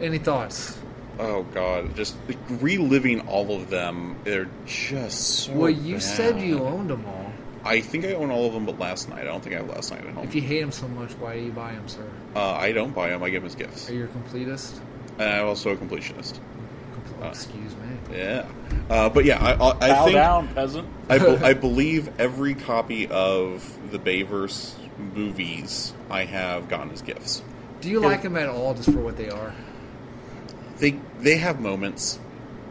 B: Any thoughts?
A: Oh God! Just reliving all of them. They're just so.
B: well, you said
A: bad.
B: you owned them all.
A: I think I own all of them, but last night I don't think I have last night at home.
B: If you hate them so much, why do you buy them, sir?
A: uh, I don't buy them. I give them as gifts,
B: Are you a completist?
A: and I'm also a completionist.
B: Compl-
A: Uh.
B: excuse me.
A: Yeah, uh, but yeah, I, I, I
C: Bow
A: think
C: down, peasant.
A: I, be- I believe every copy of the Bayverse movies I have gotten as gifts.
B: Do you like them at all, just for what they are?
A: They they have moments,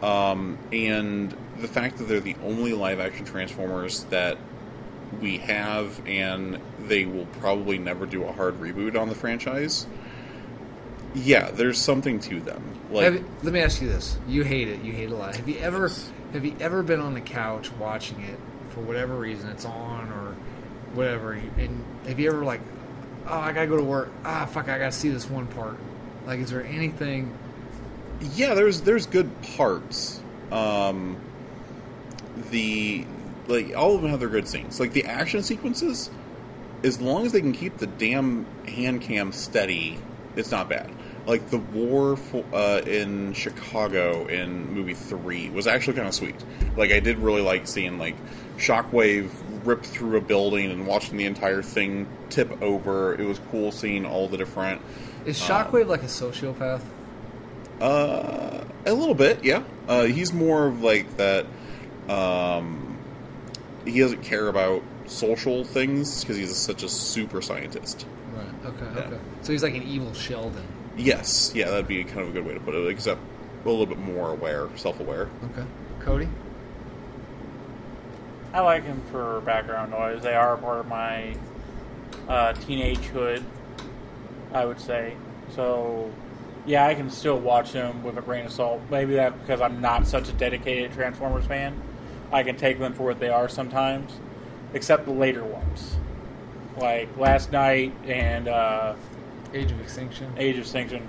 A: um, and the fact that they're the only live action Transformers that we have, and they will probably never do a hard reboot on the franchise. Yeah, there's something to them. Like
B: Have you- let me ask you this: You hate it. You hate it a lot. Have you ever have you ever been on the couch watching it for whatever reason? It's on or whatever. And have you ever like, oh, I gotta go to work. Ah, fuck, I gotta see this one part. Like, is there anything?
A: yeah there's there's good parts um the like all of them have their good scenes like the action sequences as long as they can keep the damn hand cam steady it's not bad like the war for, uh, in chicago in movie three was actually kind of sweet like i did really like seeing like shockwave rip through a building and watching the entire thing tip over it was cool seeing all the different
B: Is Shockwave like a sociopath?
A: uh, a little bit, yeah. Uh, he's more of like that. Um, he doesn't care about social things because he's such a super scientist.
B: Right. Okay.
A: Yeah.
B: Okay. So he's like an evil Sheldon.
A: Yes, yeah, that'd be kind of a good way to put it. Except a little bit more aware, self-aware.
B: Okay. Cody.
C: I like them for background noise. They are part of my uh, teenagehood, I would say. So, yeah, I can still watch them with a grain of salt. Maybe that's because I'm not such a dedicated Transformers fan. I can take them for what they are sometimes, except the later ones. Like last night and uh,
B: Age of Extinction.
C: Age of Extinction.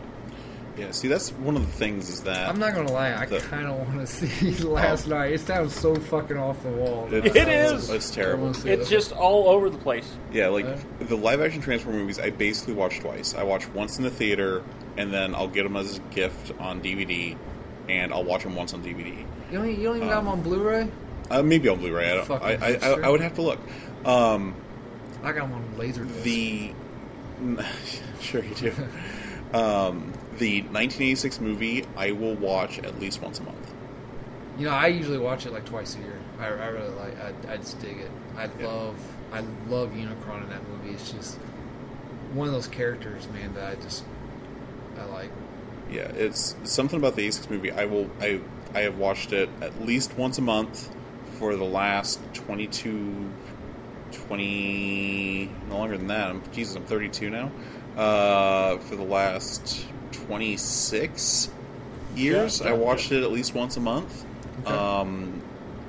A: Yeah, see, that's one of the things is that
B: I'm not gonna lie, I
A: The-
B: kind of want to see Last Night. It sounds so fucking off the wall.
A: It-
C: It is.
A: it's terrible.
C: It's just all over the place.
A: Yeah, like
B: Uh.
A: the live action Transformer movies, I basically watch twice. I watch once in the theater, and then I'll get them as a gift on DVD, and I'll watch them once on DVD.
B: You don't, e, you don't even got them on Blu-ray.
A: Uh, maybe on Blu-ray. I, don't, I,
B: Fucking
A: I, I,
B: hipster.
A: I would have to look. Um,
B: I got them on Laserdisc.
A: the sure you do. Um, the 1986 movie I will watch at least once a month.
B: You know, I usually watch it like twice a year. I, I really like. I, I just dig it. I
A: Yeah.
B: love. I love Unicron in that movie. It's just one of those characters, man, that I just I like.
A: Yeah, it's something about the 86 movie. I will. I I have watched it at least once a month for the last 22, 20, no longer than that. I'm, Jesus, I'm 32 now. Uh, for the last 26 years,
C: Yeah, yeah,
A: I watched it at least once a month.
B: Okay.
A: Um,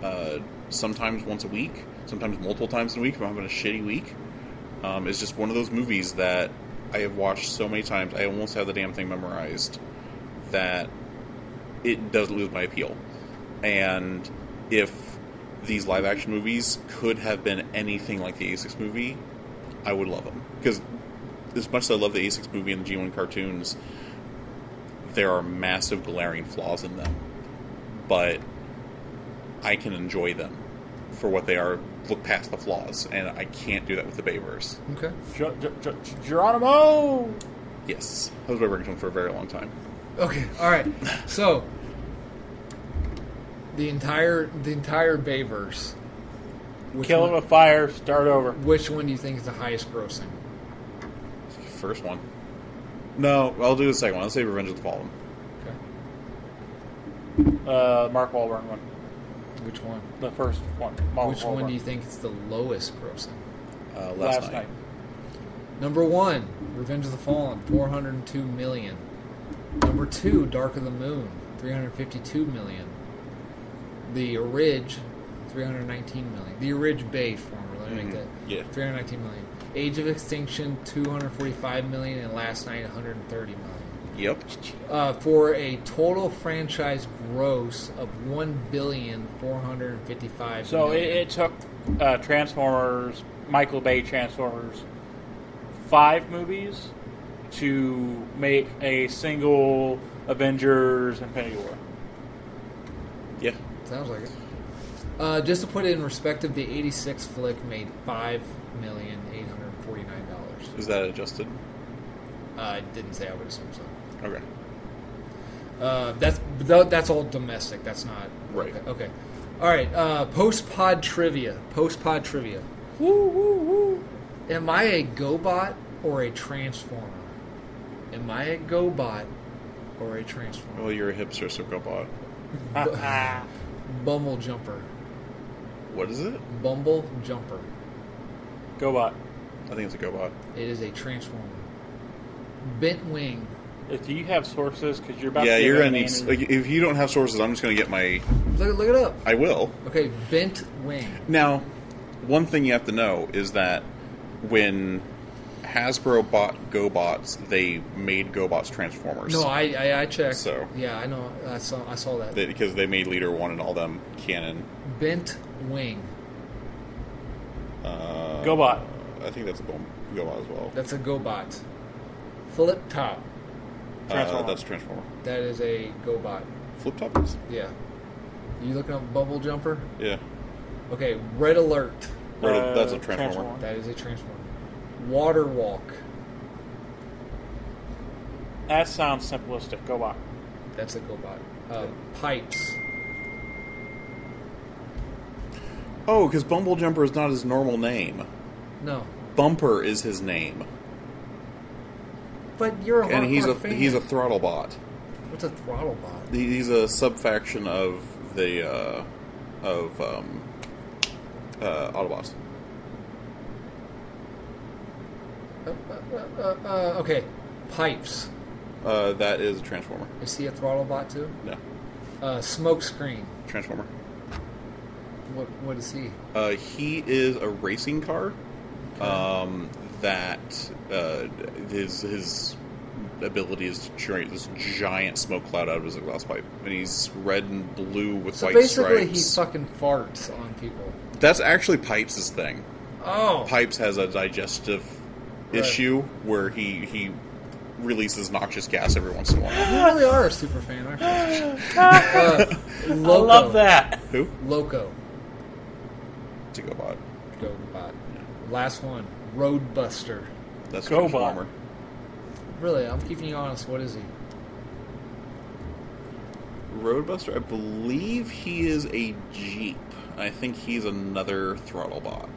A: uh, sometimes once a week, sometimes multiple times a week if I'm having a shitty week. Um, it's just one of those movies that I have watched so many times. I almost have the damn thing memorized that it doesn't lose my appeal. And if these live action movies could have been anything like the A6 movie, I would love them. Because as much as I love the A6 movie and the G1 cartoons, there are massive glaring flaws in them. But I can enjoy them for what they are, look past the flaws, and I can't do that with the Bayverse.
B: Okay.
C: Ge- Ge- Ge- Geronimo!
A: Yes, that was my ringtone for a very long time.
B: Okay. All right. So the entire the entire Bayverse. Which
C: Kill him
B: one,
C: with fire, start over.
B: Which one do you think is the highest grossing?
A: First one. No, I'll do the second one. I'll say Revenge of the Fallen.
B: Okay.
C: Uh, Mark Wahlberg one.
B: Which one?
C: The first one. Mark
B: which one
C: Wahlberg.
B: do you think is the lowest grossing?
A: Uh,
C: Last, night.
B: Number one, Revenge of the Fallen, 402 million. Number two, Dark of the Moon, 352 million. The Ridge, 319 million. The Ridge Bay former, let me
A: Mhm,
C: Mm-hmm.
B: make that.
A: yeah.
B: 319 million. Age of Extinction, 245 million, and Last Night, 130 million.
A: Yep.
B: Uh, for a total franchise gross of one billion four hundred fifty-five.
C: So it, it took uh, Transformers, Michael Bay Transformers, five movies to make a single Avengers Infinity War.
A: Yeah.
B: Sounds like it. Uh, just to put it in perspective, the '86 flick made five million eight hundred forty-nine dollars.
A: Is that adjusted?
B: Uh, I didn't say I would assume so.
A: Okay.
B: Uh, that's tho- that's all domestic. That's not
A: Right.
B: Okay. okay. All right. Uh, Post pod trivia. Post pod trivia.
C: Woo, woo, woo.
B: Am I a GoBot or a Transformer? Am I a GoBot or a Transformer?
A: Well, you're a hipster, so go bot.
B: Bumble jumper.
A: What is it?
B: Bumble jumper.
C: Gobot.
A: I think it's a GoBot.
B: It is a Transformer. Bent wing.
C: If you have sources, because you're about
A: yeah,
C: to give
A: you're
C: it a
A: gonna need.
C: name.
A: Like, if you don't have sources, I'm just gonna get my.
B: Look, look it up.
A: I will.
B: Okay, bent wing.
A: Now, one thing you have to know is that when Hasbro bought GoBots, they made GoBots Transformers.
B: No, I I, I checked.
A: So.
B: yeah, I know. I saw I saw that.
A: They- because they made Leader One and all them canon.
B: bent wing.
A: Uh,
C: Gobot.
A: I think that's a bomb GoBot as well.
B: That's a GoBot. Flip top.
A: Uh,
C: Transformer.
A: that's Transformer.
B: That is a GoBot.
A: Flip top is?
B: Yeah. You looking up bumble jumper?
A: Yeah.
B: Okay, red alert.
A: Or
C: Uh,
A: that's a Transformer.
C: Transformer.
B: That is a transformer. Water walk.
C: That sounds simplistic. Gobot.
B: That's a GoBot. Uh, pipes.
A: Oh, because Bumble Jumper is not his normal name.
B: No.
A: Bumper is his name,
B: But you're a
A: and he's a
B: hardcore fan.
A: he's a throttle bot.
B: What's a throttle bot?
A: He- He's a subfaction of the uh, of um, uh, Autobots.
B: Uh, uh, uh, uh, okay, pipes.
A: Uh, that is a Transformer.
B: Is he a throttle bot too?
A: No,
B: Uh, smoke screen.
A: Transformer.
B: What what is he?
A: Uh, he is a racing car um, that uh, his his ability is to generate this giant smoke cloud out of his exhaust pipe, and he's red and blue with
B: So
A: white
B: basically,
A: stripes.
B: he fucking farts on people.
A: That's actually Pipes' thing.
B: Oh,
A: Pipes has a digestive
B: Right.
A: issue where he he releases noxious gas every once in a while.
B: you really are a super fan, aren't you? uh,
C: I
B: Loco.
C: love that.
A: Who?
B: Loco.
A: It's a GoBot.
B: Go bot. Last one. Roadbuster.
A: That's
C: Gobot.
A: Transformer.
B: Really, I'm keeping you honest. What is he?
A: Roadbuster, I believe he is a Jeep. I think he's another throttle bot.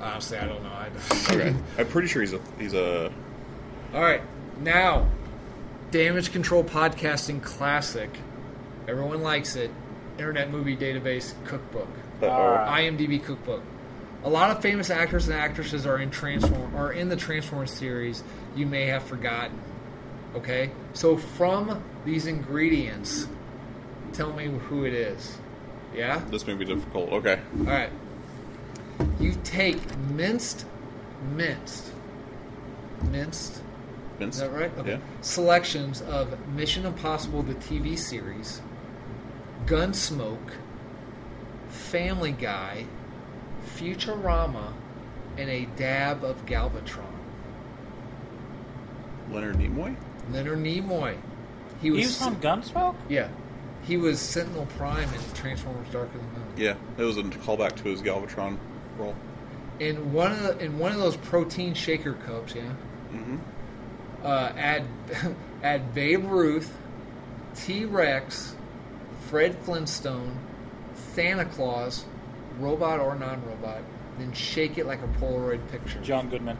B: Honestly, I don't know. I
A: Okay. I'm pretty sure he's a he's a
B: All right, now, Damage Control Podcasting Classic. Everyone likes it. Internet Movie Database Cookbook,
A: uh,
C: Ah.
B: IMDb Cookbook. A lot of famous actors and actresses are in Transform are in the Transformers series. You may have forgotten. Okay, so from these ingredients, tell me who it is. Yeah.
A: this may be difficult. Okay.
B: All right. You take minced, minced, minced.
A: Vince?
B: Is that right?
A: Yeah.
B: Selections of Mission Impossible, the TV series, Gunsmoke, Family Guy, Futurama, and a dab of Galvatron.
A: Leonard Nimoy?
B: Leonard Nimoy. He
C: He
B: was,
C: was on Gunsmoke?
B: yeah. He was Sentinel Prime in Transformers: Dark of the Moon.
A: Yeah. It was a callback to his Galvatron role.
B: in one of the, in one of those protein shaker cups, yeah. Uh, add add Babe Ruth, T Rex, Fred Flintstone, Santa Claus, robot or non-robot. Then shake it like a Polaroid picture.
C: John Goodman.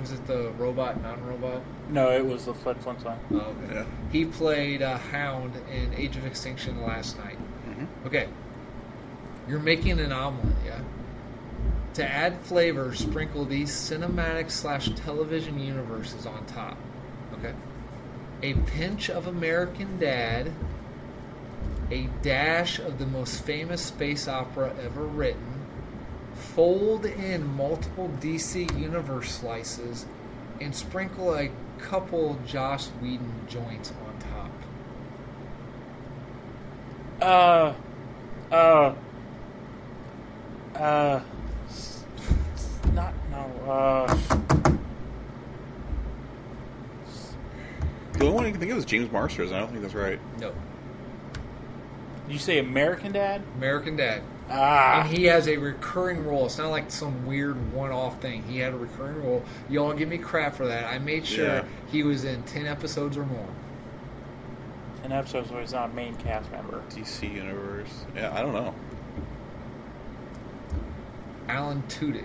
B: Was it the robot, non-robot?
C: No, it was the Fred Flintstone.
B: Oh, okay.
A: Yeah.
B: He played a hound in Age of Extinction last night. Okay. You're making an omelet, yeah? To add flavor, sprinkle these cinematic slash television universes on top. Okay. A pinch of American Dad, a dash of the most famous space opera ever written, fold in multiple DC universe slices, and sprinkle a couple Joss Whedon joints on top.
C: Uh, uh, uh, s- s- not no. Uh,
A: The only one I can think of is James Marsters, and I don't think that's right.
B: No.
C: you say American Dad?
B: American Dad.
C: Ah,
B: And he has a recurring role. It's not like some weird one-off thing. He had a recurring role. Y'all give me crap for that. I made sure
A: Yeah.
B: he was in ten episodes or more.
C: an episode where he's not a main cast member.
A: DC Universe. Yeah, I don't know.
B: Alan Tudyk.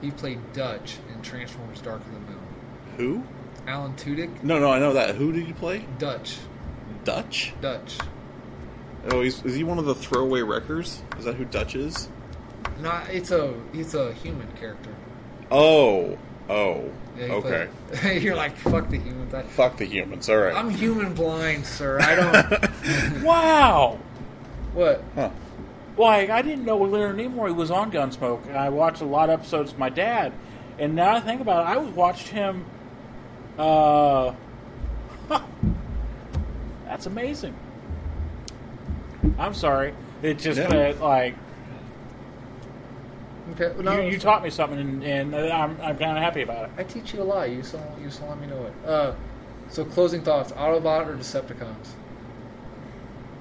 B: He played Dutch in Transformers: Dark of the Moon.
A: Who?
B: Alan Tudyk,
A: No, no, I know that. Who did you play?
B: Dutch,
A: Dutch?
B: Dutch.
A: Oh, he's, is he one of the throwaway wreckers? Is that who Dutch is?
B: Not it's a it's a human character.
A: Oh, oh,
B: Yeah, he
A: okay.
B: played- you're like fuck the human. Thing.
A: Fuck the humans. All right.
B: I'm human blind, sir. I don't.
C: Wow.
B: what?
A: Huh.
C: Like I didn't know Leonard Nimoy was on Gunsmoke, and I watched a lot of episodes with my dad. And now I think about it, I watched him. Uh, that's amazing. I'm sorry, it just
A: Yeah.
C: that like
B: Okay. well,
C: you, you taught me something, and, and I'm I'm kind of happy about it.
B: I teach you a lot. You still you still let me know it. Uh, so closing thoughts: Autobot or Decepticons?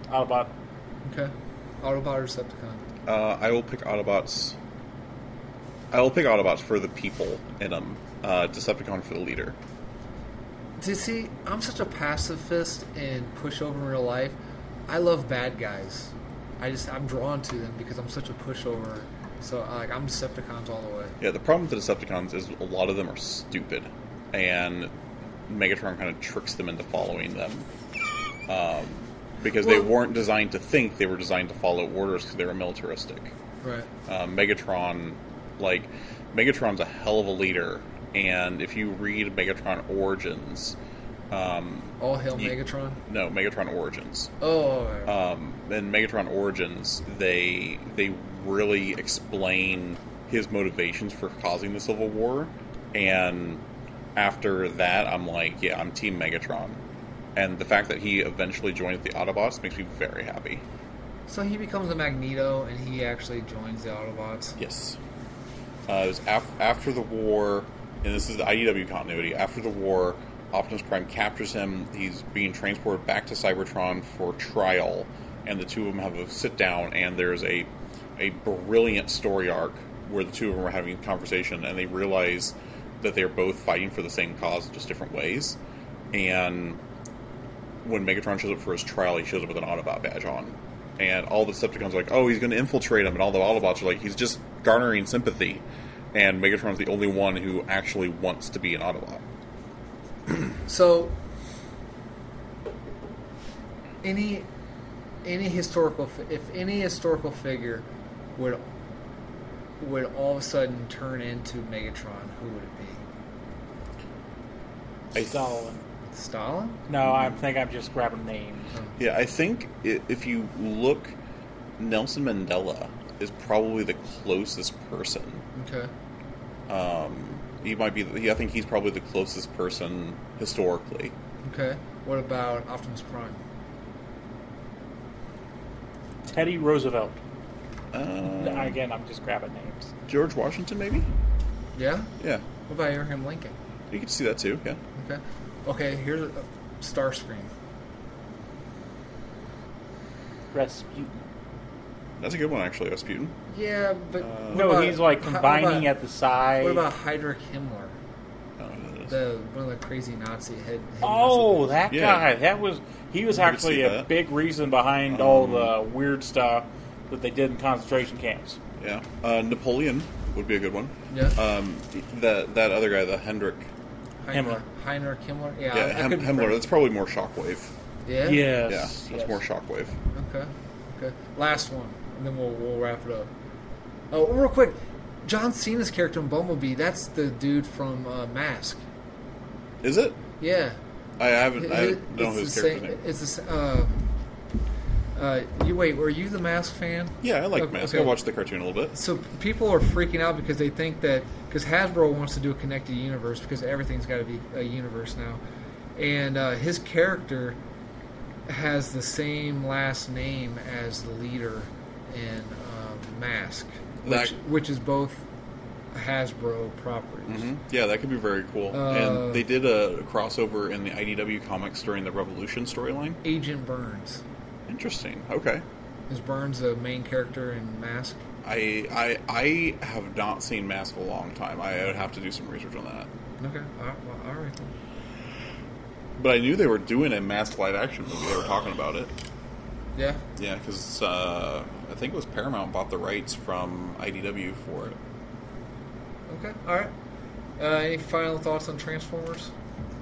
C: Autobot.
B: Okay. Autobot or Decepticon?
A: Uh, I will pick Autobots. I will pick Autobots for the people in them. Uh, Decepticon for the leader.
B: Do you see? I'm such a pacifist and pushover in real life. I love bad guys. I just I'm drawn to them because I'm such a pushover. So like I'm Decepticons all the way.
A: Yeah, the problem with the Decepticons is a lot of them are stupid, and Megatron kind of tricks them into following them. Um, because they
B: Well-
A: weren't designed to think; they were designed to follow orders because they were militaristic.
B: Right.
A: uh, Megatron, like Megatron's a hell of a leader, and if you read Megatron Origins, um,
B: All hail
A: Ye-
B: Megatron.
A: no Megatron Origins,
B: Oh. all right.
A: um, in Megatron Origins, they they really explain his motivations for causing the Civil War, and after that, I'm like, yeah, I'm Team Megatron, and the fact that he eventually joined the Autobots makes me very happy.
B: so he becomes a Magneto and he actually joins the Autobots.
A: Yes. Uh, it was af- after the war, and this is the IDW continuity. After the war, Optimus Prime captures him. He's being transported back to Cybertron for trial, and the two of them have a sit down, and there's a a brilliant story arc where the two of them are having a conversation, and they realize that they're both fighting for the same cause, just different ways. And when Megatron shows up for his trial, he shows up with an Autobot badge on, and all the Decepticons are like, "Oh, he's going to infiltrate him," and all the Autobots are like, "He's just garnering sympathy." And Megatron's the only one who actually wants to be an Autobot.
B: So, any any historical fi- if any historical figure would would all of a sudden turn into Megatron, who would it be?
A: I-
C: Stalin.
B: Stalin?
C: No, I think I'm just grabbing names.
A: Yeah, I think i- if you look, Nelson Mandela is probably the closest person.
B: Okay.
A: Um, he might be. I think he's probably the closest person historically.
B: Okay. What about Optimus Prime?
C: Teddy Roosevelt.
A: Um,
B: Mm.
C: Again, I'm just grabbing names.
A: George Washington, maybe.
B: Yeah.
A: Yeah,
B: What about Abraham Lincoln?
A: you could see that too. Yeah,
B: Okay. Okay. Here's a, Starscream.
C: Rasputin.
A: that's a good one actually, Rasputin.
B: Yeah, but
A: Uh,
B: what
C: No,
B: about-
C: he's like
B: how-
C: combining
B: what about,
C: at the side.
B: What about Heydrich Himmler,
A: I don't know who that Oh, is.
B: the one of the crazy Nazi head? head Nazi
C: Oh,
B: guys?
C: that
A: Yeah.
C: guy. That was he was
A: You could
C: actually
A: see
C: a
A: that.
C: big reason behind all
A: Um,
C: the weird stuff that they did in concentration camps.
A: Yeah, uh, Napoleon would be a good one.
B: Yeah.
A: Um, that that other guy, the Hendrick,
B: Heimler.
C: Himmler.
B: Heimler, Himmler. Yeah,
A: yeah,
B: I- I
A: Hem-
B: couldn't-
A: Himmler. That's probably more Shockwave.
B: Yeah.
A: Yeah,
C: Yes.
A: that's
C: yes.
A: more Shockwave.
B: Okay. Okay. Last one, and then we'll we'll wrap it up. Oh, real quick, John Cena's character in Bumblebee. That's the dude from uh, Mask.
A: Is it?
B: Yeah.
A: I haven't. I
B: It-
A: don't know his
B: it's the
A: character's
B: same-
A: name.
B: It's the sa- uh, uh, you wait. Were you the Mask fan?
A: Yeah, I like
B: Okay,
A: Mask. I
B: okay.
A: watched the cartoon a little bit.
B: So people are freaking out because they think that because Hasbro wants to do a connected universe because everything's got to be a universe now, and uh, his character has the same last name as the leader in um, Mask, which
A: That-
B: which is both Hasbro properties.
A: hmm Yeah, that could be very cool.
B: Mm-hmm. Uh,
A: and they did a crossover in the IDW comics during the Revolution storyline.
B: Agent Burns
A: Interesting. Okay.
B: is Burns the main character in Mask?
A: I I I have not seen Mask in a long time. I would have to do some research on that.
B: Okay, all right, Uh, well, all right. then.
A: But I knew they were doing a Mask live action movie. They were talking about it.
B: Yeah.
A: Yeah, because uh, I think it was Paramount bought the rights from IDW for it.
B: Okay. All right. Uh, any final thoughts on Transformers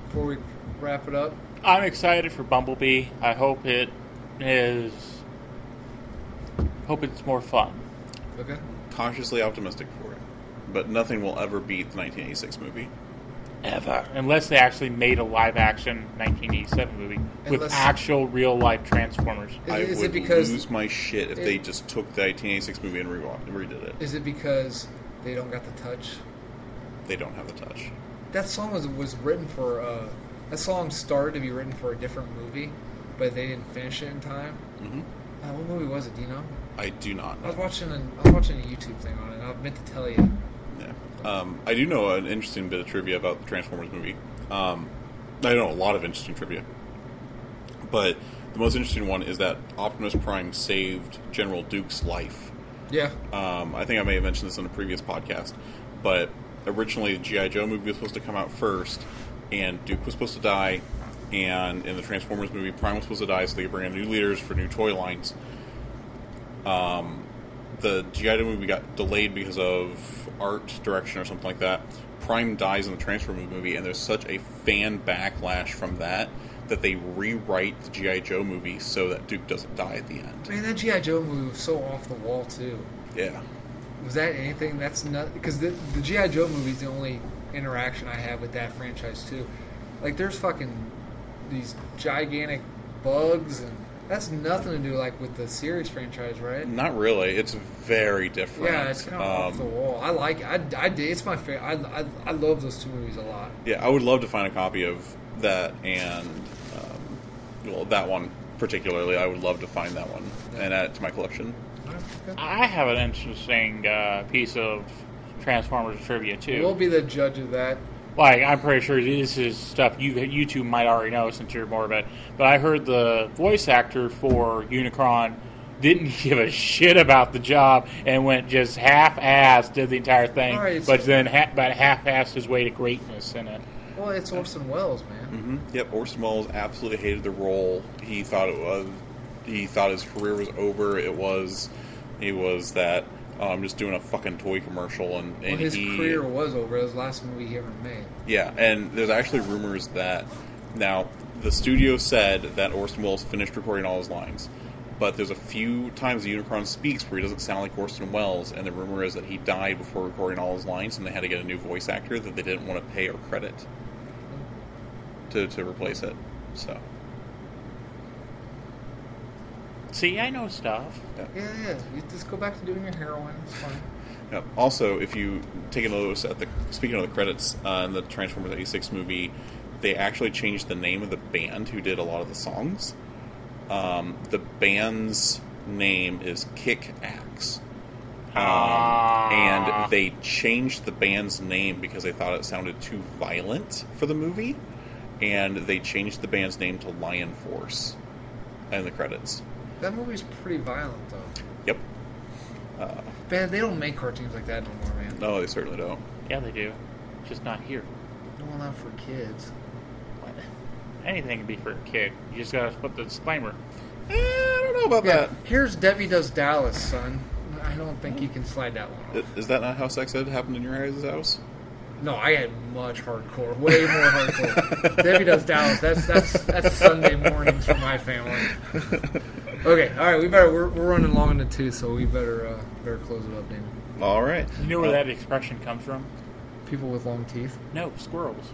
B: before we wrap it up?
C: I'm excited for Bumblebee. I hope it is. Hope it's more fun.
B: Okay.
A: Cautiously optimistic for it, but nothing will ever beat the 1986 movie.
C: Ever. Unless they actually made a live action 1987 movie with
B: Unless-
C: actual real life Transformers.
B: Is,
A: I
B: is
A: would
B: it because
A: lose my shit if
B: it-
A: they just took the 1986 movie and re- redid it.
B: is it because they don't got the touch?
A: They don't have the touch.
B: That song was was written for uh, that song started to be written for a different movie, but they didn't finish it in time.
A: hmm
B: Uh, what movie was it? Do you know?
A: I do not
B: I was
A: know.
B: watching an, I was watching a YouTube thing on it. and I meant to tell you.
A: Yeah. Um, I do know an interesting bit of trivia about the Transformers movie. Um, I know a lot of interesting trivia, but the most interesting one is that Optimus Prime saved General Duke's life.
B: Yeah.
A: Um, I think I may have mentioned this in a previous podcast, but originally the GI Joe movie was supposed to come out first, and Duke was supposed to die, and in the Transformers movie, Prime was supposed to die, so they bring in new leaders for new toy lines. Um, the GI Joe movie got delayed because of art direction or something like that. Prime dies in the Transformers movie, and there's such a fan backlash from that that they rewrite the GI Joe movie so that Duke doesn't die at the end.
B: Man, that GI Joe movie was so off the wall too.
A: Yeah.
B: Was that anything? That's not because the, the GI Joe movie is the only interaction I have with that franchise too. Like, there's fucking these gigantic bugs, and that's nothing to do like with the series franchise, right?
A: Not really. It's very different.
B: Yeah, it's kind of off the
A: Um,
B: wall. I like it. I, I did. It's my favorite. I, I, I love those two movies a lot.
A: yeah, I would love to find a copy of that and um, well, that one particularly. I would love to find that one and add it to my collection.
B: Okay.
C: I have an interesting uh, piece of Transformers trivia too.
B: We'll be the judge of that.
C: like I'm pretty sure this is stuff you you two might already know since you're more of it. But I heard the voice actor for Unicron didn't give a shit about the job and went just half-assed did the entire thing,
B: All right, it's-
C: but then ha- but half-assed his way to greatness in it.
B: Well, it's Orson Welles, man.
A: hmm Yep, Orson Welles absolutely hated the role. He thought it was, he thought his career was over. It was, he was that. Oh, I'm just doing a fucking toy commercial, and, and
B: Well, his
A: he,
B: career was over. It was the last movie he ever made.
A: yeah. And there's actually rumors that now the studio said that Orson Welles finished recording all his lines, but there's a few times the Unicron speaks where he doesn't sound like Orson Welles, and the rumor is that he died before recording all his lines, and they had to get a new voice actor that they didn't want to pay or credit to to replace it. So.
C: See, I know stuff.
B: Yeah, yeah. You just go back to doing your heroin. It's fine.
A: Yep. Also, if you take another look at the speaking of the credits uh, in the Transformers '86 movie, they actually changed the name of the band who did a lot of the songs. Um, the band's name is Kick Axe,
C: Ah.
A: Um, and they changed the band's name because they thought it sounded too violent for the movie, and they changed the band's name to Lion Force, in the credits.
B: That movie's pretty violent, though.
A: Yep.
B: Man, they don't make cartoons like that no more, man.
A: No, they certainly don't.
C: yeah, they do, just not here.
B: Well, not for kids.
C: Anything can be for a kid. You just gotta put the disclaimer.
A: Eh, I don't know about
B: Yeah,
A: that.
B: here's Debbie Does Dallas, son. I don't think you can slide that one off.
A: I- Is that not how sex ed happened in your guys' house?
B: No, I had much hardcore, way more hardcore. Debbie Does Dallas. That's that's that's Sunday mornings for my family. Okay, all right, we better. We're, we're running long into two, so we better uh, better close it up, Damon.
A: All right.
C: You know where that expression comes from?
B: People with long teeth.
C: No, squirrels.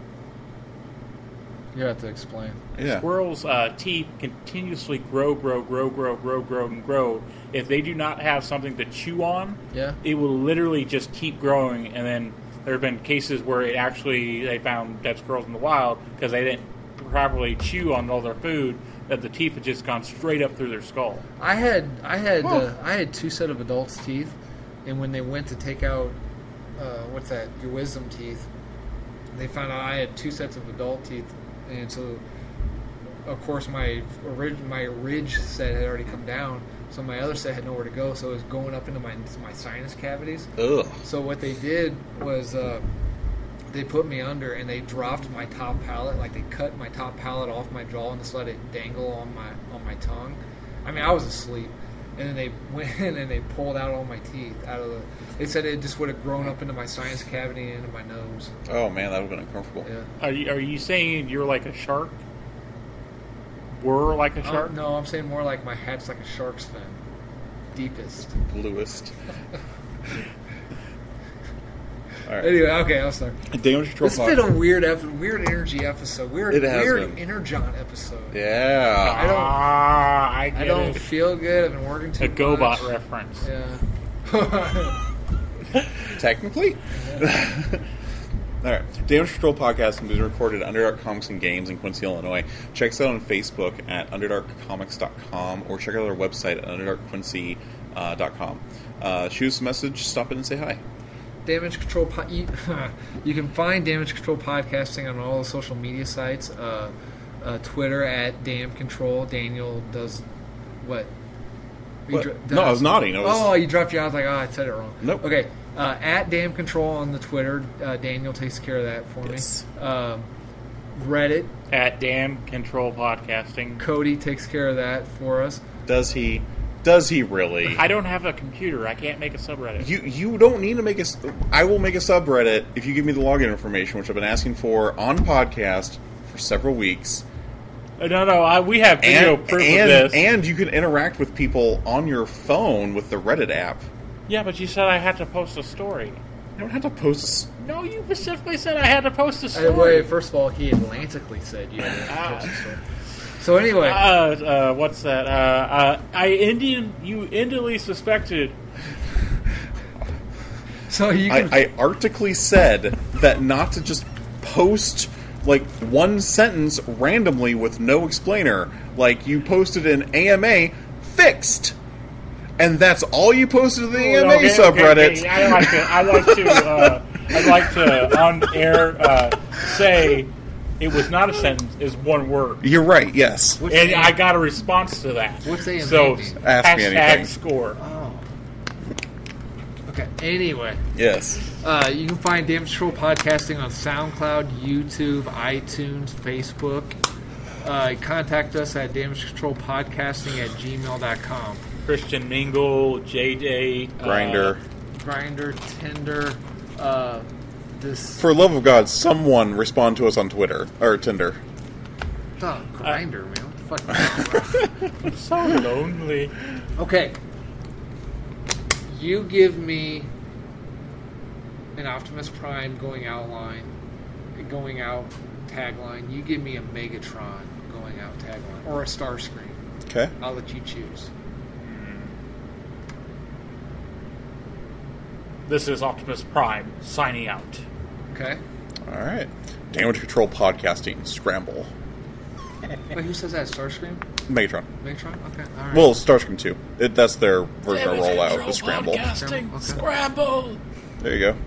B: You have to explain.
A: Oh, Yeah.
C: Squirrels' uh, teeth continuously grow, grow, grow, grow, grow, grow, and grow. If they do not have something to chew on,
B: Yeah.
C: it will literally just keep growing. And then there have been cases where it actually they found dead squirrels in the wild because they didn't properly chew on all their food that the teeth had just gone straight up through their skull.
B: I had I had uh,
A: Oh.
B: I had two set of adults teeth, and when they went to take out uh, what's that your wisdom teeth, they found out I had two sets of adult teeth, and so of course my ridge my ridge set had already come down, so my other set had nowhere to go, so it was going up into my my sinus cavities.
A: Ugh.
B: So what they did was uh, they put me under and they dropped my top palate, like they cut my top palate off my jaw and just let it dangle on my on my tongue. I mean, I was asleep, and then they went in and they pulled out all my teeth out of the. They said it just would have grown up into my sinus cavity and into my nose.
A: Oh man, that would have been uncomfortable.
B: Yeah.
C: Are you, are you saying you're like a shark? Were like a
B: I
C: shark?
B: don't- Uh, Oh, no, I'm saying more like my hat's like a shark's fin, deepest.
A: Bluest. All right.
B: Anyway, okay, I'll start.
A: Damage control.
B: This has been a weird, ep- weird energy episode. Weird,
A: It has
B: weird
A: been.
B: energon episode.
A: yeah.
B: I don't-
C: Ah, I get
B: I don't
C: it.
B: feel good. I've been working too
C: A GoBot
B: much.
C: reference.
B: Yeah.
A: Technically. All right. Damage Control podcast can be recorded at Underdark Comics and Games in Quincy, Illinois. Check us out on Facebook at underdarkcomics.com or check out our website at underdarkquincy.com. Uh, shoot us a message, stop in and say hi.
B: Damage Control. Po- you, you can find Damage Control podcasting on all the social media sites. Uh, uh, Twitter at Dam Control. Daniel does what? You
A: What?
B: dro-
A: No, I was nodding. I was-
B: Oh, you dropped your. I was like, oh, I said it wrong.
A: Nope.
B: Okay. Uh, at Dam Control on the Twitter. Uh, Daniel takes care of that for
A: Yes.
B: me. Um, Reddit.
C: At Damn Control Podcasting.
B: Cody takes care of that for us.
A: Does he? Does he really?
C: I don't have a computer. I can't make a subreddit.
A: You you don't need to make a. s- I will make a subreddit if you give me the login information, which I've been asking for on podcast for several weeks.
C: Uh, no, no. I, we have video
A: And
C: proof
A: and,
C: of this.
A: and you can interact with people on your phone with the Reddit app.
C: yeah, but you said I had to post a story.
A: You don't have to post. s-
C: No, you specifically said I had to post a
B: Hey,
C: story.
B: wait, first of all, he atlantically said you had to post a story. So anyway,
C: uh, uh, what's that? Uh, uh, I Indian. You indolently suspected.
B: so you can
A: I, I arctically said that not to just post like one sentence randomly with no explainer. Like you posted an AMA fixed, and that's all you posted to the AMA
C: Oh, Okay, okay,
A: subreddit.
C: okay, I like to. I like to. Uh, I'd like to on air uh, say It was not a sentence. It was one word.
A: You're right. Yes.
B: What's
C: And
B: the-
C: I got a response to that.
B: What's the AMP
C: So
B: mean?
A: Ask me anything.
C: hashtag score.
B: Oh. Okay. Anyway.
A: Yes.
B: Uh, you can find Damage Control Podcasting on SoundCloud, YouTube, iTunes, Facebook. Uh, contact us at damagecontrolpodcasting at gmail.com.
C: Christian Mingle, JJ, uh,
A: Grinder.
B: Grinder, Tinder, uh, this
A: For love of God, someone respond to us on Twitter or Tinder.
B: oh, Grinder, man. What the fuck? is
C: so lonely.
B: that? okay. You give me an Optimus Prime going out line, going out tagline. You give me a Megatron going out tagline, or a Starscream.
A: Okay.
B: I'll let you choose.
C: This is Optimus Prime signing out.
B: Okay.
A: All right. Damage control podcasting scramble.
B: Wait, who says that? Starscream?
A: Megatron.
B: Megatron? Okay, alright.
A: Well, Starscream too. It, that's their version of rollout. The scramble.
B: Scramble, okay.
C: Scramble.
A: There you go.